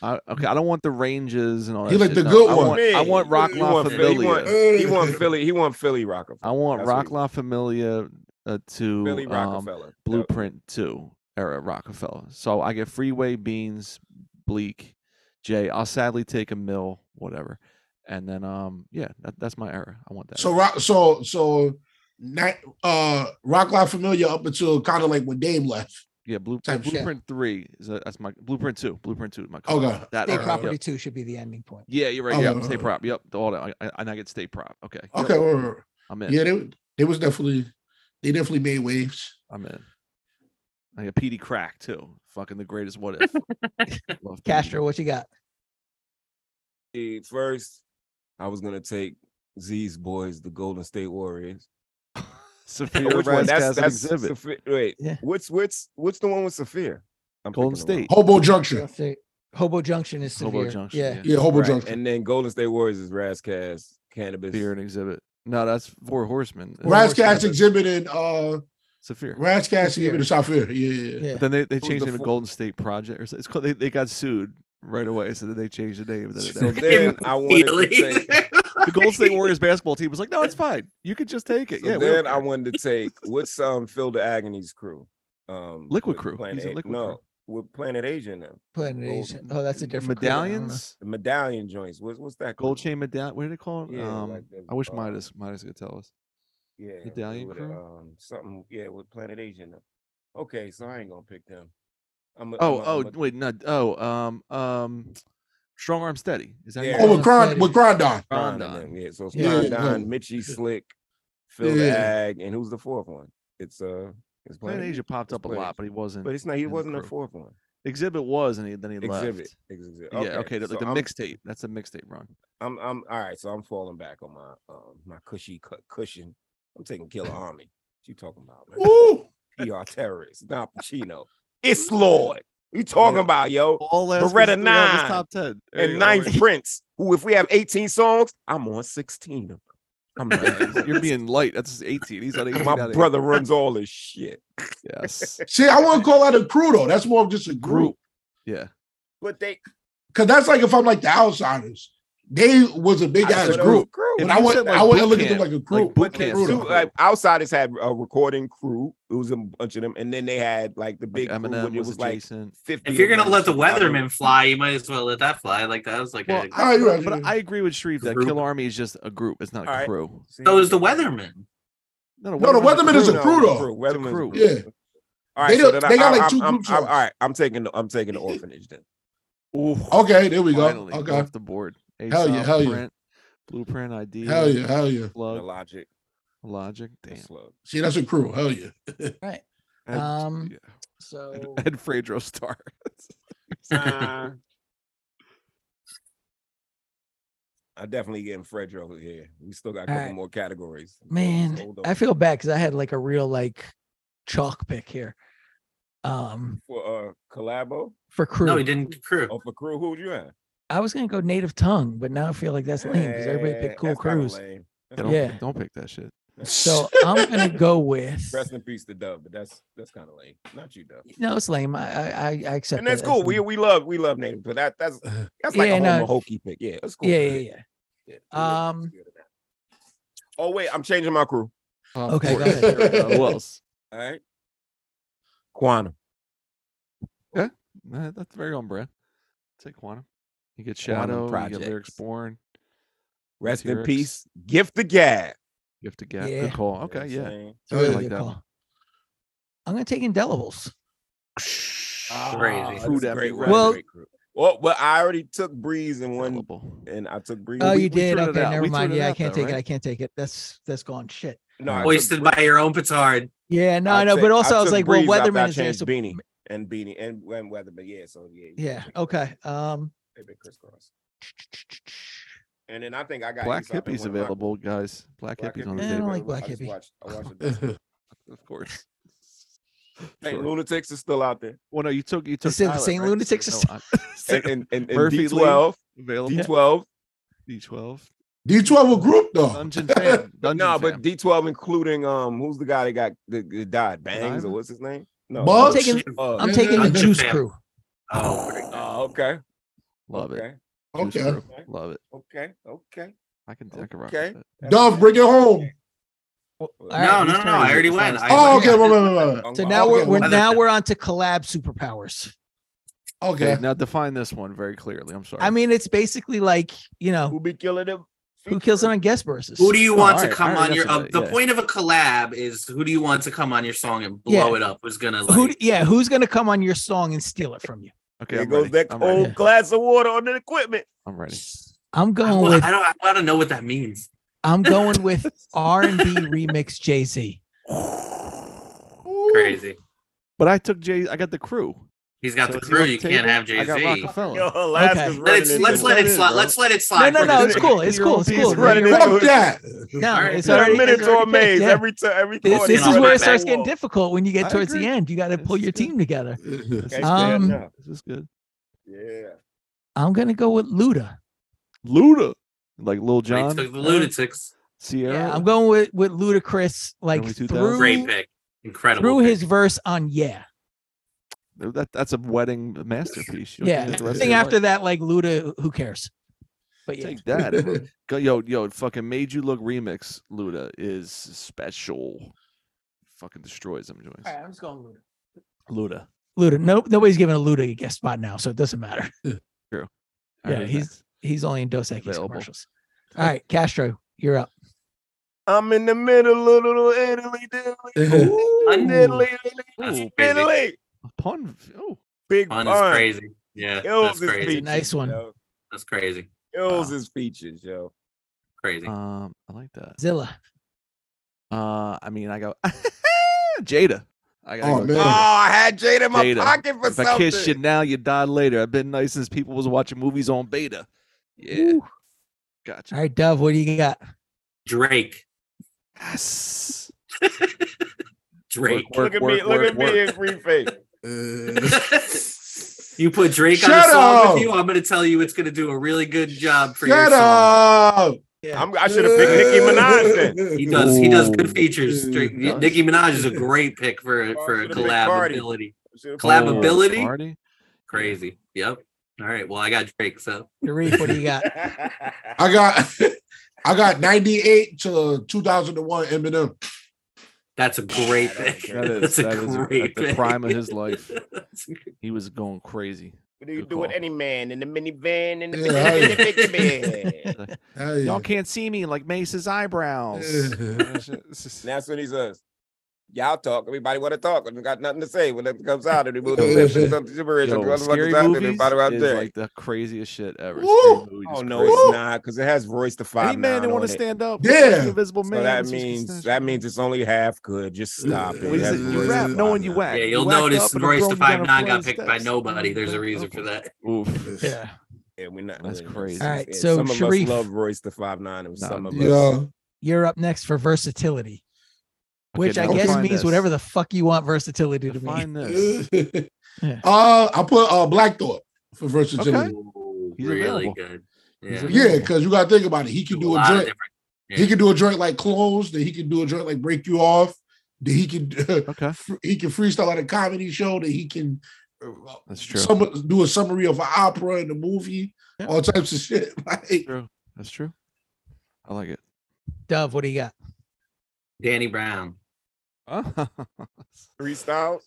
[SPEAKER 4] I, okay, I don't want the ranges and all that.
[SPEAKER 6] You like
[SPEAKER 4] shit.
[SPEAKER 6] the
[SPEAKER 4] No,
[SPEAKER 6] good
[SPEAKER 4] I
[SPEAKER 6] one.
[SPEAKER 4] Want, I
[SPEAKER 3] Man,
[SPEAKER 4] want Rock
[SPEAKER 3] he
[SPEAKER 4] La
[SPEAKER 3] want Philly- he want-
[SPEAKER 4] Familia.
[SPEAKER 3] He won Philly. He won Philly Rockefeller.
[SPEAKER 4] I want
[SPEAKER 3] That's what
[SPEAKER 4] Rock
[SPEAKER 3] he-
[SPEAKER 4] La Familia uh, to
[SPEAKER 3] Philly
[SPEAKER 4] um,
[SPEAKER 3] Rockefeller.
[SPEAKER 4] Blueprint Two era Rockefeller. So I get Freeway Beans, Bleak, Jay. I'll sadly take a mill, whatever, and then um, yeah, that, that's my era. I want that.
[SPEAKER 6] So rock, so so, not, uh, rock life familiar up until kind of like when Dame left.
[SPEAKER 4] yeah, blue,
[SPEAKER 6] type shit.
[SPEAKER 4] Blueprint Three is a, that's my Blueprint Two. Blueprint Two, is my color.
[SPEAKER 6] Okay,
[SPEAKER 4] that
[SPEAKER 2] State
[SPEAKER 4] era.
[SPEAKER 2] property
[SPEAKER 4] Yep.
[SPEAKER 2] two should be the ending point.
[SPEAKER 4] Yeah, you're right.
[SPEAKER 6] Oh,
[SPEAKER 4] yeah,
[SPEAKER 6] no, no,
[SPEAKER 4] state
[SPEAKER 6] no.
[SPEAKER 4] prop. Yep, all that. I, I, and I get state prop. Okay. yep,
[SPEAKER 6] okay, all right, all right.
[SPEAKER 4] I'm in.
[SPEAKER 6] yeah, they they was definitely they definitely made waves.
[SPEAKER 4] I'm in. I get PD Crack too. Fucking the greatest what if. Love PD.
[SPEAKER 2] Castro, what you got?
[SPEAKER 3] See, First, I was gonna take Z's boys, the Golden State Warriors.
[SPEAKER 4] Sophia
[SPEAKER 3] Oh, Which one? That's,
[SPEAKER 4] Raskas and
[SPEAKER 3] that's
[SPEAKER 4] exhibit.
[SPEAKER 3] Safi- wait.
[SPEAKER 2] Yeah.
[SPEAKER 3] What's what's what's the one with Sophia? I'm
[SPEAKER 4] Golden
[SPEAKER 3] thinking of
[SPEAKER 4] State.
[SPEAKER 6] Hobo Junction,
[SPEAKER 2] Hobo Junction is severe.
[SPEAKER 4] Hobo Junction.
[SPEAKER 2] yeah.
[SPEAKER 4] Yeah.
[SPEAKER 6] yeah, Hobo
[SPEAKER 3] one. Right,
[SPEAKER 6] Junction.
[SPEAKER 3] And then Golden State Warriors is Razzcast, Cannabis.
[SPEAKER 4] Fear and exhibit. No, that's Four Horsemen. It's
[SPEAKER 6] Rash
[SPEAKER 4] Four
[SPEAKER 6] Cash
[SPEAKER 4] Horsemen,
[SPEAKER 6] exhibit and uh,
[SPEAKER 4] Saphir.
[SPEAKER 6] Rash Cash exhibit in Safir. Yeah, yeah, yeah.
[SPEAKER 2] Yeah.
[SPEAKER 4] But then they, they
[SPEAKER 3] Who's
[SPEAKER 4] changed
[SPEAKER 3] the
[SPEAKER 4] it to
[SPEAKER 3] four-
[SPEAKER 4] Golden State Project. Or so. It's called. They, they got sued right away, so then they changed the name.
[SPEAKER 3] So
[SPEAKER 4] The,
[SPEAKER 3] then I wanted to
[SPEAKER 5] Really?
[SPEAKER 3] take.
[SPEAKER 4] the Golden State Warriors basketball team was like, "No, it's fine. You can just take it."
[SPEAKER 3] So
[SPEAKER 4] yeah. we don't
[SPEAKER 3] then I
[SPEAKER 4] care."
[SPEAKER 3] wanted to take what's um Phil the Agony's crew, um
[SPEAKER 4] Liquid
[SPEAKER 3] with
[SPEAKER 4] Crew.
[SPEAKER 3] Planet
[SPEAKER 4] He's in
[SPEAKER 3] A-
[SPEAKER 4] Liquid
[SPEAKER 3] no,
[SPEAKER 4] Crew.
[SPEAKER 3] with Planet Asia and them.
[SPEAKER 2] Planet
[SPEAKER 3] Gold-
[SPEAKER 2] Asia. Oh, that's a different crew. I don't know.
[SPEAKER 4] medallions,
[SPEAKER 3] the medallion joints. What's what's that?
[SPEAKER 4] gold
[SPEAKER 3] called?
[SPEAKER 4] chain medallion. What do they call it?
[SPEAKER 3] Yeah,
[SPEAKER 4] um,
[SPEAKER 3] like the,
[SPEAKER 4] I wish
[SPEAKER 3] uh,
[SPEAKER 4] Midas Midas could tell us.
[SPEAKER 3] Yeah, it
[SPEAKER 4] medallion
[SPEAKER 3] would, uh,
[SPEAKER 4] crew?
[SPEAKER 3] Um, something. Yeah, with Planet Asia and them. Okay, so I ain't gonna pick them. I'm a,
[SPEAKER 4] Oh,
[SPEAKER 3] I'm a-
[SPEAKER 4] oh,
[SPEAKER 3] I'm a-
[SPEAKER 4] wait, no, oh, um, um, strong arm steady. Is that?
[SPEAKER 3] Yeah.
[SPEAKER 6] Oh, with
[SPEAKER 2] Yeah.
[SPEAKER 6] Grind with Grindon.
[SPEAKER 3] Don
[SPEAKER 4] Rondon.
[SPEAKER 3] and them, Yeah, so it's
[SPEAKER 2] Yeah.
[SPEAKER 3] Don, Don, Mitchie Slick, Phil the
[SPEAKER 6] Yeah.
[SPEAKER 3] Ag, and who's the fourth one? It's uh, it's
[SPEAKER 4] Planet Asia popped
[SPEAKER 3] It's
[SPEAKER 4] up a
[SPEAKER 3] Planet
[SPEAKER 4] lot,
[SPEAKER 3] Asia.
[SPEAKER 4] but he wasn't.
[SPEAKER 3] but it's not. He
[SPEAKER 4] in the
[SPEAKER 3] wasn't the
[SPEAKER 4] crew.
[SPEAKER 3] fourth one.
[SPEAKER 4] Exhibit was, and he, then he
[SPEAKER 3] Exhibit.
[SPEAKER 4] left.
[SPEAKER 3] Exhibit.
[SPEAKER 4] yeah, okay, the-
[SPEAKER 3] so
[SPEAKER 4] like the
[SPEAKER 3] I'm-
[SPEAKER 4] mixtape. That's a mixtape run.
[SPEAKER 3] I'm I'm all right, so I'm falling back on my um my cushy cut cushion. I'm taking Killer Army. What you talking about, man?
[SPEAKER 6] Ooh,
[SPEAKER 3] PR terrorist, not Pacino. It's Lord. You talking
[SPEAKER 4] Yeah.
[SPEAKER 3] about yo
[SPEAKER 4] All last
[SPEAKER 3] Beretta nine
[SPEAKER 4] top ten
[SPEAKER 3] and Ninth Prince, who if we have 18 songs, I'm on 16 of them.
[SPEAKER 4] I'm not, you're being light. That's 18. He's on 18. out
[SPEAKER 3] My
[SPEAKER 4] of
[SPEAKER 3] brother runs all this shit.
[SPEAKER 4] eight. Yes.
[SPEAKER 6] See, I wouldn't call that a crew though. That's more of just a group.
[SPEAKER 4] Yeah.
[SPEAKER 3] But they
[SPEAKER 6] Cause that's like if I'm like the outsiders. They was a big
[SPEAKER 3] I
[SPEAKER 6] ass
[SPEAKER 3] said, oh,
[SPEAKER 6] group.
[SPEAKER 3] Group.
[SPEAKER 6] But
[SPEAKER 4] If
[SPEAKER 6] I
[SPEAKER 4] you said,
[SPEAKER 6] wouldn't
[SPEAKER 4] like,
[SPEAKER 6] I wouldn't
[SPEAKER 4] boot
[SPEAKER 6] look at them
[SPEAKER 4] camp,
[SPEAKER 6] like a crew.
[SPEAKER 4] like, boot camp
[SPEAKER 6] Crew,
[SPEAKER 4] stuff.
[SPEAKER 6] though.
[SPEAKER 3] Two, like, outsiders had a recording crew. It was a bunch of them, and then they had like the big
[SPEAKER 4] Like
[SPEAKER 3] crew when
[SPEAKER 4] Eminem
[SPEAKER 3] it
[SPEAKER 4] was,
[SPEAKER 3] was like
[SPEAKER 4] adjacent.
[SPEAKER 3] fifty.
[SPEAKER 5] If you're gonna
[SPEAKER 3] of
[SPEAKER 5] let the
[SPEAKER 3] them.
[SPEAKER 5] weatherman fly, you might as well let that fly. Like that was like,
[SPEAKER 4] well,
[SPEAKER 5] a,
[SPEAKER 6] Oh,
[SPEAKER 4] I,
[SPEAKER 6] you're right,
[SPEAKER 4] but
[SPEAKER 6] you're
[SPEAKER 4] I agree with Shreve that
[SPEAKER 5] Group.
[SPEAKER 4] Kill Army is just a group. It's not a
[SPEAKER 3] All right.
[SPEAKER 4] crew.
[SPEAKER 5] so is the weatherman.
[SPEAKER 4] No,
[SPEAKER 6] No, the Weatherman is a
[SPEAKER 3] No,
[SPEAKER 6] crew, though.
[SPEAKER 4] It's a
[SPEAKER 3] Weatherman's a
[SPEAKER 4] crew.
[SPEAKER 3] crew.
[SPEAKER 6] Yeah.
[SPEAKER 3] All
[SPEAKER 6] They
[SPEAKER 3] right, so
[SPEAKER 6] don't-
[SPEAKER 3] then
[SPEAKER 6] they
[SPEAKER 3] I,
[SPEAKER 6] got,
[SPEAKER 3] I,
[SPEAKER 6] like,
[SPEAKER 3] I'm-
[SPEAKER 6] two
[SPEAKER 3] I'm-
[SPEAKER 6] group
[SPEAKER 3] I'm-
[SPEAKER 6] shots.
[SPEAKER 3] all right, I'm taking the I'm taking the orphanage then.
[SPEAKER 6] Okay, there we go.
[SPEAKER 4] Finally, we're
[SPEAKER 6] okay.
[SPEAKER 4] off the board.
[SPEAKER 6] Hell yeah,
[SPEAKER 4] Aesop,
[SPEAKER 6] hell yeah.
[SPEAKER 4] Print, Blueprint ID.
[SPEAKER 6] Hell yeah, hell yeah.
[SPEAKER 3] The
[SPEAKER 4] Plug,
[SPEAKER 3] logic,
[SPEAKER 4] Logic.
[SPEAKER 3] the
[SPEAKER 4] Damn.
[SPEAKER 3] slug.
[SPEAKER 6] See, that's a crew. Hell yeah.
[SPEAKER 4] Ed-
[SPEAKER 2] Um,
[SPEAKER 4] yeah. Ed,
[SPEAKER 2] So
[SPEAKER 4] Ed Fredro Star.
[SPEAKER 3] Nah. I definitely getting Fredro here. We still got a couple
[SPEAKER 2] Alright.
[SPEAKER 3] more categories.
[SPEAKER 2] man,
[SPEAKER 3] Hold on.
[SPEAKER 2] I feel bad because I had like a real like chalk pick here. Um,
[SPEAKER 3] for uh collabo
[SPEAKER 2] for crew,
[SPEAKER 5] No, he didn't crew.
[SPEAKER 3] or for crew. Who you have?
[SPEAKER 2] I was gonna go native tongue, but now I feel like that's lame because everybody
[SPEAKER 3] Eh,
[SPEAKER 2] picked cool
[SPEAKER 3] that's kinda
[SPEAKER 2] crews.
[SPEAKER 3] lame.
[SPEAKER 4] Yeah, don't,
[SPEAKER 2] Yeah.
[SPEAKER 4] don't pick that shit.
[SPEAKER 2] So I'm gonna go with.
[SPEAKER 3] Rest in peace to Dub, but that's that's kind of lame. Not you, Dub.
[SPEAKER 2] No, it's lame. I I, I- I accept.
[SPEAKER 3] And that's
[SPEAKER 2] that.
[SPEAKER 3] cool. We
[SPEAKER 2] lame.
[SPEAKER 3] we love we love native, but that that's that's like
[SPEAKER 2] Yeah,
[SPEAKER 3] a
[SPEAKER 2] no.
[SPEAKER 3] homo hokey pick. Yeah, that's cool.
[SPEAKER 2] Yeah, yeah, yeah.
[SPEAKER 3] yeah.
[SPEAKER 2] Um,
[SPEAKER 3] Good at that. Oh wait, I'm changing my crew.
[SPEAKER 4] Of
[SPEAKER 2] Okay, go
[SPEAKER 4] course.
[SPEAKER 2] ahead.
[SPEAKER 4] Uh, who else?
[SPEAKER 3] All right. Quantum.
[SPEAKER 4] Nah, that's very on brand. Take Quantum. You get
[SPEAKER 3] Quantum
[SPEAKER 4] Shadow. You get Lyrics
[SPEAKER 3] Projects.
[SPEAKER 4] Born.
[SPEAKER 3] Rest in
[SPEAKER 4] T-Rex.
[SPEAKER 3] peace. Gift the gab.
[SPEAKER 4] You have to get.
[SPEAKER 2] Yeah.
[SPEAKER 4] Good call.
[SPEAKER 3] You know what
[SPEAKER 4] Okay,
[SPEAKER 3] I'm
[SPEAKER 4] yeah.
[SPEAKER 3] saying?
[SPEAKER 2] It's a really
[SPEAKER 4] like
[SPEAKER 2] good
[SPEAKER 4] that
[SPEAKER 2] call. I'm gonna take indelibles.
[SPEAKER 5] Crazy.
[SPEAKER 3] Ah,
[SPEAKER 2] Oh,
[SPEAKER 3] Crew
[SPEAKER 4] Food
[SPEAKER 3] that
[SPEAKER 4] everywhere.
[SPEAKER 3] great,
[SPEAKER 2] Well-
[SPEAKER 3] well, great crew. well, but I already took Breeze in one, eh,
[SPEAKER 4] Available.
[SPEAKER 3] and I took Breeze.
[SPEAKER 2] Oh,
[SPEAKER 4] we-
[SPEAKER 2] you
[SPEAKER 4] we
[SPEAKER 2] did.
[SPEAKER 4] sorted it
[SPEAKER 2] Okay,
[SPEAKER 4] out.
[SPEAKER 2] never
[SPEAKER 4] We
[SPEAKER 2] mind.
[SPEAKER 4] sorted it
[SPEAKER 2] Yeah, I
[SPEAKER 4] out,
[SPEAKER 2] can't
[SPEAKER 4] though,
[SPEAKER 2] take it.
[SPEAKER 4] right?
[SPEAKER 2] I can't take it. That's that's gone. Shit.
[SPEAKER 3] no, I took
[SPEAKER 5] Hoisted
[SPEAKER 3] Breeze.
[SPEAKER 5] by your own petard.
[SPEAKER 2] Yeah, no,
[SPEAKER 3] I
[SPEAKER 2] I know.
[SPEAKER 3] took-
[SPEAKER 2] But also, I, was
[SPEAKER 3] took
[SPEAKER 2] like, well,
[SPEAKER 3] Breeze after I
[SPEAKER 2] Weatherman is there.
[SPEAKER 3] changed
[SPEAKER 2] So,
[SPEAKER 3] Beanie and Beanie and, and Weatherman. Yeah, so yeah. you
[SPEAKER 2] yeah.
[SPEAKER 3] can take
[SPEAKER 2] Okay. Um.
[SPEAKER 3] They've been crisscrossed. And then I think I got
[SPEAKER 4] Black
[SPEAKER 3] Aesop in
[SPEAKER 4] Hippie's
[SPEAKER 3] one of my-
[SPEAKER 4] available, guys. Black,
[SPEAKER 3] Black
[SPEAKER 4] Hippie's on the
[SPEAKER 2] Hippie. Yeah, I
[SPEAKER 4] table.
[SPEAKER 2] don't like Black
[SPEAKER 3] I just
[SPEAKER 2] Hippie.
[SPEAKER 3] watched- I watched it.
[SPEAKER 4] Of course.
[SPEAKER 3] Hey,
[SPEAKER 4] Sure.
[SPEAKER 3] Lunatics is still out there.
[SPEAKER 4] Well, no, you took you took
[SPEAKER 2] This is the
[SPEAKER 4] Tyler,
[SPEAKER 2] same
[SPEAKER 4] right?
[SPEAKER 2] lunatics
[SPEAKER 4] So,
[SPEAKER 2] as-
[SPEAKER 4] no,
[SPEAKER 3] And,
[SPEAKER 4] I-
[SPEAKER 3] and, and, and
[SPEAKER 4] Murphy Lee.
[SPEAKER 3] D12,
[SPEAKER 4] available.
[SPEAKER 3] D12.
[SPEAKER 4] D12.
[SPEAKER 6] D12 a group though.
[SPEAKER 4] Dungeon fan. Dungeon
[SPEAKER 3] No,
[SPEAKER 4] fam.
[SPEAKER 3] Oh. but D12 including um, who's the guy that got that, that died? Bangs or
[SPEAKER 4] Diamond?
[SPEAKER 3] what's his name? No, uh,
[SPEAKER 2] I'm
[SPEAKER 6] Bugs?
[SPEAKER 2] taking.
[SPEAKER 3] Bugs.
[SPEAKER 2] I'm taking the
[SPEAKER 5] I'm just
[SPEAKER 2] juice
[SPEAKER 5] saying.
[SPEAKER 2] crew.
[SPEAKER 5] Oh,
[SPEAKER 3] Oh, okay.
[SPEAKER 4] Love it.
[SPEAKER 3] okay.
[SPEAKER 4] Juice
[SPEAKER 6] Okay.
[SPEAKER 4] WRLD. Love it.
[SPEAKER 3] Okay. Okay.
[SPEAKER 4] I can take a rock.
[SPEAKER 3] Okay.
[SPEAKER 4] with it.
[SPEAKER 6] Dove, bring it home.
[SPEAKER 2] All right,
[SPEAKER 5] no, no,
[SPEAKER 2] whose
[SPEAKER 5] no,
[SPEAKER 2] turn is
[SPEAKER 5] I
[SPEAKER 2] it?
[SPEAKER 5] already
[SPEAKER 2] It's
[SPEAKER 5] went.
[SPEAKER 2] not-
[SPEAKER 5] I-
[SPEAKER 6] Oh, okay. Wait, wait, wait, wait.
[SPEAKER 2] So now we're, we're
[SPEAKER 6] Okay.
[SPEAKER 2] now we're on to collab superpowers.
[SPEAKER 6] Okay.
[SPEAKER 4] Okay. Now define this one very clearly. I'm sorry.
[SPEAKER 2] I mean, it's basically like you know
[SPEAKER 3] who be killing him?
[SPEAKER 2] who kills it on guest versus.
[SPEAKER 5] Who do you
[SPEAKER 4] Oh,
[SPEAKER 5] want
[SPEAKER 4] alright,
[SPEAKER 5] to come
[SPEAKER 4] alright,
[SPEAKER 5] on your?
[SPEAKER 4] that's
[SPEAKER 5] Uh,
[SPEAKER 4] a bit,
[SPEAKER 5] the
[SPEAKER 4] yeah.
[SPEAKER 5] point of a collab is who do you want to come on your song and blow
[SPEAKER 2] Yeah.
[SPEAKER 5] it up? Who's gonna like?
[SPEAKER 2] Who? Yeah, who's gonna come on your song and steal it from you?
[SPEAKER 4] okay.
[SPEAKER 3] There
[SPEAKER 4] I'm
[SPEAKER 3] goes Oh.
[SPEAKER 4] ready.
[SPEAKER 3] that
[SPEAKER 4] I'm
[SPEAKER 3] cold
[SPEAKER 4] ready.
[SPEAKER 3] glass of water on the equipment.
[SPEAKER 4] I'm ready.
[SPEAKER 2] I'm
[SPEAKER 5] I,
[SPEAKER 2] going
[SPEAKER 5] wa-
[SPEAKER 2] with
[SPEAKER 5] I don't. I want to know what that means.
[SPEAKER 2] I'm going with R and B remix Jay Z.
[SPEAKER 5] Crazy.
[SPEAKER 4] But I took Jay. I got the crew.
[SPEAKER 5] He's got
[SPEAKER 4] So
[SPEAKER 5] the
[SPEAKER 4] is he
[SPEAKER 5] crew.
[SPEAKER 4] off the
[SPEAKER 5] You can't
[SPEAKER 4] table?
[SPEAKER 5] have Jay
[SPEAKER 4] I got
[SPEAKER 5] Z.
[SPEAKER 3] Yo,
[SPEAKER 4] Rockefeller.
[SPEAKER 3] Alaska's
[SPEAKER 2] Okay.
[SPEAKER 3] running
[SPEAKER 5] Let's
[SPEAKER 3] into
[SPEAKER 5] let's
[SPEAKER 3] him.
[SPEAKER 5] let it
[SPEAKER 4] Run it,
[SPEAKER 5] slide.
[SPEAKER 4] bro.
[SPEAKER 5] Let's let it
[SPEAKER 2] No,
[SPEAKER 5] slide.
[SPEAKER 2] no,
[SPEAKER 5] We're
[SPEAKER 2] no.
[SPEAKER 5] good.
[SPEAKER 2] It's cool. It's cool. It's cool.
[SPEAKER 3] He's running into
[SPEAKER 6] Fuck
[SPEAKER 3] his-
[SPEAKER 6] that.
[SPEAKER 2] No,
[SPEAKER 5] Alright,
[SPEAKER 2] it's
[SPEAKER 5] so
[SPEAKER 3] Ten
[SPEAKER 2] already.
[SPEAKER 3] minutes
[SPEAKER 2] It's
[SPEAKER 3] or
[SPEAKER 2] already
[SPEAKER 3] maze
[SPEAKER 2] picked, yeah.
[SPEAKER 3] every time, every
[SPEAKER 2] This,
[SPEAKER 3] corner.
[SPEAKER 2] this
[SPEAKER 5] Already
[SPEAKER 2] is where
[SPEAKER 5] picked.
[SPEAKER 2] it starts getting
[SPEAKER 3] Wall.
[SPEAKER 2] difficult when you get
[SPEAKER 4] I
[SPEAKER 2] towards the
[SPEAKER 4] agree.
[SPEAKER 2] end. You got to pull
[SPEAKER 4] This
[SPEAKER 2] your
[SPEAKER 4] is
[SPEAKER 2] team together.
[SPEAKER 4] This
[SPEAKER 3] Okay,
[SPEAKER 4] is
[SPEAKER 2] Um,
[SPEAKER 3] fair
[SPEAKER 4] good.
[SPEAKER 3] enough.
[SPEAKER 4] This is good.
[SPEAKER 3] yeah.
[SPEAKER 2] I'm gonna go with Luda.
[SPEAKER 4] Luda, like Lil
[SPEAKER 5] They
[SPEAKER 4] John,
[SPEAKER 5] took the
[SPEAKER 4] uh,
[SPEAKER 5] lunatics.
[SPEAKER 4] Sierra.
[SPEAKER 2] Yeah, I'm going with with Ludacris. Like
[SPEAKER 4] Early 2000s.
[SPEAKER 2] through,
[SPEAKER 5] Great pick. Incredible.
[SPEAKER 2] through
[SPEAKER 5] pick.
[SPEAKER 2] his verse on Yeah.
[SPEAKER 4] That that's a wedding masterpiece. You don't
[SPEAKER 2] Yeah,
[SPEAKER 4] get the rest of
[SPEAKER 2] Thing
[SPEAKER 4] your
[SPEAKER 2] after
[SPEAKER 4] life.
[SPEAKER 2] that, like Luda, who cares? But yeah,
[SPEAKER 4] Take that. and- go- yo, yo, fucking made you look remix. Luda is special. Fucking destroys him. Joyce.
[SPEAKER 2] I'm just going Luda.
[SPEAKER 4] Luda.
[SPEAKER 2] Luda. No, nobody's giving a Luda a guest spot now, so it doesn't matter.
[SPEAKER 4] All
[SPEAKER 2] Yeah,
[SPEAKER 4] right,
[SPEAKER 2] he's-
[SPEAKER 4] next.
[SPEAKER 2] He's only in Dos Equis
[SPEAKER 4] Available.
[SPEAKER 2] commercials. All right, Castro, you're up.
[SPEAKER 3] I'm in the middle of little Italy, Italy,
[SPEAKER 2] Ooh.
[SPEAKER 3] Italy,
[SPEAKER 5] That's
[SPEAKER 3] Italy,
[SPEAKER 5] crazy.
[SPEAKER 3] Italy.
[SPEAKER 4] A pun. Oh,
[SPEAKER 3] Big
[SPEAKER 5] Fun is
[SPEAKER 3] Barn
[SPEAKER 5] crazy. Yeah,
[SPEAKER 3] kills
[SPEAKER 5] that's
[SPEAKER 3] his
[SPEAKER 5] crazy.
[SPEAKER 3] features,
[SPEAKER 2] Nice one.
[SPEAKER 3] Yo.
[SPEAKER 5] That's crazy.
[SPEAKER 3] Kills
[SPEAKER 4] Wow.
[SPEAKER 3] his features, yo.
[SPEAKER 5] Crazy.
[SPEAKER 4] um, I like that.
[SPEAKER 2] Zilla.
[SPEAKER 4] Uh, I mean, I go Jada. I gotta
[SPEAKER 6] Oh,
[SPEAKER 4] go
[SPEAKER 6] man.
[SPEAKER 3] Oh,
[SPEAKER 4] Jada.
[SPEAKER 5] Ah.
[SPEAKER 3] I had Jada in my
[SPEAKER 4] Jada.
[SPEAKER 3] pocket for
[SPEAKER 4] If I kiss you
[SPEAKER 3] something.
[SPEAKER 4] now, you die later. I've been nice since people was watching movies on beta. Yeah,
[SPEAKER 2] Ooh.
[SPEAKER 4] gotcha.
[SPEAKER 2] All right, Dove, what do you got?
[SPEAKER 5] Drake.
[SPEAKER 4] Yes.
[SPEAKER 5] Drake.
[SPEAKER 3] Look at me, look at me in free face.
[SPEAKER 6] Uh,
[SPEAKER 5] you put Drake on
[SPEAKER 6] Shut
[SPEAKER 5] a song
[SPEAKER 6] up.
[SPEAKER 5] with you, I'm gonna tell you it's gonna do a really good job for your
[SPEAKER 6] Shut
[SPEAKER 5] song.
[SPEAKER 6] up.
[SPEAKER 2] Yeah.
[SPEAKER 3] I'm, I should have picked Nicki Minaj then.
[SPEAKER 5] He does. He does good
[SPEAKER 4] Ooh.
[SPEAKER 5] features.
[SPEAKER 6] Yeah,
[SPEAKER 5] Straight-
[SPEAKER 4] nice.
[SPEAKER 5] Nicki Minaj is a great pick for
[SPEAKER 3] Oh,
[SPEAKER 5] for a
[SPEAKER 3] should've picked Cardi.
[SPEAKER 5] collabability.
[SPEAKER 3] Should've
[SPEAKER 5] Collab-
[SPEAKER 3] picked-
[SPEAKER 5] Ability?
[SPEAKER 4] Cardi?
[SPEAKER 5] Crazy. Yep. All right. Well, I got Drake. So
[SPEAKER 2] Sharif, what do you got?
[SPEAKER 6] I got I got 98 to 2001 Eminem.
[SPEAKER 5] that's a great pick.
[SPEAKER 4] That is,
[SPEAKER 5] That's a
[SPEAKER 4] that is
[SPEAKER 5] great
[SPEAKER 4] at the
[SPEAKER 5] pick.
[SPEAKER 4] prime of his life.
[SPEAKER 5] That's a great-
[SPEAKER 4] He was going crazy.
[SPEAKER 3] What do you
[SPEAKER 4] Good
[SPEAKER 3] do with
[SPEAKER 4] call.
[SPEAKER 3] any man in the minivan in the
[SPEAKER 6] Yeah, hell yeah.
[SPEAKER 3] minivan?
[SPEAKER 6] Hell yeah.
[SPEAKER 4] Y'all can't see me like Mace's eyebrows.
[SPEAKER 3] And that's what he says. Y'all talk. Everybody want to talk. When they got nothing to say, when it comes out, they move
[SPEAKER 6] Yeah.
[SPEAKER 3] those lips. Something gibberish.
[SPEAKER 4] Yo,
[SPEAKER 3] Everybody
[SPEAKER 4] scary
[SPEAKER 3] out there,
[SPEAKER 4] movies
[SPEAKER 3] everybody out
[SPEAKER 4] is
[SPEAKER 3] there.
[SPEAKER 4] like the craziest shit ever.
[SPEAKER 6] Woo!
[SPEAKER 4] Scary Movie
[SPEAKER 3] oh
[SPEAKER 4] is
[SPEAKER 3] no,
[SPEAKER 4] crazy.
[SPEAKER 3] it's not because it has Royce the Five
[SPEAKER 4] Any man that
[SPEAKER 3] Nine
[SPEAKER 4] want
[SPEAKER 3] on
[SPEAKER 4] to
[SPEAKER 3] it.
[SPEAKER 4] stand up,
[SPEAKER 6] Yeah.
[SPEAKER 4] invisible man.
[SPEAKER 3] So that
[SPEAKER 4] that's what's gonna
[SPEAKER 3] means
[SPEAKER 4] snatch
[SPEAKER 3] that
[SPEAKER 4] you.
[SPEAKER 3] means it's only half good. Just stop it. It
[SPEAKER 6] Well,
[SPEAKER 4] Well, he
[SPEAKER 3] has
[SPEAKER 4] said,
[SPEAKER 6] Yeah.
[SPEAKER 3] Royce
[SPEAKER 4] you
[SPEAKER 3] the
[SPEAKER 4] rap,
[SPEAKER 3] Five
[SPEAKER 4] knowing you
[SPEAKER 3] Nine.
[SPEAKER 4] whack.
[SPEAKER 5] Yeah,
[SPEAKER 4] You
[SPEAKER 5] you'll
[SPEAKER 4] whacked
[SPEAKER 5] notice
[SPEAKER 4] up and
[SPEAKER 5] Royce
[SPEAKER 4] thrown
[SPEAKER 5] the
[SPEAKER 4] down
[SPEAKER 5] Five
[SPEAKER 4] on
[SPEAKER 5] Nine
[SPEAKER 4] floor
[SPEAKER 5] got picked by
[SPEAKER 4] steps.
[SPEAKER 5] nobody. There's a reason for that.
[SPEAKER 4] Oof.
[SPEAKER 2] Yeah.
[SPEAKER 3] Yeah, we're not.
[SPEAKER 4] That's
[SPEAKER 3] we're-
[SPEAKER 4] crazy.
[SPEAKER 2] All right,
[SPEAKER 3] yeah,
[SPEAKER 2] so
[SPEAKER 3] some of
[SPEAKER 2] Sharif-
[SPEAKER 3] us love Royce the Five Nine, and
[SPEAKER 4] Nah,
[SPEAKER 3] some of
[SPEAKER 4] dude.
[SPEAKER 3] us.
[SPEAKER 6] Yeah.
[SPEAKER 2] You're up next for versatility, which I
[SPEAKER 4] Okay, now
[SPEAKER 2] guess
[SPEAKER 4] define
[SPEAKER 2] means
[SPEAKER 4] this.
[SPEAKER 2] whatever the fuck you want versatility to mean.
[SPEAKER 4] Define this.
[SPEAKER 2] Yeah.
[SPEAKER 6] uh I put uh Black Thought for versatility.
[SPEAKER 5] Ooh,
[SPEAKER 4] He's
[SPEAKER 5] really
[SPEAKER 4] available.
[SPEAKER 5] good.
[SPEAKER 4] He's
[SPEAKER 5] Yeah.
[SPEAKER 4] available.
[SPEAKER 6] Yeah, because you gotta think about it. He can do a
[SPEAKER 5] lot of
[SPEAKER 6] joint.
[SPEAKER 5] different.
[SPEAKER 6] He can do a joint like close. Then he can do a joint like break you off. Then he can
[SPEAKER 4] Okay,
[SPEAKER 6] he can freestyle at a comedy show. That he can uh,
[SPEAKER 4] that's true.
[SPEAKER 6] some, do a summary of an opera in a movie.
[SPEAKER 2] Yeah.
[SPEAKER 6] All types of shit. Like,
[SPEAKER 4] true. That's true. I like it.
[SPEAKER 2] Dove, what do you got?
[SPEAKER 5] Danny Brown.
[SPEAKER 3] Three styles.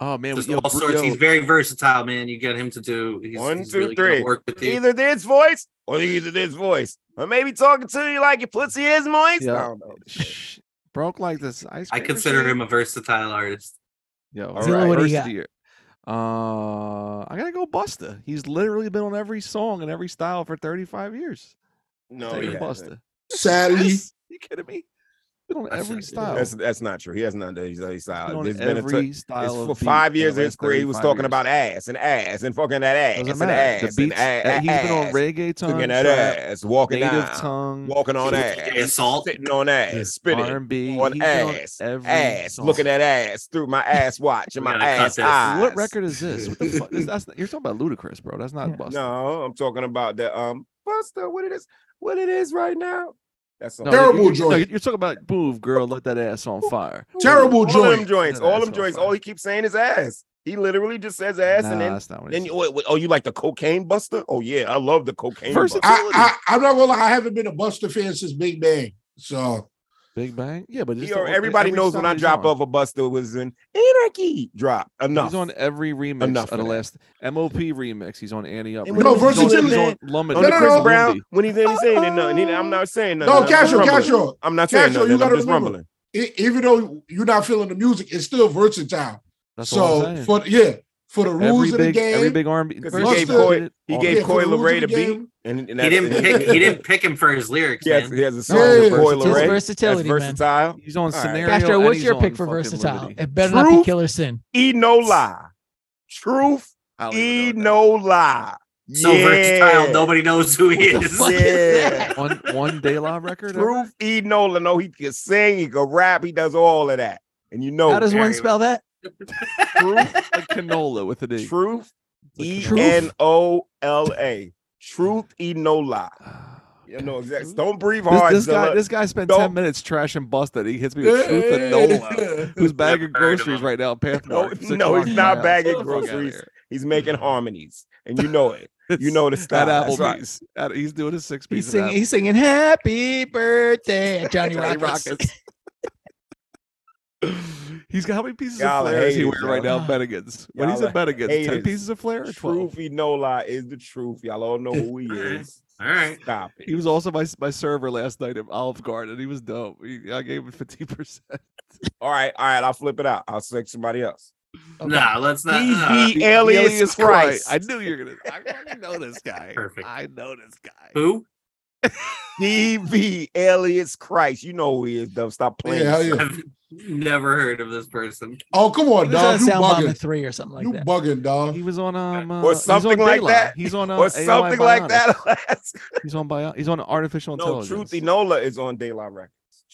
[SPEAKER 4] oh man,
[SPEAKER 5] Just
[SPEAKER 4] yo,
[SPEAKER 5] all
[SPEAKER 4] Bru-
[SPEAKER 5] sorts.
[SPEAKER 4] yo,
[SPEAKER 5] He's very versatile, man. You get him to do. He's,
[SPEAKER 3] One,
[SPEAKER 5] he's
[SPEAKER 3] two,
[SPEAKER 5] really gonna
[SPEAKER 3] three.
[SPEAKER 5] Work with you.
[SPEAKER 3] Either this voice or either this voice, or maybe talking to you like your pussy is moist.
[SPEAKER 4] Yeah.
[SPEAKER 3] I don't know.
[SPEAKER 4] Shh. broke like this ice
[SPEAKER 5] I
[SPEAKER 4] cream
[SPEAKER 5] consider
[SPEAKER 4] machine.
[SPEAKER 5] him a versatile artist.
[SPEAKER 4] Yo,
[SPEAKER 3] All Zilla, right.
[SPEAKER 2] what do you
[SPEAKER 4] first
[SPEAKER 2] got?
[SPEAKER 4] year. Uh, I gotta go Busta. He's literally been on every song and every style for 35 years.
[SPEAKER 3] No,
[SPEAKER 4] Take
[SPEAKER 3] he
[SPEAKER 4] a
[SPEAKER 3] hasn't.
[SPEAKER 4] Busta.
[SPEAKER 6] sadly,
[SPEAKER 4] Yes. You kidding me? Been on
[SPEAKER 5] That's
[SPEAKER 4] every
[SPEAKER 5] not-
[SPEAKER 4] style.
[SPEAKER 3] That's that's not true. He has none of these other
[SPEAKER 4] Been
[SPEAKER 3] styles.
[SPEAKER 4] on
[SPEAKER 3] There's been a
[SPEAKER 4] every
[SPEAKER 3] t- it's
[SPEAKER 4] style
[SPEAKER 3] for
[SPEAKER 4] of beat
[SPEAKER 3] five
[SPEAKER 4] in the
[SPEAKER 3] years of
[SPEAKER 4] last
[SPEAKER 3] his career. He was
[SPEAKER 4] 35
[SPEAKER 3] talking
[SPEAKER 4] years.
[SPEAKER 3] about ass and ass and fucking that ass
[SPEAKER 4] Doesn't
[SPEAKER 3] and
[SPEAKER 4] matter.
[SPEAKER 3] ass
[SPEAKER 4] The beats.
[SPEAKER 3] and ass.
[SPEAKER 4] that he's been on
[SPEAKER 3] ass,
[SPEAKER 4] reggae
[SPEAKER 3] looking
[SPEAKER 4] tongue,
[SPEAKER 3] at
[SPEAKER 4] trap,
[SPEAKER 3] ass, walking
[SPEAKER 4] native
[SPEAKER 3] down,
[SPEAKER 4] tongue,
[SPEAKER 3] walking on
[SPEAKER 5] He was
[SPEAKER 3] ass,
[SPEAKER 5] DJ Assault.
[SPEAKER 3] sitting on
[SPEAKER 6] Yeah.
[SPEAKER 3] ass, spitting
[SPEAKER 4] R&B.
[SPEAKER 3] on
[SPEAKER 4] He's been on
[SPEAKER 3] ass,
[SPEAKER 4] every
[SPEAKER 3] ass,
[SPEAKER 4] song.
[SPEAKER 3] looking at ass through my ass watch and
[SPEAKER 5] We
[SPEAKER 3] my
[SPEAKER 5] gotta cut
[SPEAKER 3] ass
[SPEAKER 5] this.
[SPEAKER 3] eyes.
[SPEAKER 4] What record is this? What the fuck? This- that's, you're talking about Ludacris, bro. That's not
[SPEAKER 2] Yeah.
[SPEAKER 4] Busta.
[SPEAKER 3] No, I'm talking about the um Buster. What it is? What it is right now? That's all.
[SPEAKER 4] No,
[SPEAKER 6] Terrible
[SPEAKER 4] you're- you're-
[SPEAKER 6] joint.
[SPEAKER 4] no, You're, talking about move, girl. Let that ass on fire.
[SPEAKER 6] terrible
[SPEAKER 3] All of them
[SPEAKER 6] joint.
[SPEAKER 3] joints.
[SPEAKER 4] Yeah,
[SPEAKER 3] All
[SPEAKER 4] that's
[SPEAKER 3] them
[SPEAKER 4] all
[SPEAKER 3] joints.
[SPEAKER 4] fine.
[SPEAKER 3] All he keeps saying is ass. He literally just says ass,
[SPEAKER 4] nah,
[SPEAKER 3] and then
[SPEAKER 4] that's not what it
[SPEAKER 3] then
[SPEAKER 4] is.
[SPEAKER 3] you, oh, oh, you like the cocaine Buster? Oh yeah, I love the cocaine.
[SPEAKER 4] First
[SPEAKER 3] Buster.
[SPEAKER 4] of-
[SPEAKER 6] I, I I'm not gonna lie. I haven't been a Buster fan since Big Bang. So
[SPEAKER 4] Big Bang. Yeah, but
[SPEAKER 3] He
[SPEAKER 4] it's
[SPEAKER 3] or-
[SPEAKER 4] on-
[SPEAKER 3] everybody
[SPEAKER 4] every
[SPEAKER 3] knows when
[SPEAKER 4] song
[SPEAKER 3] I
[SPEAKER 4] he's
[SPEAKER 3] drop
[SPEAKER 4] on.
[SPEAKER 3] of a Buster was an anarchy drop. Enough.
[SPEAKER 4] He's on every remix
[SPEAKER 3] Enough
[SPEAKER 4] of the
[SPEAKER 3] of that.
[SPEAKER 4] last MOP remix. He's on Annie Up.
[SPEAKER 3] And
[SPEAKER 4] Remix.
[SPEAKER 6] no,
[SPEAKER 4] He's on-
[SPEAKER 6] Versatility-
[SPEAKER 4] he's on Lumber-
[SPEAKER 3] on
[SPEAKER 6] No,
[SPEAKER 3] the
[SPEAKER 6] no,
[SPEAKER 3] Chris
[SPEAKER 6] no.
[SPEAKER 3] Brown when he's ain't saying it nothing. He- I'm not saying nothing.
[SPEAKER 6] no,
[SPEAKER 3] I'm just
[SPEAKER 6] Castro,
[SPEAKER 3] rumbling.
[SPEAKER 6] Castro.
[SPEAKER 3] I'm not saying
[SPEAKER 6] Castro, you
[SPEAKER 3] nothing. I'm
[SPEAKER 6] gotta
[SPEAKER 3] just
[SPEAKER 6] remember.
[SPEAKER 3] rumbling.
[SPEAKER 6] E- even though you're not feeling the music, it's still versatile.
[SPEAKER 4] That's all I'm
[SPEAKER 6] so
[SPEAKER 4] saying.
[SPEAKER 6] for yeah, for the rules
[SPEAKER 4] every
[SPEAKER 6] of the
[SPEAKER 4] big,
[SPEAKER 6] game,
[SPEAKER 4] every big arm.
[SPEAKER 3] Because
[SPEAKER 6] he gave
[SPEAKER 3] Coy- he gave
[SPEAKER 6] yeah, for
[SPEAKER 3] Coy
[SPEAKER 6] the rules
[SPEAKER 3] Leray
[SPEAKER 6] of the
[SPEAKER 3] to beat.
[SPEAKER 6] game,
[SPEAKER 3] And, and
[SPEAKER 5] He didn't
[SPEAKER 3] that's-
[SPEAKER 5] pick. He didn't pick him for his lyrics,
[SPEAKER 3] He has,
[SPEAKER 5] man.
[SPEAKER 3] he has a song
[SPEAKER 6] Yeah.
[SPEAKER 3] with Coy
[SPEAKER 4] It's
[SPEAKER 2] It's
[SPEAKER 4] Ray.
[SPEAKER 3] Leray. That's
[SPEAKER 2] versatility, man.
[SPEAKER 3] versatile.
[SPEAKER 4] He's on
[SPEAKER 3] All right.
[SPEAKER 4] scenario.
[SPEAKER 2] Castro,
[SPEAKER 4] and
[SPEAKER 2] what's
[SPEAKER 4] he's
[SPEAKER 2] your
[SPEAKER 4] on
[SPEAKER 2] pick for
[SPEAKER 4] fucking
[SPEAKER 2] versatile?
[SPEAKER 4] Liberty.
[SPEAKER 2] It better not be
[SPEAKER 3] Truth?
[SPEAKER 2] Killer Sin.
[SPEAKER 3] E no lie. Truth.
[SPEAKER 4] Hollywood
[SPEAKER 3] E
[SPEAKER 4] on that.
[SPEAKER 3] no lie.
[SPEAKER 5] So
[SPEAKER 3] Yeah.
[SPEAKER 5] versatile, nobody knows who he
[SPEAKER 2] What the
[SPEAKER 5] is.
[SPEAKER 2] fuck is
[SPEAKER 3] Yeah.
[SPEAKER 2] that?
[SPEAKER 4] One one De La record. ever?
[SPEAKER 3] Truth. E no lie. No, he can sing. He can rap. He does all of that. And you know
[SPEAKER 2] How does
[SPEAKER 3] it.
[SPEAKER 2] one
[SPEAKER 5] very
[SPEAKER 2] spell that?
[SPEAKER 3] truth.
[SPEAKER 4] Like canola with an E.
[SPEAKER 3] Truth.
[SPEAKER 4] Like
[SPEAKER 3] E
[SPEAKER 4] canola.
[SPEAKER 3] N O L A. Truth. E no lie. You know exactly. Don't breathe hard.
[SPEAKER 4] This, this guy,
[SPEAKER 3] Zilla.
[SPEAKER 4] this guy spent
[SPEAKER 3] uh, Don't-
[SPEAKER 4] ten minutes trashing Busta. He hits me
[SPEAKER 6] Yeah,
[SPEAKER 4] with truth and
[SPEAKER 6] yeah,
[SPEAKER 4] Nola,
[SPEAKER 6] yeah.
[SPEAKER 4] who's bagging
[SPEAKER 5] heard of
[SPEAKER 4] groceries
[SPEAKER 5] him.
[SPEAKER 4] right now. Path
[SPEAKER 3] No,
[SPEAKER 4] Mark, six
[SPEAKER 3] no, he's
[SPEAKER 4] blocks from
[SPEAKER 3] not
[SPEAKER 4] my house.
[SPEAKER 3] bagging
[SPEAKER 4] Get the fuck outta
[SPEAKER 3] groceries.
[SPEAKER 4] here.
[SPEAKER 3] He's making harmonies, and you know it. You
[SPEAKER 4] It's-
[SPEAKER 3] know the style.
[SPEAKER 4] At
[SPEAKER 3] That's right.
[SPEAKER 4] Applebee's, At- he's doing a six
[SPEAKER 2] He's
[SPEAKER 4] piece.
[SPEAKER 2] singing, he's singing "Happy Birthday" at Johnny
[SPEAKER 4] Johnny
[SPEAKER 2] Rockets.
[SPEAKER 4] he's got how many pieces
[SPEAKER 3] Y'all
[SPEAKER 4] of flares he
[SPEAKER 3] hate it,
[SPEAKER 4] wearing right
[SPEAKER 2] yo.
[SPEAKER 4] now? Bennigan's. When he's
[SPEAKER 3] Y'all
[SPEAKER 4] at Bennigan's,
[SPEAKER 3] hate
[SPEAKER 4] ten
[SPEAKER 3] it.
[SPEAKER 4] pieces of flare or twelve.
[SPEAKER 3] Truth, he no lie, is the truth. Y'all all know who he is.
[SPEAKER 5] All right.
[SPEAKER 3] Stop it.
[SPEAKER 4] He was also my my server last night at Olive Garden. He was dope. He- I gave him fifteen percent.
[SPEAKER 3] All right, all right. I'll flip it out. I'll select somebody else.
[SPEAKER 5] Nah, let's not.
[SPEAKER 3] He-
[SPEAKER 5] nah.
[SPEAKER 3] he- Alias Christ.
[SPEAKER 4] I knew you were gonna. I already know this guy.
[SPEAKER 5] Perfect.
[SPEAKER 4] I know this guy.
[SPEAKER 5] who?
[SPEAKER 3] DV Elias Christ. You know who he is, Dub. Stop playing.
[SPEAKER 6] Yeah, hell
[SPEAKER 3] yourself.
[SPEAKER 6] yeah.
[SPEAKER 5] I've never heard of this person.
[SPEAKER 6] Oh come
[SPEAKER 2] He
[SPEAKER 6] on,
[SPEAKER 2] was on
[SPEAKER 6] dog, you
[SPEAKER 2] Soundbomb at
[SPEAKER 6] bugging,
[SPEAKER 2] three or something
[SPEAKER 6] you
[SPEAKER 2] like that.
[SPEAKER 6] bugging, dog.
[SPEAKER 4] He was on um uh,
[SPEAKER 3] Or
[SPEAKER 4] he's on
[SPEAKER 3] something like
[SPEAKER 4] Daylight.
[SPEAKER 3] that.
[SPEAKER 4] He's on uh,
[SPEAKER 3] Or
[SPEAKER 4] AOI
[SPEAKER 3] something like
[SPEAKER 4] Bionic.
[SPEAKER 3] that. Lance.
[SPEAKER 4] He's on bio. He's on artificial
[SPEAKER 3] no,
[SPEAKER 4] intelligence.
[SPEAKER 3] Truth Enola is on Daylight Records.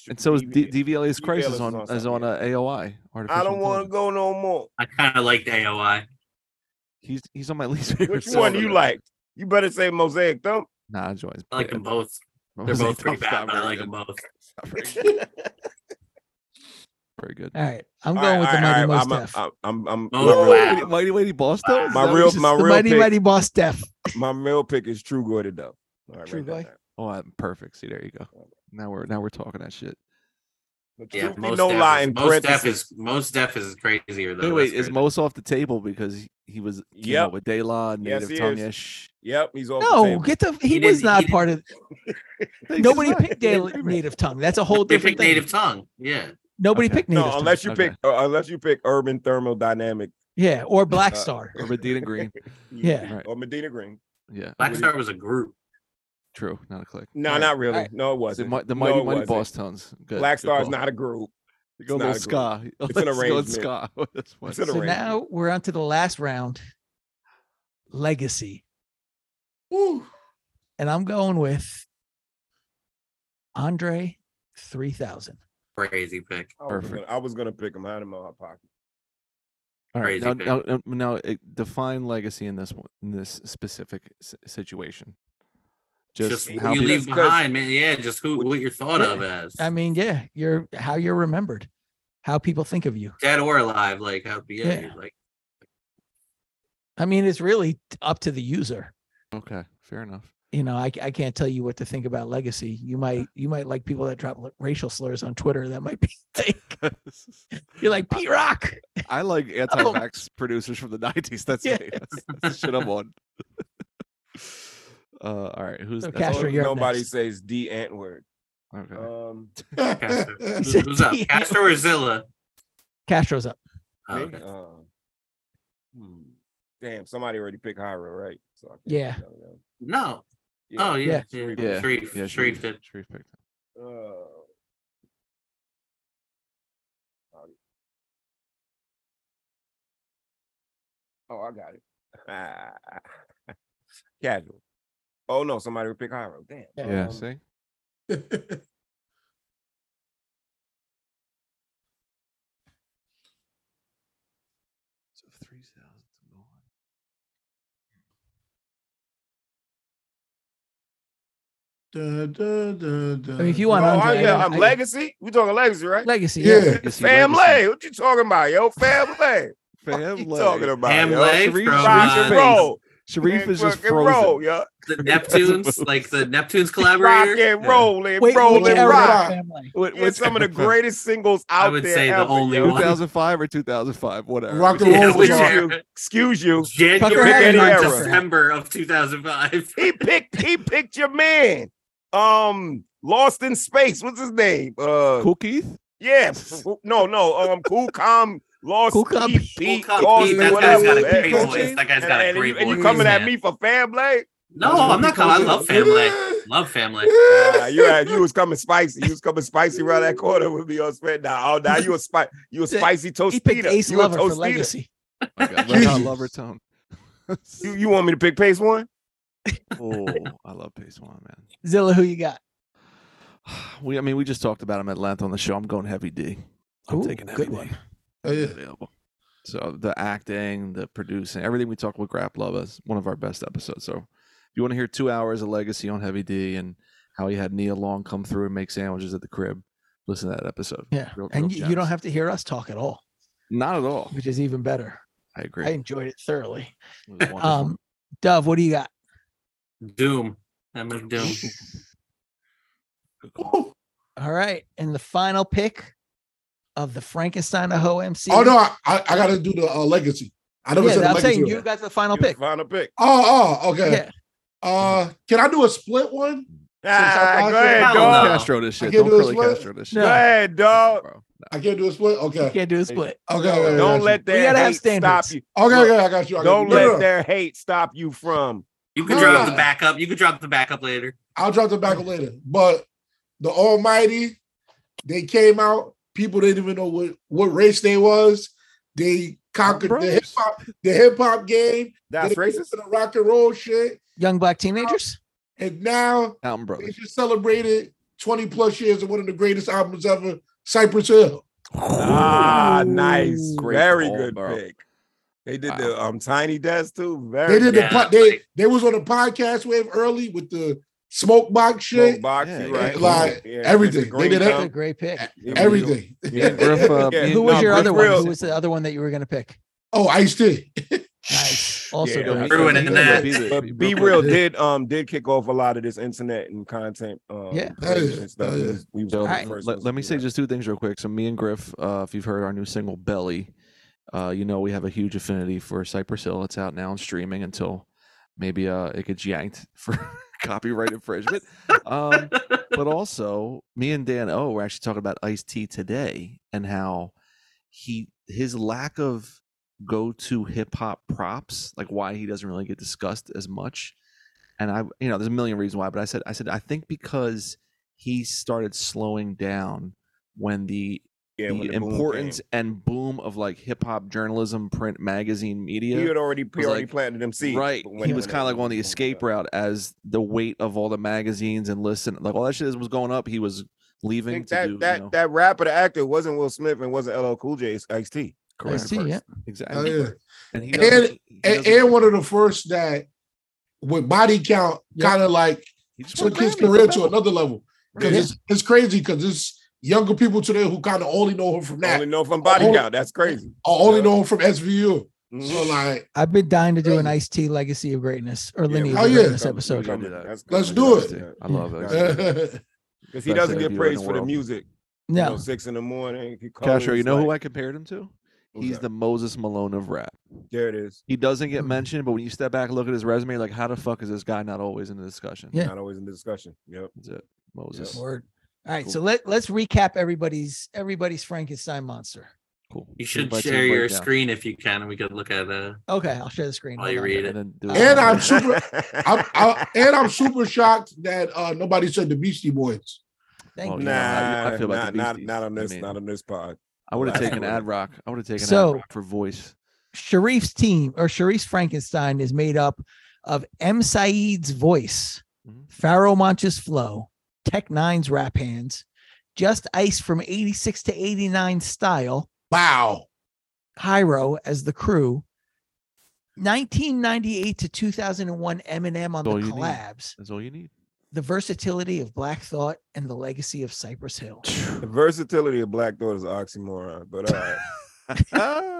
[SPEAKER 4] And so is D-
[SPEAKER 3] DV
[SPEAKER 4] DV Elias Christ is
[SPEAKER 3] Ellis
[SPEAKER 4] on
[SPEAKER 3] is on
[SPEAKER 4] is on uh,
[SPEAKER 3] something.
[SPEAKER 4] AOI. Artificial
[SPEAKER 3] I don't want to
[SPEAKER 4] intelligence.
[SPEAKER 3] go no more.
[SPEAKER 5] I kind of liked AOI.
[SPEAKER 4] He's he's on my least favorite.
[SPEAKER 3] Which one
[SPEAKER 4] server.
[SPEAKER 3] do you like? You better say Mosaic Thump.
[SPEAKER 4] Nah, I enjoy his
[SPEAKER 5] I like
[SPEAKER 4] pick.
[SPEAKER 5] them both.
[SPEAKER 4] What
[SPEAKER 5] They're
[SPEAKER 4] was I-
[SPEAKER 5] both pretty
[SPEAKER 4] That's
[SPEAKER 5] bad,
[SPEAKER 4] not
[SPEAKER 5] but I
[SPEAKER 4] very
[SPEAKER 5] like
[SPEAKER 4] good.
[SPEAKER 5] them both.
[SPEAKER 4] Not very good. Very good.
[SPEAKER 2] All right, I'm
[SPEAKER 3] All
[SPEAKER 2] going
[SPEAKER 3] right,
[SPEAKER 2] with the
[SPEAKER 3] all right,
[SPEAKER 2] mighty
[SPEAKER 3] all right,
[SPEAKER 2] most deaf.
[SPEAKER 3] I'm, I'm, I'm,
[SPEAKER 5] Oh,
[SPEAKER 3] my real-
[SPEAKER 5] wow.
[SPEAKER 4] Mighty, mighty, mighty boss though. Is
[SPEAKER 3] My
[SPEAKER 4] that what
[SPEAKER 3] real-
[SPEAKER 4] you just-
[SPEAKER 3] my
[SPEAKER 2] The
[SPEAKER 3] real
[SPEAKER 2] mighty
[SPEAKER 3] pick-
[SPEAKER 2] mighty boss deaf.
[SPEAKER 3] my real pick is True Goy to Dove. All right,
[SPEAKER 2] True
[SPEAKER 3] write that
[SPEAKER 2] Goy?
[SPEAKER 3] down.
[SPEAKER 4] Oh, I'm perfect. See, there you go. Now we're now we're talking that shit.
[SPEAKER 3] But
[SPEAKER 5] Yeah,
[SPEAKER 3] truth be
[SPEAKER 5] most
[SPEAKER 3] no
[SPEAKER 5] def
[SPEAKER 3] lie
[SPEAKER 5] is-
[SPEAKER 3] in
[SPEAKER 5] most def
[SPEAKER 3] parentheses.
[SPEAKER 5] is most def is crazier though.
[SPEAKER 4] Wait, wait,
[SPEAKER 5] that's
[SPEAKER 4] is
[SPEAKER 5] crazy.
[SPEAKER 4] Most off the table because he, he was yeah
[SPEAKER 3] Yep.
[SPEAKER 4] with De La and
[SPEAKER 3] Yes,
[SPEAKER 4] Native
[SPEAKER 3] he
[SPEAKER 4] Tongue.
[SPEAKER 3] is.
[SPEAKER 4] Yeah, shh.
[SPEAKER 3] Yep, he's off the
[SPEAKER 2] No,
[SPEAKER 3] table.
[SPEAKER 2] get the. He,
[SPEAKER 5] He
[SPEAKER 2] was
[SPEAKER 5] didn't-
[SPEAKER 2] not
[SPEAKER 5] he
[SPEAKER 2] part of.
[SPEAKER 4] Thanks,
[SPEAKER 2] Nobody
[SPEAKER 4] it's not-
[SPEAKER 2] picked their
[SPEAKER 4] agreement.
[SPEAKER 2] native tongue. That's a whole
[SPEAKER 5] they
[SPEAKER 2] different
[SPEAKER 5] picked
[SPEAKER 2] thing.
[SPEAKER 5] native tongue. Yeah,
[SPEAKER 2] Nobody
[SPEAKER 4] Okay.
[SPEAKER 2] picked native
[SPEAKER 3] No,
[SPEAKER 2] tongue.
[SPEAKER 3] unless you
[SPEAKER 4] Okay.
[SPEAKER 3] pick uh, unless you pick Urban Thermodynamic.
[SPEAKER 2] yeah, or Black
[SPEAKER 3] Uh,
[SPEAKER 2] Star.
[SPEAKER 4] Or Medina Green.
[SPEAKER 2] Yeah.
[SPEAKER 4] Right.
[SPEAKER 3] Or Medina Green.
[SPEAKER 4] Yeah,
[SPEAKER 5] Black Star was a group.
[SPEAKER 4] true. Not a click.
[SPEAKER 3] No,
[SPEAKER 4] All right.
[SPEAKER 3] not really.
[SPEAKER 2] All right.
[SPEAKER 3] No, it
[SPEAKER 4] The,
[SPEAKER 3] wasn't.
[SPEAKER 4] mi- the
[SPEAKER 3] No,
[SPEAKER 4] mighty
[SPEAKER 3] it
[SPEAKER 4] mighty
[SPEAKER 3] wasn't.
[SPEAKER 4] boss tones. Good.
[SPEAKER 3] Black Star is
[SPEAKER 4] call.
[SPEAKER 3] not a group.
[SPEAKER 4] You go
[SPEAKER 3] it's not
[SPEAKER 4] little
[SPEAKER 3] a
[SPEAKER 4] ska.
[SPEAKER 3] It's an
[SPEAKER 4] Let's go with
[SPEAKER 3] arrangement.
[SPEAKER 4] ska. That's funny.
[SPEAKER 3] It's an
[SPEAKER 2] So
[SPEAKER 3] arrangement.
[SPEAKER 2] now we're on to the last round, legacy,
[SPEAKER 6] Woo.
[SPEAKER 2] and I'm going with Andre three thousand.
[SPEAKER 5] Crazy pick.
[SPEAKER 3] I was,
[SPEAKER 4] Perfect.
[SPEAKER 3] gonna, I was gonna pick him out of my hot pocket.
[SPEAKER 4] All right.
[SPEAKER 5] Crazy
[SPEAKER 4] Now,
[SPEAKER 5] pick.
[SPEAKER 4] now, now, now, uh, define legacy in this one, in this specific s- situation.
[SPEAKER 5] Just,
[SPEAKER 4] Just,
[SPEAKER 5] who
[SPEAKER 4] how
[SPEAKER 5] you
[SPEAKER 4] big-
[SPEAKER 5] leave
[SPEAKER 3] Because-
[SPEAKER 5] behind, man. Yeah, just who what you're thought
[SPEAKER 2] Yeah.
[SPEAKER 5] of as
[SPEAKER 2] I mean, yeah, you're how you're remembered, how people think of you.
[SPEAKER 5] dead or alive. Like how yeah,
[SPEAKER 2] Yeah.
[SPEAKER 5] you're like
[SPEAKER 2] I mean, it's really up to the user.
[SPEAKER 4] Okay, fair enough.
[SPEAKER 2] You know, I, I can't tell you what to think about legacy. You might you might like people that drop like, racial slurs on Twitter. That might be like, you're like P Rock.
[SPEAKER 4] I like anti-vax producers from the '90s. That's
[SPEAKER 2] Yeah.
[SPEAKER 4] me. That's, that's the shit I'm on. uh, all right, who's
[SPEAKER 2] So
[SPEAKER 4] that's all-
[SPEAKER 2] Castro,
[SPEAKER 3] Nobody
[SPEAKER 2] you're up next.
[SPEAKER 3] says D ant word.
[SPEAKER 4] Okay.
[SPEAKER 3] Um,
[SPEAKER 5] Castro.
[SPEAKER 2] He
[SPEAKER 5] Who's,
[SPEAKER 2] said
[SPEAKER 5] who's up?
[SPEAKER 2] D.
[SPEAKER 5] Castro or Zilla?
[SPEAKER 2] Castro's up.
[SPEAKER 5] Oh,
[SPEAKER 3] me?
[SPEAKER 5] okay.
[SPEAKER 3] Um, hmm. Damn, somebody already picked Hyra, right? So I can't
[SPEAKER 2] Yeah.
[SPEAKER 3] tell them.
[SPEAKER 5] No.
[SPEAKER 3] Yeah.
[SPEAKER 5] Oh yeah. yeah.
[SPEAKER 4] yeah,
[SPEAKER 5] Sharif-
[SPEAKER 4] yeah,
[SPEAKER 5] Sharif did.
[SPEAKER 4] Sharif picked him.
[SPEAKER 3] Uh, Oh, I got it. Casual. Oh no, somebody would pick Hyro. Damn.
[SPEAKER 4] Yeah,
[SPEAKER 3] Um,
[SPEAKER 4] see, so three thousand
[SPEAKER 6] Da, da, da, da,
[SPEAKER 2] I mean, if you want
[SPEAKER 3] oh,
[SPEAKER 2] Andre, I
[SPEAKER 3] yeah,
[SPEAKER 2] got-
[SPEAKER 3] I'm
[SPEAKER 2] I got-
[SPEAKER 3] legacy. We talking legacy, right?
[SPEAKER 2] Legacy.
[SPEAKER 6] Yeah.
[SPEAKER 2] Yeah.
[SPEAKER 4] Legacy,
[SPEAKER 3] family.
[SPEAKER 4] legacy.
[SPEAKER 3] What you talking about, yo? Family. what
[SPEAKER 4] Fam
[SPEAKER 3] you
[SPEAKER 4] leg.
[SPEAKER 3] talking about?
[SPEAKER 5] Ham
[SPEAKER 3] yo?
[SPEAKER 5] leg
[SPEAKER 4] Sharif-
[SPEAKER 5] from
[SPEAKER 3] Rock and
[SPEAKER 5] uh,
[SPEAKER 3] roll.
[SPEAKER 4] Sharif
[SPEAKER 3] and
[SPEAKER 4] is just
[SPEAKER 3] rock and roll,
[SPEAKER 4] frozen.
[SPEAKER 3] yo.
[SPEAKER 5] the Neptunes, like the Neptunes
[SPEAKER 3] Rock
[SPEAKER 5] collaborator.
[SPEAKER 3] and roll and
[SPEAKER 2] Wait,
[SPEAKER 3] roll
[SPEAKER 2] which
[SPEAKER 3] and
[SPEAKER 2] era
[SPEAKER 6] rock.
[SPEAKER 2] of
[SPEAKER 3] rock.
[SPEAKER 2] the family?
[SPEAKER 4] What-
[SPEAKER 3] Yeah,
[SPEAKER 4] what's
[SPEAKER 3] some of the
[SPEAKER 4] ever.
[SPEAKER 3] greatest singles out
[SPEAKER 5] would
[SPEAKER 3] there.
[SPEAKER 5] say the
[SPEAKER 3] ever,
[SPEAKER 5] only
[SPEAKER 3] yo.
[SPEAKER 5] one.
[SPEAKER 4] 2005 or 2005, whatever.
[SPEAKER 6] Rock and
[SPEAKER 5] Yeah,
[SPEAKER 6] roll was
[SPEAKER 5] which
[SPEAKER 3] Excuse
[SPEAKER 6] hard.
[SPEAKER 5] era?
[SPEAKER 3] you. Excuse you.
[SPEAKER 5] January
[SPEAKER 3] Pick
[SPEAKER 5] to
[SPEAKER 3] any era.
[SPEAKER 5] December of 2005.
[SPEAKER 3] He picked. He picked your man. Um, Lost in Space. What's his name? Uh,
[SPEAKER 4] Cool Keith.
[SPEAKER 3] Yeah. w- No, no. Um, Cool Calm lost.
[SPEAKER 2] Cool Calm.
[SPEAKER 3] Pete,
[SPEAKER 5] Cool
[SPEAKER 3] Pete,
[SPEAKER 5] Calm
[SPEAKER 3] lost
[SPEAKER 5] Pete,
[SPEAKER 3] and
[SPEAKER 5] that guy's
[SPEAKER 3] whatever.
[SPEAKER 5] got a
[SPEAKER 3] Hey,
[SPEAKER 5] great voice. That guy's got a
[SPEAKER 3] and, and,
[SPEAKER 5] great
[SPEAKER 3] you, and you
[SPEAKER 5] voice,
[SPEAKER 3] coming at
[SPEAKER 5] man.
[SPEAKER 3] me for fan blade?
[SPEAKER 5] No, I'm not coming. I love family. Love family.
[SPEAKER 3] Nah, you had- you was coming spicy. You was coming spicy around that corner with me on spend. Now, oh, now you a spicy, you a
[SPEAKER 2] He
[SPEAKER 3] spicy
[SPEAKER 2] He
[SPEAKER 3] toastita.
[SPEAKER 2] picked Ace
[SPEAKER 3] you a
[SPEAKER 2] Lover for
[SPEAKER 3] Tostita.
[SPEAKER 2] Legacy.
[SPEAKER 4] I got
[SPEAKER 6] Jesus.
[SPEAKER 4] love her tone.
[SPEAKER 3] You, you want me to pick pace one?
[SPEAKER 4] oh, I love Pace One, man.
[SPEAKER 2] Zilla, who you got?
[SPEAKER 4] We, I mean, we just talked about him at length on the show. I'm going heavy D. I'm
[SPEAKER 2] Ooh,
[SPEAKER 4] taking heavy
[SPEAKER 2] good one.
[SPEAKER 4] D.
[SPEAKER 6] Oh, yeah.
[SPEAKER 4] Available. So the acting, the producing, everything we talked with Grap Love is one of our best episodes. So if you want to hear two hours of legacy on Heavy D and how he had Nia Long come through and make sandwiches at the crib, listen to that episode.
[SPEAKER 2] Yeah.
[SPEAKER 4] Real-
[SPEAKER 2] And
[SPEAKER 4] real
[SPEAKER 2] you, you don't
[SPEAKER 4] gems.
[SPEAKER 2] have to hear us talk at all,
[SPEAKER 4] Not at all.
[SPEAKER 2] which is even better.
[SPEAKER 4] I agree.
[SPEAKER 2] I enjoyed it thoroughly.
[SPEAKER 4] It was wonderful.
[SPEAKER 2] Um, Dove, what do you got?
[SPEAKER 5] Doom. That moved Doom.
[SPEAKER 2] All right. And the final pick of the Frankenstein of Ho MC.
[SPEAKER 6] Oh no, I, I I gotta do the uh, legacy. I never
[SPEAKER 2] yeah,
[SPEAKER 6] said the
[SPEAKER 2] I'm
[SPEAKER 6] legacy.
[SPEAKER 2] saying you
[SPEAKER 6] one.
[SPEAKER 2] got the final
[SPEAKER 3] You the
[SPEAKER 2] pick.
[SPEAKER 3] Final pick.
[SPEAKER 6] oh, oh, okay.
[SPEAKER 2] Yeah.
[SPEAKER 6] Uh, can I do a split one?
[SPEAKER 3] Ah,
[SPEAKER 6] I
[SPEAKER 3] go
[SPEAKER 6] said-
[SPEAKER 3] ahead,
[SPEAKER 5] Hell
[SPEAKER 3] dog.
[SPEAKER 5] no.
[SPEAKER 4] Castro this shit.
[SPEAKER 6] give
[SPEAKER 4] Don't
[SPEAKER 6] you a
[SPEAKER 4] curly
[SPEAKER 6] split.
[SPEAKER 4] Castro this shit.
[SPEAKER 2] No.
[SPEAKER 3] Go ahead,
[SPEAKER 4] Nah,
[SPEAKER 3] dog.
[SPEAKER 4] bro.
[SPEAKER 6] I can't do a split.
[SPEAKER 2] You
[SPEAKER 6] Okay,
[SPEAKER 2] can't do a split.
[SPEAKER 6] okay. wait, wait,
[SPEAKER 3] Don't
[SPEAKER 6] wait.
[SPEAKER 3] let
[SPEAKER 2] We
[SPEAKER 3] their
[SPEAKER 2] gotta have
[SPEAKER 3] hate stop
[SPEAKER 2] standards.
[SPEAKER 3] you.
[SPEAKER 6] Okay, okay, I got you. I got
[SPEAKER 3] Don't
[SPEAKER 6] you. No,
[SPEAKER 3] let
[SPEAKER 6] no, no.
[SPEAKER 3] their hate stop you from.
[SPEAKER 5] You can
[SPEAKER 6] No,
[SPEAKER 5] drop
[SPEAKER 6] no.
[SPEAKER 2] uh,
[SPEAKER 5] the backup. You can drop the backup later.
[SPEAKER 6] I'll drop the back later. But the Almighty, they came out. People didn't even know what, what race they was. They conquered the
[SPEAKER 4] Bros.
[SPEAKER 6] hip hop the hip hop game.
[SPEAKER 3] That's
[SPEAKER 6] They came
[SPEAKER 3] racist.
[SPEAKER 6] to The rock and roll shit,
[SPEAKER 2] Young black teenagers?
[SPEAKER 6] and now
[SPEAKER 4] Mountain
[SPEAKER 6] they
[SPEAKER 4] Brothers.
[SPEAKER 6] just celebrated twenty plus years of one of the greatest albums ever, Cypress Hill.
[SPEAKER 3] Ah, nice.
[SPEAKER 4] Great
[SPEAKER 3] Very
[SPEAKER 4] call,
[SPEAKER 3] good
[SPEAKER 4] bro.
[SPEAKER 3] pick. They did the um tiny desk too. Very
[SPEAKER 6] They did
[SPEAKER 3] good.
[SPEAKER 6] the po-
[SPEAKER 5] Yeah.
[SPEAKER 6] they they was on a podcast wave early with the smoke box shit,
[SPEAKER 3] Smoke box, you
[SPEAKER 4] Yeah,
[SPEAKER 3] right?
[SPEAKER 6] like,
[SPEAKER 3] Yeah,
[SPEAKER 6] everything.
[SPEAKER 3] Mr. Green
[SPEAKER 6] They did
[SPEAKER 2] That's a
[SPEAKER 3] Thumb.
[SPEAKER 2] great pick.
[SPEAKER 3] Yeah,
[SPEAKER 6] everything.
[SPEAKER 3] yeah.
[SPEAKER 4] Griff, uh,
[SPEAKER 3] Yeah.
[SPEAKER 2] Who was
[SPEAKER 3] No,
[SPEAKER 2] your
[SPEAKER 3] Griff
[SPEAKER 2] other one?
[SPEAKER 3] Real-
[SPEAKER 2] Who was the other one that you were going to pick?
[SPEAKER 6] Oh, Ice T.
[SPEAKER 2] Nice. Also
[SPEAKER 3] Yeah,
[SPEAKER 2] great.
[SPEAKER 5] Bruin Ruining and that.
[SPEAKER 3] But be real did um did kick off a lot of this internet and content. Um,
[SPEAKER 2] Yeah.
[SPEAKER 3] creation and
[SPEAKER 6] Oh, yeah.
[SPEAKER 3] We was
[SPEAKER 4] So,
[SPEAKER 3] one of the
[SPEAKER 2] Alright.
[SPEAKER 3] first
[SPEAKER 4] let,
[SPEAKER 3] ones
[SPEAKER 4] let
[SPEAKER 3] to
[SPEAKER 4] me
[SPEAKER 3] do
[SPEAKER 4] say
[SPEAKER 3] that.
[SPEAKER 4] just two things real quick. So me and Griff, uh, if you've heard our new single Belly, uh, you know we have a huge affinity for Cypress Hill. It's out now and streaming until maybe uh, it gets yanked for copyright infringement. Um, but also, me and Dan O were actually talking about Ice T today and how he his lack of go to hip hop props, like why he doesn't really get discussed as much. And I, you know, there's a million reasons why, but I said, I said, I think because he started slowing down when the,
[SPEAKER 3] yeah,
[SPEAKER 4] the
[SPEAKER 3] when the boom
[SPEAKER 4] importance
[SPEAKER 3] came.
[SPEAKER 4] and boom of like hip hop journalism, print, magazine, media.
[SPEAKER 3] He had already he
[SPEAKER 4] was
[SPEAKER 3] already
[SPEAKER 4] like-
[SPEAKER 3] planted them seeds.
[SPEAKER 4] Right.
[SPEAKER 3] when-
[SPEAKER 4] he was
[SPEAKER 3] when
[SPEAKER 4] kind of like
[SPEAKER 3] everything
[SPEAKER 4] on the
[SPEAKER 3] was
[SPEAKER 4] escape
[SPEAKER 3] going on.
[SPEAKER 4] route as the weight of all the magazines and listen, like all that shit was going up. He was
[SPEAKER 3] I
[SPEAKER 4] leaving
[SPEAKER 3] think
[SPEAKER 4] to
[SPEAKER 3] that
[SPEAKER 4] do,
[SPEAKER 3] that
[SPEAKER 4] you know,
[SPEAKER 3] that rapper, the actor, wasn't Will Smith and wasn't LL Cool J. It's Ice T.
[SPEAKER 4] correct.
[SPEAKER 2] Ice-T, yeah.
[SPEAKER 6] Oh,
[SPEAKER 4] Exactly.
[SPEAKER 6] yeah.
[SPEAKER 4] And, he
[SPEAKER 6] And-
[SPEAKER 4] doesn't- he
[SPEAKER 6] And,
[SPEAKER 4] doesn't-
[SPEAKER 6] and one of the first that with body count
[SPEAKER 2] Yeah.
[SPEAKER 6] kind of like
[SPEAKER 4] he just won
[SPEAKER 6] took his
[SPEAKER 4] Grammys for
[SPEAKER 6] career
[SPEAKER 4] that.
[SPEAKER 6] to another level. Because
[SPEAKER 2] Yeah.
[SPEAKER 6] it's, it's crazy because it's younger people today who kind of only know her from that.
[SPEAKER 3] Only know from body
[SPEAKER 6] Only-
[SPEAKER 3] count. That's crazy.
[SPEAKER 6] I only
[SPEAKER 3] Yeah.
[SPEAKER 6] know him from SVU.
[SPEAKER 3] Mhm.
[SPEAKER 6] So like,
[SPEAKER 2] I've been dying to do an
[SPEAKER 6] Crazy.
[SPEAKER 2] Ice T Legacy of Greatness or
[SPEAKER 3] Yeah,
[SPEAKER 2] Lineage
[SPEAKER 3] we
[SPEAKER 6] Oh,
[SPEAKER 2] of
[SPEAKER 6] yeah.
[SPEAKER 2] Greatness
[SPEAKER 3] coming, we
[SPEAKER 2] episode.
[SPEAKER 4] Gotta
[SPEAKER 3] coming.
[SPEAKER 4] do that.
[SPEAKER 3] That's
[SPEAKER 6] Let's
[SPEAKER 3] coming.
[SPEAKER 6] do
[SPEAKER 3] That's
[SPEAKER 4] it.
[SPEAKER 3] it.
[SPEAKER 4] I love it.
[SPEAKER 3] Because he
[SPEAKER 4] Best
[SPEAKER 3] doesn't get
[SPEAKER 4] interviewer in
[SPEAKER 3] praised
[SPEAKER 4] the
[SPEAKER 3] for the
[SPEAKER 4] world.
[SPEAKER 3] music. You know,
[SPEAKER 2] No,
[SPEAKER 3] six in the morning. he calls,
[SPEAKER 4] Castro, you
[SPEAKER 3] it's
[SPEAKER 4] know who I
[SPEAKER 3] like-
[SPEAKER 4] compared him to?
[SPEAKER 3] Who's
[SPEAKER 4] He's
[SPEAKER 3] that?
[SPEAKER 4] the Moses Malone of rap.
[SPEAKER 3] There it is.
[SPEAKER 4] He doesn't get
[SPEAKER 2] Hmm.
[SPEAKER 4] mentioned, but when you step back and look at his resume, you're like, how the fuck is this guy not always in the discussion?
[SPEAKER 2] Yeah.
[SPEAKER 3] Not always in the discussion. Yep.
[SPEAKER 4] That's it. Moses.
[SPEAKER 2] word. All right,
[SPEAKER 4] Cool.
[SPEAKER 2] so let let's recap everybody's everybody's Frankenstein monster.
[SPEAKER 4] Cool.
[SPEAKER 5] You
[SPEAKER 4] Give
[SPEAKER 5] should
[SPEAKER 4] everybody some
[SPEAKER 5] share your
[SPEAKER 4] breakdown.
[SPEAKER 5] screen if you can, and we could look at uh
[SPEAKER 2] Okay, I'll share the screen.
[SPEAKER 5] while
[SPEAKER 2] Hold
[SPEAKER 5] you
[SPEAKER 2] on.
[SPEAKER 5] read it.
[SPEAKER 4] And then do
[SPEAKER 6] and
[SPEAKER 4] it.
[SPEAKER 6] I'm super, I'm, I, and I'm super shocked that uh, nobody said the Beastie Boys.
[SPEAKER 2] Thank
[SPEAKER 4] Oh,
[SPEAKER 2] you.
[SPEAKER 4] yeah. I-
[SPEAKER 3] Nah,
[SPEAKER 4] I feel about
[SPEAKER 3] not,
[SPEAKER 4] the
[SPEAKER 3] not,
[SPEAKER 4] Beasties.
[SPEAKER 3] not on
[SPEAKER 4] I
[SPEAKER 3] this,
[SPEAKER 4] mean-
[SPEAKER 3] not on this pod.
[SPEAKER 4] I would have
[SPEAKER 3] Last
[SPEAKER 4] taken
[SPEAKER 3] one.
[SPEAKER 4] Ad Rock. I would have taken
[SPEAKER 2] So-
[SPEAKER 4] Ad Rock for voice.
[SPEAKER 2] Sharif's team or Sharif's Frankenstein is made up of M. Saeed's voice,
[SPEAKER 4] Mhm.
[SPEAKER 2] Pharaoh Monch's flow, Tech Nine's rap hands, Just Ice from 86 to 89 style,
[SPEAKER 6] Wow.
[SPEAKER 2] Cairo as the crew, 1998 to 2001 Eminem on
[SPEAKER 4] All
[SPEAKER 2] the
[SPEAKER 4] you need.
[SPEAKER 2] collabs,
[SPEAKER 4] That's all you need.
[SPEAKER 2] the versatility of Black Thought, and the legacy of Cypress Hill.
[SPEAKER 3] The versatility of Black Thought is an oxymoron, but uh, all right.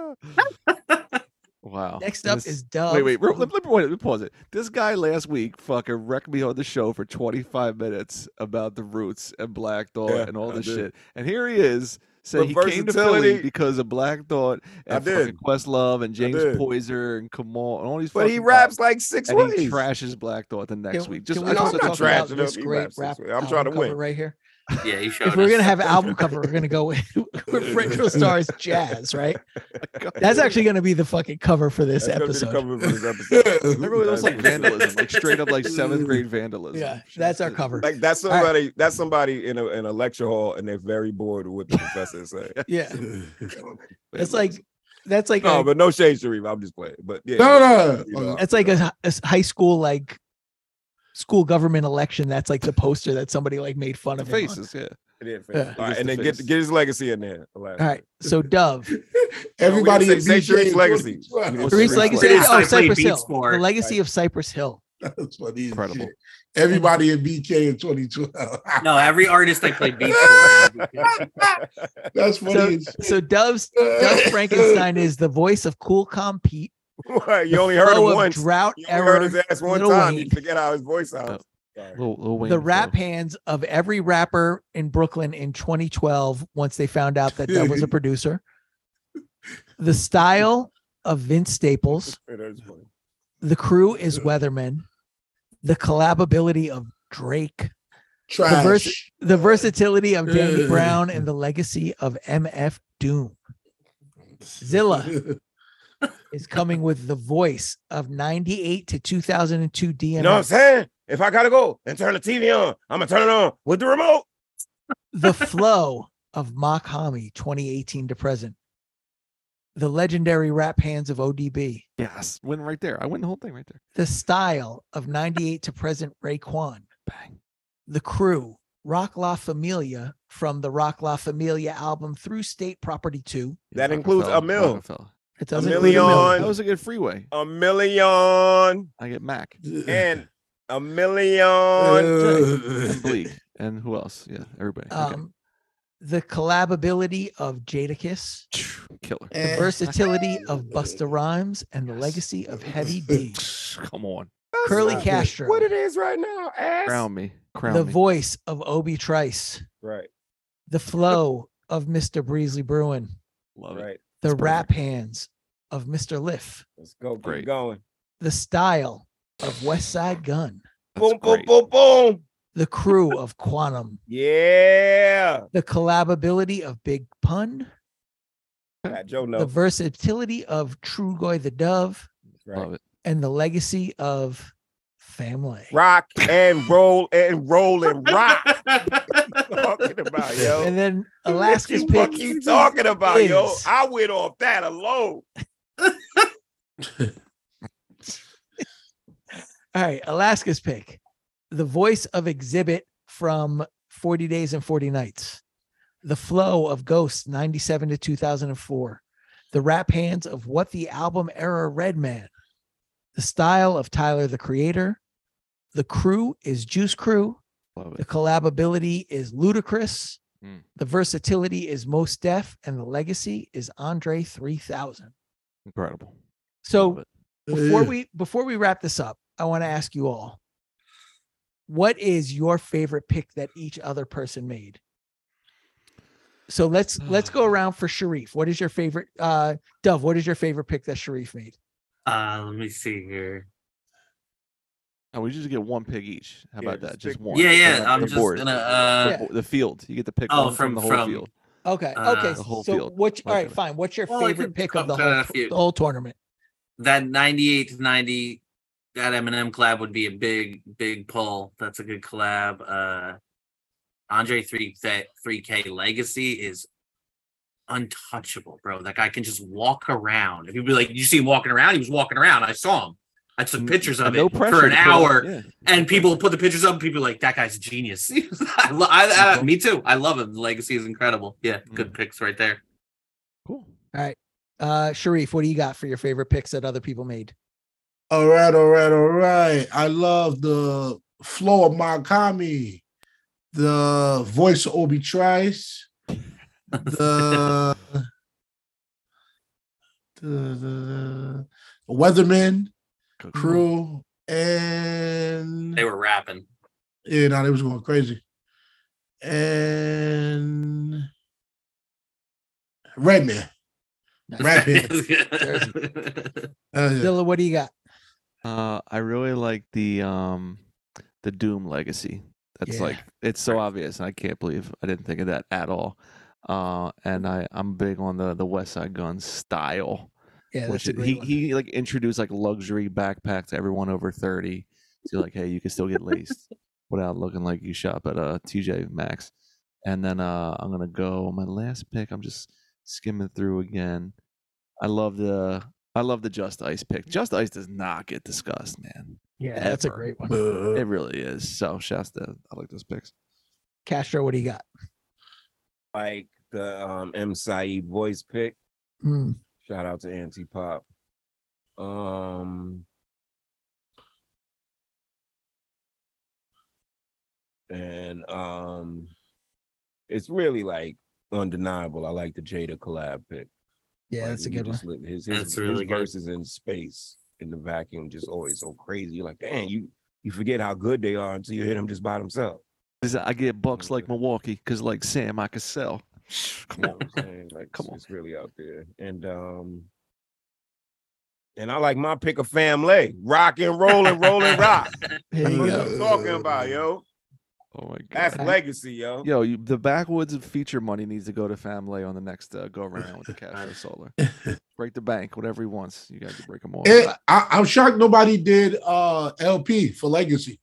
[SPEAKER 4] wow.
[SPEAKER 2] Next
[SPEAKER 4] And
[SPEAKER 2] up
[SPEAKER 4] this-
[SPEAKER 2] is Dove.
[SPEAKER 4] Wait, wait,
[SPEAKER 2] who-
[SPEAKER 4] real- let, let, wait, let me pause it. This guy last week fucking wrecked me on the show for 25 minutes about the roots and Black Thought
[SPEAKER 3] Yeah,
[SPEAKER 4] and all
[SPEAKER 3] I
[SPEAKER 4] this
[SPEAKER 3] did.
[SPEAKER 4] shit. And here he is saying he
[SPEAKER 3] But
[SPEAKER 4] came to Philly
[SPEAKER 3] versatility-
[SPEAKER 4] because of Black Thought
[SPEAKER 3] I
[SPEAKER 4] and fucking
[SPEAKER 3] did.
[SPEAKER 4] Questlove and James
[SPEAKER 3] did.
[SPEAKER 4] Poyser and Kamal and all these
[SPEAKER 3] but
[SPEAKER 4] fucking
[SPEAKER 3] he
[SPEAKER 4] guys.
[SPEAKER 3] raps like six
[SPEAKER 4] and he
[SPEAKER 3] ways.
[SPEAKER 4] trashes Black Thought the next
[SPEAKER 2] Can-
[SPEAKER 4] week. Just
[SPEAKER 2] can
[SPEAKER 4] I
[SPEAKER 2] we
[SPEAKER 3] I'm
[SPEAKER 4] just
[SPEAKER 2] also
[SPEAKER 3] not
[SPEAKER 2] talk
[SPEAKER 4] trash.
[SPEAKER 2] about
[SPEAKER 3] trashing
[SPEAKER 2] this
[SPEAKER 3] him. He
[SPEAKER 2] great
[SPEAKER 3] raps this
[SPEAKER 2] rap?
[SPEAKER 3] way. I'm trying
[SPEAKER 2] album
[SPEAKER 3] to win.
[SPEAKER 2] cover right here.
[SPEAKER 5] Yeah, you showed
[SPEAKER 2] If we're
[SPEAKER 5] us.
[SPEAKER 2] gonna have an album cover, we're gonna go with with Ringo Starr's jazz, right? That's actually gonna be the fucking cover for this
[SPEAKER 3] That's gonna be the
[SPEAKER 2] episode.
[SPEAKER 3] cover for this episode.
[SPEAKER 4] Remember, it was like
[SPEAKER 3] That's-
[SPEAKER 4] vandalism, like straight up like seventh grade vandalism.
[SPEAKER 2] Yeah,
[SPEAKER 4] Shit.
[SPEAKER 2] that's our cover.
[SPEAKER 3] Like that's
[SPEAKER 2] right.
[SPEAKER 3] somebody that's somebody in a in a lecture hall and they're very bored with what the professor is saying.
[SPEAKER 2] Yeah, it's
[SPEAKER 4] Vandalism.
[SPEAKER 2] like that's like
[SPEAKER 3] No,
[SPEAKER 2] a,
[SPEAKER 3] but no shade, Sharif. I'm just playing. But yeah,
[SPEAKER 6] No, no,
[SPEAKER 3] you know,
[SPEAKER 6] no.
[SPEAKER 2] that's like a, hi- a high school like school government election. That's like the poster that somebody like made fun
[SPEAKER 4] the
[SPEAKER 2] of. him on.
[SPEAKER 4] faces. Yeah,
[SPEAKER 3] it is.
[SPEAKER 2] Yeah.
[SPEAKER 3] All
[SPEAKER 4] It's
[SPEAKER 3] right, and then
[SPEAKER 4] the
[SPEAKER 3] get
[SPEAKER 4] face.
[SPEAKER 3] get his legacy in there. Like,
[SPEAKER 2] All right, so Dove,
[SPEAKER 6] Everybody
[SPEAKER 3] say-
[SPEAKER 6] in
[SPEAKER 3] say
[SPEAKER 6] BJ
[SPEAKER 3] Shrek's legacy.
[SPEAKER 6] That's
[SPEAKER 4] Shrek's
[SPEAKER 2] Therese
[SPEAKER 4] Sharif's
[SPEAKER 2] Legacy,
[SPEAKER 5] legacy.
[SPEAKER 2] oh
[SPEAKER 5] I played
[SPEAKER 2] Cypress
[SPEAKER 5] Beats
[SPEAKER 2] Hill,
[SPEAKER 5] for
[SPEAKER 2] the
[SPEAKER 5] it.
[SPEAKER 2] legacy of Cypress Hill.
[SPEAKER 6] funny as
[SPEAKER 4] Incredible.
[SPEAKER 6] shit. Everybody in BK in 2012.
[SPEAKER 5] No, every artist I played beats for.
[SPEAKER 6] That's funny.
[SPEAKER 2] So Dove's Dove Frankenstein is the voice of Cool Calm Pete.
[SPEAKER 3] What? you
[SPEAKER 2] the
[SPEAKER 3] only heard him
[SPEAKER 2] flow of
[SPEAKER 3] once.
[SPEAKER 2] Drought
[SPEAKER 3] You only heard
[SPEAKER 2] error.
[SPEAKER 3] his ass one
[SPEAKER 2] Lil
[SPEAKER 3] time. You
[SPEAKER 2] Wayne.
[SPEAKER 3] forget how his voice sounds. Sorry.
[SPEAKER 4] Lil, Lil Wayne
[SPEAKER 2] the
[SPEAKER 4] flow.
[SPEAKER 2] rap hands of every rapper in Brooklyn in 2012 once they found out that Dove was a producer. The style of Vince Staples.
[SPEAKER 4] Oh.
[SPEAKER 3] It is funny.
[SPEAKER 2] The crew is Weatherman. The collabability of Drake.
[SPEAKER 6] Trash.
[SPEAKER 2] verse- The versatility of Danny
[SPEAKER 6] Ugh.
[SPEAKER 2] Brown and the legacy of MF Doom Zilla. is coming with the voice of 98 to 2002
[SPEAKER 3] You know what I'm
[SPEAKER 2] DMX.
[SPEAKER 3] saying? If I gotta go and turn the TV on, I'm gonna turn it on with the remote.
[SPEAKER 2] the flow of Mock Hami 2018 to present. The legendary rap hands of ODB.
[SPEAKER 4] Yes, win right there. I win the whole thing right there.
[SPEAKER 2] The style of 98 to present Raekwon.
[SPEAKER 4] Bang.
[SPEAKER 2] The crew, Rock La Familia from the Rock La Familia album through State Property 2.
[SPEAKER 4] Yeah,
[SPEAKER 3] That includes
[SPEAKER 4] Rockefeller,
[SPEAKER 3] Emil.
[SPEAKER 4] Rockefeller.
[SPEAKER 2] It doesn't include a
[SPEAKER 3] Million.
[SPEAKER 2] million.
[SPEAKER 4] That was a good freeway.
[SPEAKER 3] A million
[SPEAKER 4] I get Mac.
[SPEAKER 3] and A million.
[SPEAKER 4] and Bleak, and who else? Yeah, everybody. Okay.
[SPEAKER 2] Um, the collabability of Jadakiss,
[SPEAKER 4] Killer.
[SPEAKER 2] the versatility of Busta Rhymes, and the legacy of Heavy D.
[SPEAKER 4] Come on,
[SPEAKER 2] Curly
[SPEAKER 3] That's
[SPEAKER 2] Castro.
[SPEAKER 3] What it is right now? Ass.
[SPEAKER 4] crown me, crown
[SPEAKER 2] The
[SPEAKER 4] me.
[SPEAKER 2] voice of Obi Trice,
[SPEAKER 3] Right.
[SPEAKER 2] the flow of Mr. Breezley Bruin,
[SPEAKER 4] Love it.
[SPEAKER 3] Right.
[SPEAKER 2] the
[SPEAKER 4] That's
[SPEAKER 2] rap hands of Mr. Liff,
[SPEAKER 3] Let's go. Keep
[SPEAKER 4] Great.
[SPEAKER 3] going.
[SPEAKER 2] the style of West Side Gun,
[SPEAKER 4] That's
[SPEAKER 3] boom, boom,
[SPEAKER 4] great.
[SPEAKER 3] boom, boom.
[SPEAKER 2] the crew of Quantum,
[SPEAKER 3] Yeah.
[SPEAKER 2] the collabability of Big Pun,
[SPEAKER 3] Fat Joe
[SPEAKER 2] the
[SPEAKER 3] knows.
[SPEAKER 2] versatility of Trugoy the Dove,
[SPEAKER 3] Right.
[SPEAKER 4] Love it.
[SPEAKER 2] and the legacy of Family.
[SPEAKER 3] Rock and roll and roll and rock. talking about yo.
[SPEAKER 2] And then Alaska's
[SPEAKER 3] What the
[SPEAKER 2] pick.
[SPEAKER 3] fuck you talking about yo?
[SPEAKER 2] is-
[SPEAKER 3] I went off that alone.
[SPEAKER 2] All right, Alaska's pick. The voice of Exhibit from 40 Days and 40 Nights. The flow of Ghosts 97 to 2004. The rap hands of What the Album Era Redman. The style of Tyler the Creator. The crew is Juice Crew.
[SPEAKER 4] Love
[SPEAKER 2] The
[SPEAKER 4] it.
[SPEAKER 2] collabability is Ludacris.
[SPEAKER 4] Mm.
[SPEAKER 2] The versatility is Most Def. And the legacy is Andre 3000.
[SPEAKER 4] Incredible.
[SPEAKER 2] So
[SPEAKER 4] Love it.
[SPEAKER 2] before we before we wrap this up i want to ask you all what is your favorite pick that each other person made so let's let's go around for sharif what is your favorite uh dove what is your favorite pick that sharif made
[SPEAKER 5] Uh, let me see here.
[SPEAKER 4] Oh, we just get one pig each. How
[SPEAKER 3] Yeah,
[SPEAKER 4] about
[SPEAKER 3] just
[SPEAKER 4] that? Just
[SPEAKER 3] pick
[SPEAKER 4] one.
[SPEAKER 5] Yeah, yeah.
[SPEAKER 4] From
[SPEAKER 5] I'm
[SPEAKER 4] the
[SPEAKER 5] just
[SPEAKER 4] board.
[SPEAKER 5] gonna. Uh,
[SPEAKER 2] Yeah.
[SPEAKER 4] Bo- the field. You get to pick
[SPEAKER 5] Oh,
[SPEAKER 4] one from,
[SPEAKER 5] from-
[SPEAKER 4] the whole
[SPEAKER 5] from-
[SPEAKER 4] field.
[SPEAKER 2] okay
[SPEAKER 5] Uh,
[SPEAKER 2] okay
[SPEAKER 4] The whole
[SPEAKER 2] so
[SPEAKER 4] field.
[SPEAKER 2] what all
[SPEAKER 4] Look
[SPEAKER 2] right
[SPEAKER 4] at it.
[SPEAKER 2] fine what's your
[SPEAKER 5] Well, I
[SPEAKER 2] favorite
[SPEAKER 5] could
[SPEAKER 2] pick of
[SPEAKER 5] come
[SPEAKER 2] the
[SPEAKER 5] to
[SPEAKER 2] whole,
[SPEAKER 5] a
[SPEAKER 2] t-
[SPEAKER 5] few.
[SPEAKER 2] the whole tournament
[SPEAKER 5] That 98 to 90, that Eminem collab would be a big, big pull. That's a good collab. Uh, Andre 3, that 3K legacy is untouchable, bro. That guy can just walk around. If you'd be like, you see him walking around, he was walking around. I saw him. I took pictures of
[SPEAKER 4] And Mm, uh, no
[SPEAKER 5] it
[SPEAKER 4] pressure
[SPEAKER 5] for an
[SPEAKER 4] to put it up.
[SPEAKER 5] hour.
[SPEAKER 4] Yeah.
[SPEAKER 5] and people put the pictures up. People are like that guy's a genius. I, lo- I, I, me too. I love him. The legacy is incredible. Yeah, good
[SPEAKER 4] Mm.
[SPEAKER 5] picks right there.
[SPEAKER 4] Cool.
[SPEAKER 2] uh sharif what do you got for your favorite picks that other people made
[SPEAKER 6] All right, all right, all right. I love the flow of Makami, the voice of Obi Trice, the, the, the, the Weatherman
[SPEAKER 4] Good.
[SPEAKER 6] crew, and
[SPEAKER 5] They were rapping.
[SPEAKER 6] yeah, no, they was going crazy, and Redman. Rapping. Uh, yeah.
[SPEAKER 2] Dilla, what do you got
[SPEAKER 4] Uh, I really like the um, the Doom Legacy. That's
[SPEAKER 2] Yeah.
[SPEAKER 4] like it's so obvious, and I can't believe I didn't think of that at all. Uh, and I I'm big on the the West Side Gun style,
[SPEAKER 2] yeah
[SPEAKER 4] which
[SPEAKER 2] that's a
[SPEAKER 4] it-
[SPEAKER 2] great
[SPEAKER 4] he
[SPEAKER 2] one.
[SPEAKER 4] he like introduced like luxury backpack to everyone over thirty. So like, hey, you can still get laced without looking like you shop at uh TJ Maxx. And then uh, I'm gonna go my last pick. I'm just skimming through again. I love the I love the Just Ice pick. Just Ice does not get discussed, man.
[SPEAKER 2] yeah that's a
[SPEAKER 4] ever.
[SPEAKER 2] great one
[SPEAKER 6] Uh,
[SPEAKER 4] It really is. So shouts to I like those picks.
[SPEAKER 2] castro what do you got
[SPEAKER 3] Like the um M Saeed voice pick.
[SPEAKER 2] Hmm.
[SPEAKER 3] Shout out to Anti Pop. Um and um it's really like undeniable. I like the Jada collab pick.
[SPEAKER 2] yeah
[SPEAKER 3] Like,
[SPEAKER 2] that's a
[SPEAKER 3] you
[SPEAKER 2] good one
[SPEAKER 3] just look- His, his,
[SPEAKER 5] That's really
[SPEAKER 3] his
[SPEAKER 5] good.
[SPEAKER 3] verses in space in the vacuum just always so crazy. You're like, dang, you you forget how good they are until you hit them just by themselves.
[SPEAKER 4] 'Cause I get bucks like
[SPEAKER 3] Okay.
[SPEAKER 4] Milwaukee because like Sam, I could sell. Come
[SPEAKER 3] You know
[SPEAKER 4] on.
[SPEAKER 3] what I'm saying? Like
[SPEAKER 4] Come
[SPEAKER 3] it's-
[SPEAKER 4] on.
[SPEAKER 3] it's really out there. And um and I like my pick of family. Rock and roll and roll and rock.
[SPEAKER 2] There
[SPEAKER 3] That's
[SPEAKER 2] you
[SPEAKER 3] what
[SPEAKER 2] go.
[SPEAKER 3] I'm talking about, yo.
[SPEAKER 4] Oh my god.
[SPEAKER 3] That's legacy, yo.
[SPEAKER 4] Yo, you, the backwoods of feature money needs to go to Family on the next uh, go around with the Castro Solar.
[SPEAKER 6] Uh,
[SPEAKER 4] Break the bank, whatever he wants. You guys to break him off.
[SPEAKER 6] it- I, I'm shocked nobody did uh LP for Legacy.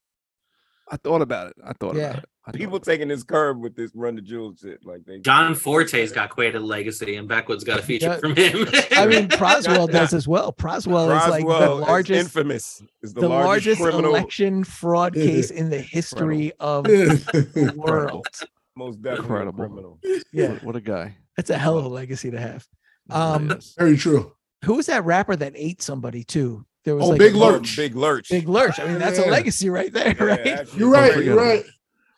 [SPEAKER 4] I thought about it. I thought
[SPEAKER 2] Yeah.
[SPEAKER 4] about it. I thought
[SPEAKER 3] People
[SPEAKER 4] about it.
[SPEAKER 3] taking this curve with this run the jewels shit. Like they
[SPEAKER 5] John Forte's got created a legacy, and Beckwood's got a feature
[SPEAKER 2] Yeah.
[SPEAKER 5] from him.
[SPEAKER 2] I mean, Proswell does as well. Proswell, is like the
[SPEAKER 3] Roswell is
[SPEAKER 2] largest,
[SPEAKER 3] infamous is the,
[SPEAKER 2] the largest
[SPEAKER 3] largest, criminal
[SPEAKER 2] election fraud case in the history of the
[SPEAKER 6] Incredible.
[SPEAKER 2] world.
[SPEAKER 3] most definitely
[SPEAKER 4] Incredible.
[SPEAKER 3] criminal.
[SPEAKER 2] Yeah,
[SPEAKER 4] What, what a guy.
[SPEAKER 2] that's a hell of a legacy to have.
[SPEAKER 4] He really
[SPEAKER 2] Um,
[SPEAKER 4] is.
[SPEAKER 6] Very true.
[SPEAKER 2] Who was that rapper that ate somebody too? There was
[SPEAKER 6] Oh,
[SPEAKER 2] like
[SPEAKER 6] Big
[SPEAKER 2] a-
[SPEAKER 6] Lurch.
[SPEAKER 3] Big Lurch.
[SPEAKER 2] Big Lurch. I mean, that's a
[SPEAKER 6] Yeah.
[SPEAKER 2] legacy right there,
[SPEAKER 3] Yeah,
[SPEAKER 2] right?
[SPEAKER 3] actually.
[SPEAKER 6] You're right.
[SPEAKER 4] forget
[SPEAKER 6] You're
[SPEAKER 4] him.
[SPEAKER 6] right.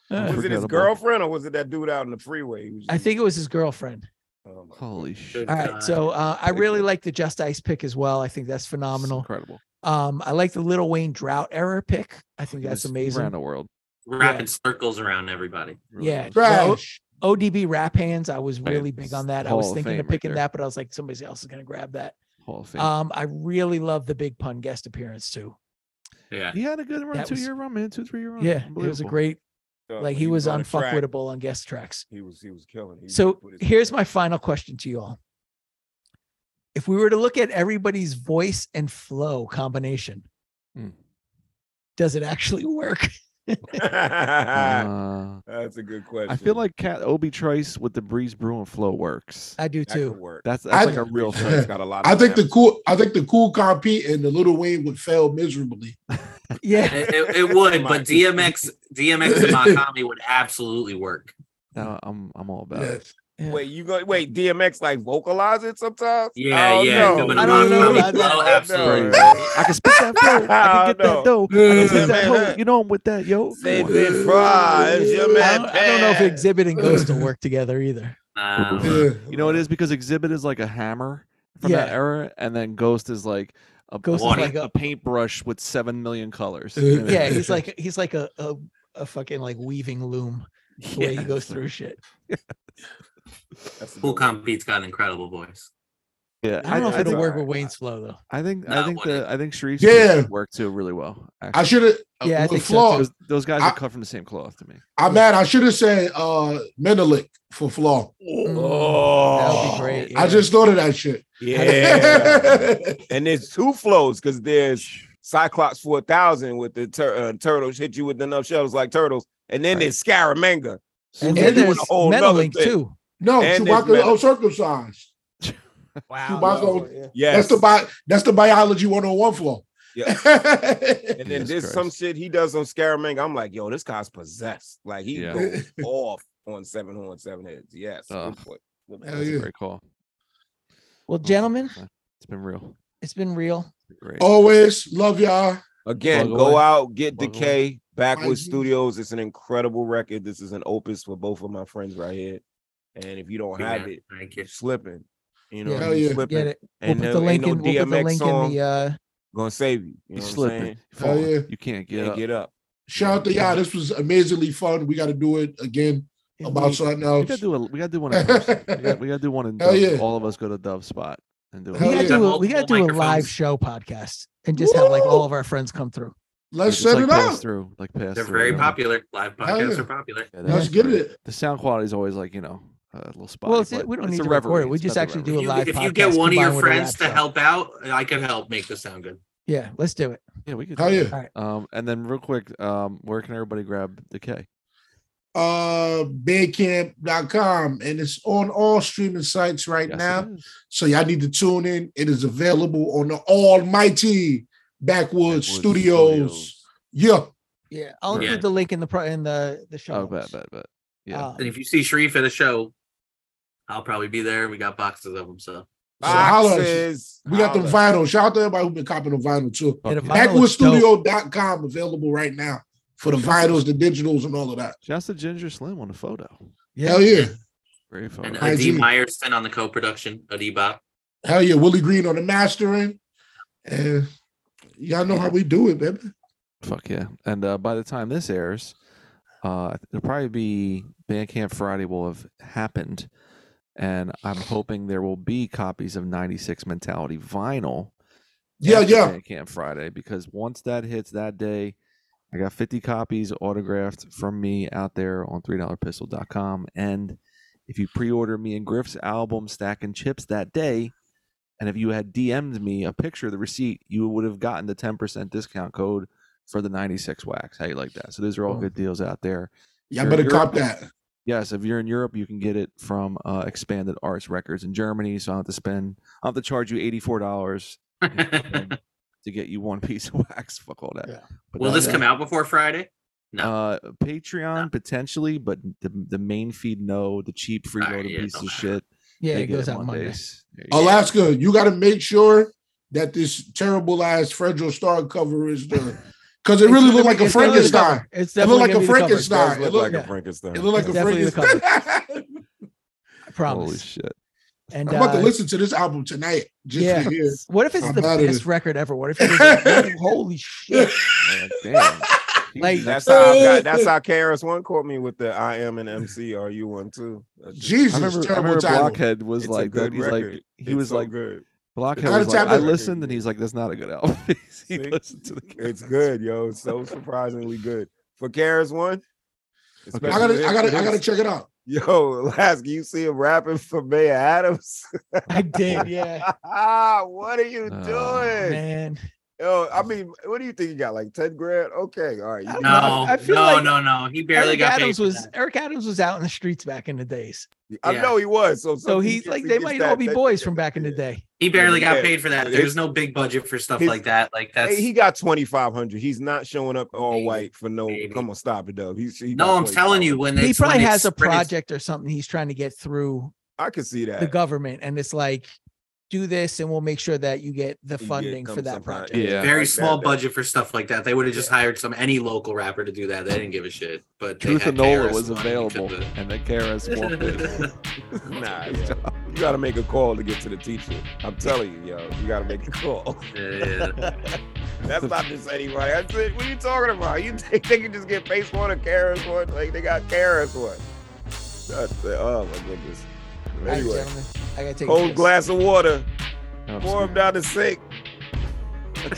[SPEAKER 2] Uh,
[SPEAKER 3] Was it his
[SPEAKER 4] Forgettable.
[SPEAKER 3] girlfriend or was it that dude out in the freeway? He was
[SPEAKER 2] I
[SPEAKER 3] just-
[SPEAKER 2] think it was his girlfriend.
[SPEAKER 3] oh my
[SPEAKER 4] Holy shit!
[SPEAKER 5] Good
[SPEAKER 2] All right,
[SPEAKER 5] God.
[SPEAKER 2] so uh, I really like the Just Ice pick as well. I think that's phenomenal.
[SPEAKER 4] Incredible.
[SPEAKER 2] Um, I like the Little Wayne Drought error pick. I think that's
[SPEAKER 4] Just
[SPEAKER 2] amazing.
[SPEAKER 4] Around the world.
[SPEAKER 5] wrapping circles around everybody.
[SPEAKER 4] Really
[SPEAKER 2] Yeah,
[SPEAKER 4] was.
[SPEAKER 6] Trash.
[SPEAKER 2] ODB wrap hands. I was
[SPEAKER 4] Right,
[SPEAKER 2] really big on that. I
[SPEAKER 4] Hall
[SPEAKER 2] was
[SPEAKER 4] of
[SPEAKER 2] thinking
[SPEAKER 4] Fame
[SPEAKER 2] of
[SPEAKER 4] right
[SPEAKER 2] picking
[SPEAKER 4] there.
[SPEAKER 2] that, but I was like, somebody else is going to grab that.
[SPEAKER 4] Hall of Fame.
[SPEAKER 2] Um, I really love the big pun guest appearance too.
[SPEAKER 5] Yeah.
[SPEAKER 4] he had a good run,
[SPEAKER 2] that
[SPEAKER 4] two
[SPEAKER 2] was-
[SPEAKER 4] year run, man, two three year run.
[SPEAKER 2] Yeah, it was a
[SPEAKER 4] Oh, Unbelievable.
[SPEAKER 2] great.
[SPEAKER 3] God.
[SPEAKER 2] Like
[SPEAKER 3] When
[SPEAKER 2] he was
[SPEAKER 3] uh, on
[SPEAKER 2] on
[SPEAKER 3] the track,
[SPEAKER 2] fuckwittable on guest tracks.
[SPEAKER 3] He was he was killing. He
[SPEAKER 2] So
[SPEAKER 3] put his-
[SPEAKER 2] here's my final question to you all. If we were to look at everybody's voice and flow combination,
[SPEAKER 4] Mm.
[SPEAKER 2] does it actually work?
[SPEAKER 4] Uh,
[SPEAKER 3] Ah, That's a good question.
[SPEAKER 4] I feel like Cat Obi Trice with the Breeze Brewing flow works.
[SPEAKER 2] I do
[SPEAKER 3] that could
[SPEAKER 2] too.
[SPEAKER 3] work.
[SPEAKER 4] That's that's
[SPEAKER 6] I-
[SPEAKER 4] like a real
[SPEAKER 3] It's
[SPEAKER 4] thing.
[SPEAKER 3] got a lot.
[SPEAKER 6] I
[SPEAKER 3] of
[SPEAKER 6] think the
[SPEAKER 3] talent.
[SPEAKER 6] cool. I think the cool compete and the little Wayne would fail miserably.
[SPEAKER 2] Yeah.
[SPEAKER 5] It, it- it would,
[SPEAKER 3] Mike.
[SPEAKER 5] but DMX, DMX and Montgomery would absolutely work.
[SPEAKER 4] Now I'm I'm all about it.
[SPEAKER 6] Yes.
[SPEAKER 2] yeah.
[SPEAKER 3] Wait, you go wait. DMX like vocalize it sometimes.
[SPEAKER 5] Yeah,
[SPEAKER 3] Oh,
[SPEAKER 5] yeah.
[SPEAKER 3] no.
[SPEAKER 5] But
[SPEAKER 2] I don't know
[SPEAKER 5] Montgomery
[SPEAKER 2] about that.
[SPEAKER 5] flow,
[SPEAKER 3] Oh, no.
[SPEAKER 5] absolutely.
[SPEAKER 4] Crazy. I can spit that flow. I
[SPEAKER 3] Oh,
[SPEAKER 4] can get that
[SPEAKER 3] no.
[SPEAKER 4] though. I can spit that
[SPEAKER 3] Man,
[SPEAKER 4] flow.
[SPEAKER 3] that-
[SPEAKER 4] You know I'm with that, yo.
[SPEAKER 3] Say
[SPEAKER 4] Come on.
[SPEAKER 3] big fry, it's your
[SPEAKER 2] I
[SPEAKER 3] man.
[SPEAKER 2] don't, I don't know if
[SPEAKER 3] Pat.
[SPEAKER 2] Exhibit and Ghost will work together either.
[SPEAKER 5] Um,
[SPEAKER 6] Yeah.
[SPEAKER 4] You know what it is because Exhibit is like a hammer from that
[SPEAKER 2] Yeah.
[SPEAKER 4] era, and then Ghost is like a
[SPEAKER 2] Ghost
[SPEAKER 5] is
[SPEAKER 2] like
[SPEAKER 4] paint-
[SPEAKER 2] a-
[SPEAKER 4] paintbrush with seven million colors.
[SPEAKER 2] Yeah, he's like he's like a a, a fucking like weaving loom the way he goes through shit.
[SPEAKER 3] That's a
[SPEAKER 5] Cool
[SPEAKER 3] good one.
[SPEAKER 5] Compete's got an incredible voice.
[SPEAKER 4] Yeah,
[SPEAKER 2] I don't know if it'll
[SPEAKER 4] think-
[SPEAKER 2] work with Wayne's flow though.
[SPEAKER 4] I think
[SPEAKER 5] No,
[SPEAKER 4] I
[SPEAKER 5] it
[SPEAKER 4] think
[SPEAKER 5] wouldn't.
[SPEAKER 4] the I think Sharif's
[SPEAKER 6] Yeah.
[SPEAKER 4] work too really well.
[SPEAKER 6] I
[SPEAKER 4] Actually.
[SPEAKER 6] should have.
[SPEAKER 2] Yeah, I
[SPEAKER 6] Yeah,
[SPEAKER 2] think so,
[SPEAKER 6] flaw.
[SPEAKER 4] Those, those guys are
[SPEAKER 6] I-
[SPEAKER 4] cut from the same cloth to me.
[SPEAKER 6] I'm mad. I should have said uh Menelik for flaw.
[SPEAKER 2] Mm. that would
[SPEAKER 3] Oh,
[SPEAKER 2] be great.
[SPEAKER 6] I
[SPEAKER 2] yeah.
[SPEAKER 6] just thought of that shit.
[SPEAKER 3] yeah. and there's two flows because there's Cyclops 4000 with the tur- uh, turtles hit you with enough shells like turtles, and then there's Scaramanga.
[SPEAKER 2] and
[SPEAKER 6] They're
[SPEAKER 2] then
[SPEAKER 6] doing
[SPEAKER 2] there's
[SPEAKER 3] a whole nother
[SPEAKER 2] Metalink
[SPEAKER 3] thing.
[SPEAKER 2] too.
[SPEAKER 6] no,
[SPEAKER 3] And it's
[SPEAKER 6] Chewbacca
[SPEAKER 3] Menelik.
[SPEAKER 6] uncircumcised. Chewbacca-
[SPEAKER 3] Yes,
[SPEAKER 6] That's the bi- that's the biology 101 flaw.
[SPEAKER 3] Yeah. And then
[SPEAKER 4] Jesus
[SPEAKER 3] there's some
[SPEAKER 4] Christ.
[SPEAKER 3] shit he does on Scaramanga. I'm like, yo, this guy's possessed. Like he
[SPEAKER 4] Yeah.
[SPEAKER 3] goes off on seven horn, seven heads. Yes. oh
[SPEAKER 4] Ugh.
[SPEAKER 3] good point. Good
[SPEAKER 6] Hell
[SPEAKER 3] point.
[SPEAKER 4] That's
[SPEAKER 6] yeah.
[SPEAKER 4] a great call.
[SPEAKER 2] Well, gentlemen,
[SPEAKER 4] It's been real.
[SPEAKER 2] it's been real.
[SPEAKER 4] Great.
[SPEAKER 6] Oh, Always love y'all.
[SPEAKER 3] Again,
[SPEAKER 4] Plug
[SPEAKER 3] go
[SPEAKER 4] away.
[SPEAKER 3] out, get
[SPEAKER 4] Plug
[SPEAKER 3] Decay, Backwards
[SPEAKER 6] Mikey.
[SPEAKER 3] Studios. It's an incredible record. This is an opus for both of my friends right here. And if you don't have it,
[SPEAKER 5] Thank
[SPEAKER 3] you're
[SPEAKER 5] you.
[SPEAKER 3] slipping. You know,
[SPEAKER 2] Yeah.
[SPEAKER 6] Hell
[SPEAKER 3] you're
[SPEAKER 6] yeah.
[SPEAKER 3] slipping.
[SPEAKER 2] Get it. We'll
[SPEAKER 3] And
[SPEAKER 2] put
[SPEAKER 3] there
[SPEAKER 2] the link
[SPEAKER 3] ain't no
[SPEAKER 2] in. We'll put the
[SPEAKER 3] DMX
[SPEAKER 2] link in
[SPEAKER 3] song
[SPEAKER 2] the. uh
[SPEAKER 3] gonna save you. You
[SPEAKER 4] You're
[SPEAKER 3] know what I'm
[SPEAKER 4] slipping.
[SPEAKER 3] saying?
[SPEAKER 4] Fall.
[SPEAKER 6] Hell yeah.
[SPEAKER 4] You can't
[SPEAKER 3] Can't
[SPEAKER 4] get up.
[SPEAKER 3] get up.
[SPEAKER 6] Shout out to y'all. This was amazingly fun. We got to do it again
[SPEAKER 2] in
[SPEAKER 6] about
[SPEAKER 2] the-
[SPEAKER 6] something
[SPEAKER 4] We
[SPEAKER 6] else.
[SPEAKER 4] gotta do a, we gotta do one in person. we, gotta, we gotta do one in
[SPEAKER 6] Hell
[SPEAKER 4] Dove.
[SPEAKER 6] yeah.
[SPEAKER 4] all of us go to Dove spot and do it.
[SPEAKER 2] We
[SPEAKER 6] Hell
[SPEAKER 2] gotta
[SPEAKER 6] yeah.
[SPEAKER 2] do a, we gotta
[SPEAKER 5] Multiple
[SPEAKER 2] do a live
[SPEAKER 5] microphones.
[SPEAKER 2] show podcast and just have like all
[SPEAKER 6] Woo!
[SPEAKER 2] of our friends come through.
[SPEAKER 6] Let's
[SPEAKER 4] Just,
[SPEAKER 6] set
[SPEAKER 4] like,
[SPEAKER 6] it
[SPEAKER 4] pass
[SPEAKER 6] up.
[SPEAKER 4] Through, like pass
[SPEAKER 5] They're
[SPEAKER 4] through,
[SPEAKER 5] very
[SPEAKER 4] you know?
[SPEAKER 5] popular. Live
[SPEAKER 6] Hell
[SPEAKER 5] podcasts
[SPEAKER 6] yeah.
[SPEAKER 5] are popular.
[SPEAKER 4] Yeah,
[SPEAKER 6] Let's
[SPEAKER 4] that's
[SPEAKER 6] get
[SPEAKER 4] great.
[SPEAKER 6] it.
[SPEAKER 4] The sound quality is always like you know a little spotty.
[SPEAKER 2] Well, it's-
[SPEAKER 4] but
[SPEAKER 2] we don't
[SPEAKER 4] it's
[SPEAKER 2] need
[SPEAKER 4] a
[SPEAKER 2] to record it.
[SPEAKER 4] reverie.
[SPEAKER 2] We
[SPEAKER 4] It's
[SPEAKER 2] just
[SPEAKER 4] about the
[SPEAKER 2] actually
[SPEAKER 5] If
[SPEAKER 2] do a
[SPEAKER 4] reverie.
[SPEAKER 5] you,
[SPEAKER 2] live
[SPEAKER 5] if
[SPEAKER 2] podcast.
[SPEAKER 5] you get one of your
[SPEAKER 2] combined with a
[SPEAKER 5] friends
[SPEAKER 2] rap
[SPEAKER 5] to
[SPEAKER 2] show.
[SPEAKER 5] help out, I could help make this sound good.
[SPEAKER 2] Yeah, let's do it.
[SPEAKER 4] Yeah, we could.
[SPEAKER 6] Hell
[SPEAKER 4] do
[SPEAKER 6] yeah.
[SPEAKER 4] it. Um, and then real quick, um, where can everybody grab the K?
[SPEAKER 6] Uh, bandcamp.com and it's on all streaming sites right
[SPEAKER 4] Yes, it
[SPEAKER 6] now.
[SPEAKER 4] is.
[SPEAKER 6] So y'all need to tune in. It is available on the almighty Backwoods,
[SPEAKER 3] Backwards
[SPEAKER 6] Studios. Yeah.
[SPEAKER 2] Yeah, I'll
[SPEAKER 4] Right.
[SPEAKER 2] include the link in the pro in the the show.
[SPEAKER 4] Oh, bet,
[SPEAKER 2] notes.
[SPEAKER 4] bet, bet. Yeah,
[SPEAKER 2] Um,
[SPEAKER 5] And if you see Sharif at a show, I'll probably be there. We got boxes of them, so
[SPEAKER 6] So holla at you.
[SPEAKER 3] Boxes.
[SPEAKER 6] We got the
[SPEAKER 3] Holla.
[SPEAKER 6] vinyl. Shout out to everybody who's been copying the vinyl too.
[SPEAKER 4] Fuck
[SPEAKER 2] and if
[SPEAKER 4] yeah.
[SPEAKER 2] I- Vinyl is dope.
[SPEAKER 6] Backwoodsstudio.com available right now for the vinyls, the digitals, and all of that.
[SPEAKER 4] just a Ginger Slim on a photo.
[SPEAKER 6] Hell yeah.
[SPEAKER 4] Very
[SPEAKER 2] Oh,
[SPEAKER 4] photo.
[SPEAKER 5] and
[SPEAKER 6] Hi,
[SPEAKER 5] Adi
[SPEAKER 6] Jimmy.
[SPEAKER 5] Meyerson on the co-production, Adi Bop.
[SPEAKER 6] Hell yeah. Willie Green on the mastering. And y'all know how we do it, baby.
[SPEAKER 4] Fuck yeah! And uh, by the time this airs, uh, it'll probably be Bandcamp Friday will have happened, and I'm hoping there will be copies of '96 Mentality vinyl.
[SPEAKER 6] Yeah,
[SPEAKER 4] after
[SPEAKER 6] yeah.
[SPEAKER 4] Bandcamp Friday because once that hits that day, I got 50 copies autographed from me out there on $3pistol.com. And if you pre order me and Griff's album, Stacking Chips, that day, and if you had DM'd me a picture of the receipt, you would have gotten the 10% discount code for the 96 wax. How you like that? So those are all good deals out there.
[SPEAKER 6] Y'all
[SPEAKER 4] Sure,
[SPEAKER 6] better
[SPEAKER 4] you're
[SPEAKER 6] cop
[SPEAKER 4] right.
[SPEAKER 6] that.
[SPEAKER 4] Yes, if you're in Europe, you can get it from uh, Expanded Arts Records in Germany. So I don't have to spend, I don't have to charge you $84 and to get you one piece of wax. Fuck all that.
[SPEAKER 6] Yeah.
[SPEAKER 4] But
[SPEAKER 5] Will
[SPEAKER 4] that-
[SPEAKER 5] this come out before Friday? No.
[SPEAKER 4] Uh, Patreon potentially, but the, the main feed no. The cheap
[SPEAKER 5] Alright,
[SPEAKER 4] freeloader
[SPEAKER 5] yeah,
[SPEAKER 4] piece
[SPEAKER 5] don't
[SPEAKER 4] of
[SPEAKER 5] matter.
[SPEAKER 4] shit.
[SPEAKER 2] yeah,
[SPEAKER 4] they
[SPEAKER 2] it
[SPEAKER 4] get
[SPEAKER 6] Oh,
[SPEAKER 2] goes out Monday.
[SPEAKER 4] Mondays. There you go.
[SPEAKER 6] Alaska, you got to make sure that this terrible ass Fredro Star cover is the because it really looked like a Frankenstein.
[SPEAKER 2] It's
[SPEAKER 6] It looked
[SPEAKER 2] definitely
[SPEAKER 6] like a
[SPEAKER 3] It
[SPEAKER 6] Frankenstein.
[SPEAKER 3] does
[SPEAKER 6] It
[SPEAKER 3] look
[SPEAKER 6] looked
[SPEAKER 3] like
[SPEAKER 2] yeah.
[SPEAKER 3] a Frankenstein.
[SPEAKER 6] It looked like a
[SPEAKER 2] It's definitely the
[SPEAKER 6] Frankenstein.
[SPEAKER 2] I
[SPEAKER 4] Holy
[SPEAKER 2] promise.
[SPEAKER 4] shit!
[SPEAKER 2] And
[SPEAKER 6] I'm about to
[SPEAKER 2] uh,
[SPEAKER 6] listen to this album tonight. Just
[SPEAKER 2] yeah,
[SPEAKER 6] to hear.
[SPEAKER 2] what if it's
[SPEAKER 6] I'm
[SPEAKER 2] the
[SPEAKER 6] outta
[SPEAKER 2] best
[SPEAKER 6] this.
[SPEAKER 2] record ever? What if you're like, holy shit?
[SPEAKER 4] I'm Like, damn.
[SPEAKER 2] Like-
[SPEAKER 3] That's how I got, that's how KRS One caught me with the I am an MC. Are you one too? That's just-
[SPEAKER 6] Jesus,
[SPEAKER 4] I remember, I
[SPEAKER 6] terrible
[SPEAKER 4] remember
[SPEAKER 6] title.
[SPEAKER 4] Blockhead was
[SPEAKER 3] It's a
[SPEAKER 4] like that.
[SPEAKER 3] good
[SPEAKER 4] He's
[SPEAKER 3] record.
[SPEAKER 4] like he
[SPEAKER 3] It's
[SPEAKER 4] was
[SPEAKER 3] so
[SPEAKER 4] like
[SPEAKER 3] good.
[SPEAKER 4] Blockhead
[SPEAKER 6] Not a
[SPEAKER 4] was like
[SPEAKER 6] type
[SPEAKER 4] I
[SPEAKER 6] of record.
[SPEAKER 4] listened and he's like that's not a good album. he
[SPEAKER 3] See?
[SPEAKER 4] listened to the
[SPEAKER 3] It's good, yo. It's so surprisingly good for KRS One.
[SPEAKER 4] Okay.
[SPEAKER 6] I gotta, I gotta, I gotta check it out.
[SPEAKER 3] Yo, Alaska, you see him rapping for Mayor Adams?
[SPEAKER 2] I did, yeah,
[SPEAKER 3] Ah, what are you
[SPEAKER 4] Oh,
[SPEAKER 3] doing?
[SPEAKER 2] man.
[SPEAKER 3] Yo, I mean, what do you think you got? Like 10 grand? Okay, all right. You
[SPEAKER 2] I don't
[SPEAKER 3] can-
[SPEAKER 2] know.
[SPEAKER 5] No,
[SPEAKER 2] I feel
[SPEAKER 5] no,
[SPEAKER 2] like
[SPEAKER 5] no, no. He barely
[SPEAKER 2] Eric
[SPEAKER 5] got
[SPEAKER 2] Adams
[SPEAKER 5] paid. for
[SPEAKER 2] was
[SPEAKER 5] that.
[SPEAKER 2] Eric Adams was out in the streets back in the days,
[SPEAKER 3] I
[SPEAKER 5] Yeah.
[SPEAKER 3] know he was. So,
[SPEAKER 2] so
[SPEAKER 3] some
[SPEAKER 2] he
[SPEAKER 3] teachers
[SPEAKER 2] like
[SPEAKER 3] to
[SPEAKER 2] they
[SPEAKER 3] get
[SPEAKER 2] might
[SPEAKER 3] that-
[SPEAKER 2] all be
[SPEAKER 3] that-
[SPEAKER 2] boys from back in the day.
[SPEAKER 5] He barely
[SPEAKER 3] Yeah.
[SPEAKER 5] got paid for that.
[SPEAKER 3] It-
[SPEAKER 5] There was no big budget for stuff
[SPEAKER 3] His-
[SPEAKER 5] like that. Like that's
[SPEAKER 3] Hey, he got 2500 He's not showing up all
[SPEAKER 5] Maybe,
[SPEAKER 3] white for no.
[SPEAKER 5] maybe.
[SPEAKER 3] Come on, stop it, Dub. He's, he
[SPEAKER 5] no.
[SPEAKER 3] got
[SPEAKER 5] I'm telling you,
[SPEAKER 3] 2500.
[SPEAKER 5] when
[SPEAKER 2] He
[SPEAKER 5] it's- when
[SPEAKER 2] probably
[SPEAKER 5] it's
[SPEAKER 2] has a
[SPEAKER 5] spread, it's-
[SPEAKER 2] project or something he's trying to get through
[SPEAKER 3] I could see that.
[SPEAKER 2] the government, and it's like, do this, and we'll make sure that you get the
[SPEAKER 3] He get-
[SPEAKER 2] funding for
[SPEAKER 3] come
[SPEAKER 2] that
[SPEAKER 3] sometime.
[SPEAKER 2] project.
[SPEAKER 4] Yeah.
[SPEAKER 5] Very
[SPEAKER 3] like that,
[SPEAKER 5] small
[SPEAKER 3] that-
[SPEAKER 5] budget for stuff like that. They would have just hired some any local rapper to do that. They didn't give a shit. But they
[SPEAKER 4] Truth and
[SPEAKER 5] had
[SPEAKER 4] Nola
[SPEAKER 5] KRS
[SPEAKER 4] was
[SPEAKER 5] One, he
[SPEAKER 4] available,
[SPEAKER 5] could've-
[SPEAKER 4] and then KRS walked in.
[SPEAKER 3] Nah, yo. you got to make a call to get to the teacher. I'm telling you, yo, you got to make a call.
[SPEAKER 5] Yeah, yeah.
[SPEAKER 3] That's not just anybody. That's it. What are you talking about? You think they can just get face one or Karis one? Like they got Karis one. That's it. Oh my goodness.
[SPEAKER 2] All right,
[SPEAKER 3] Anyway,
[SPEAKER 2] gentlemen, I gotta take a
[SPEAKER 3] cold
[SPEAKER 2] piss.
[SPEAKER 3] glass of water,
[SPEAKER 4] Oh,
[SPEAKER 3] pour him
[SPEAKER 4] sweet.
[SPEAKER 3] down the sink.
[SPEAKER 5] All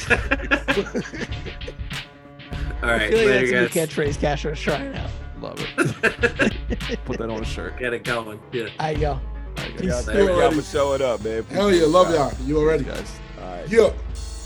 [SPEAKER 2] I
[SPEAKER 5] right,
[SPEAKER 2] feel like
[SPEAKER 5] later,
[SPEAKER 2] that's a new
[SPEAKER 5] guys.
[SPEAKER 2] catchphrase, Cash or Shrine out.
[SPEAKER 4] Love it. Put that on a shirt.
[SPEAKER 5] Get it going. Yeah.
[SPEAKER 2] I go.
[SPEAKER 4] All right,
[SPEAKER 3] Y'all,
[SPEAKER 2] Peace.
[SPEAKER 3] thank y'all
[SPEAKER 6] already-
[SPEAKER 3] for showing up, man.
[SPEAKER 6] Hell yeah, love y'all. You
[SPEAKER 4] guys.
[SPEAKER 6] already?
[SPEAKER 4] guys.
[SPEAKER 3] All right.
[SPEAKER 6] Yeah.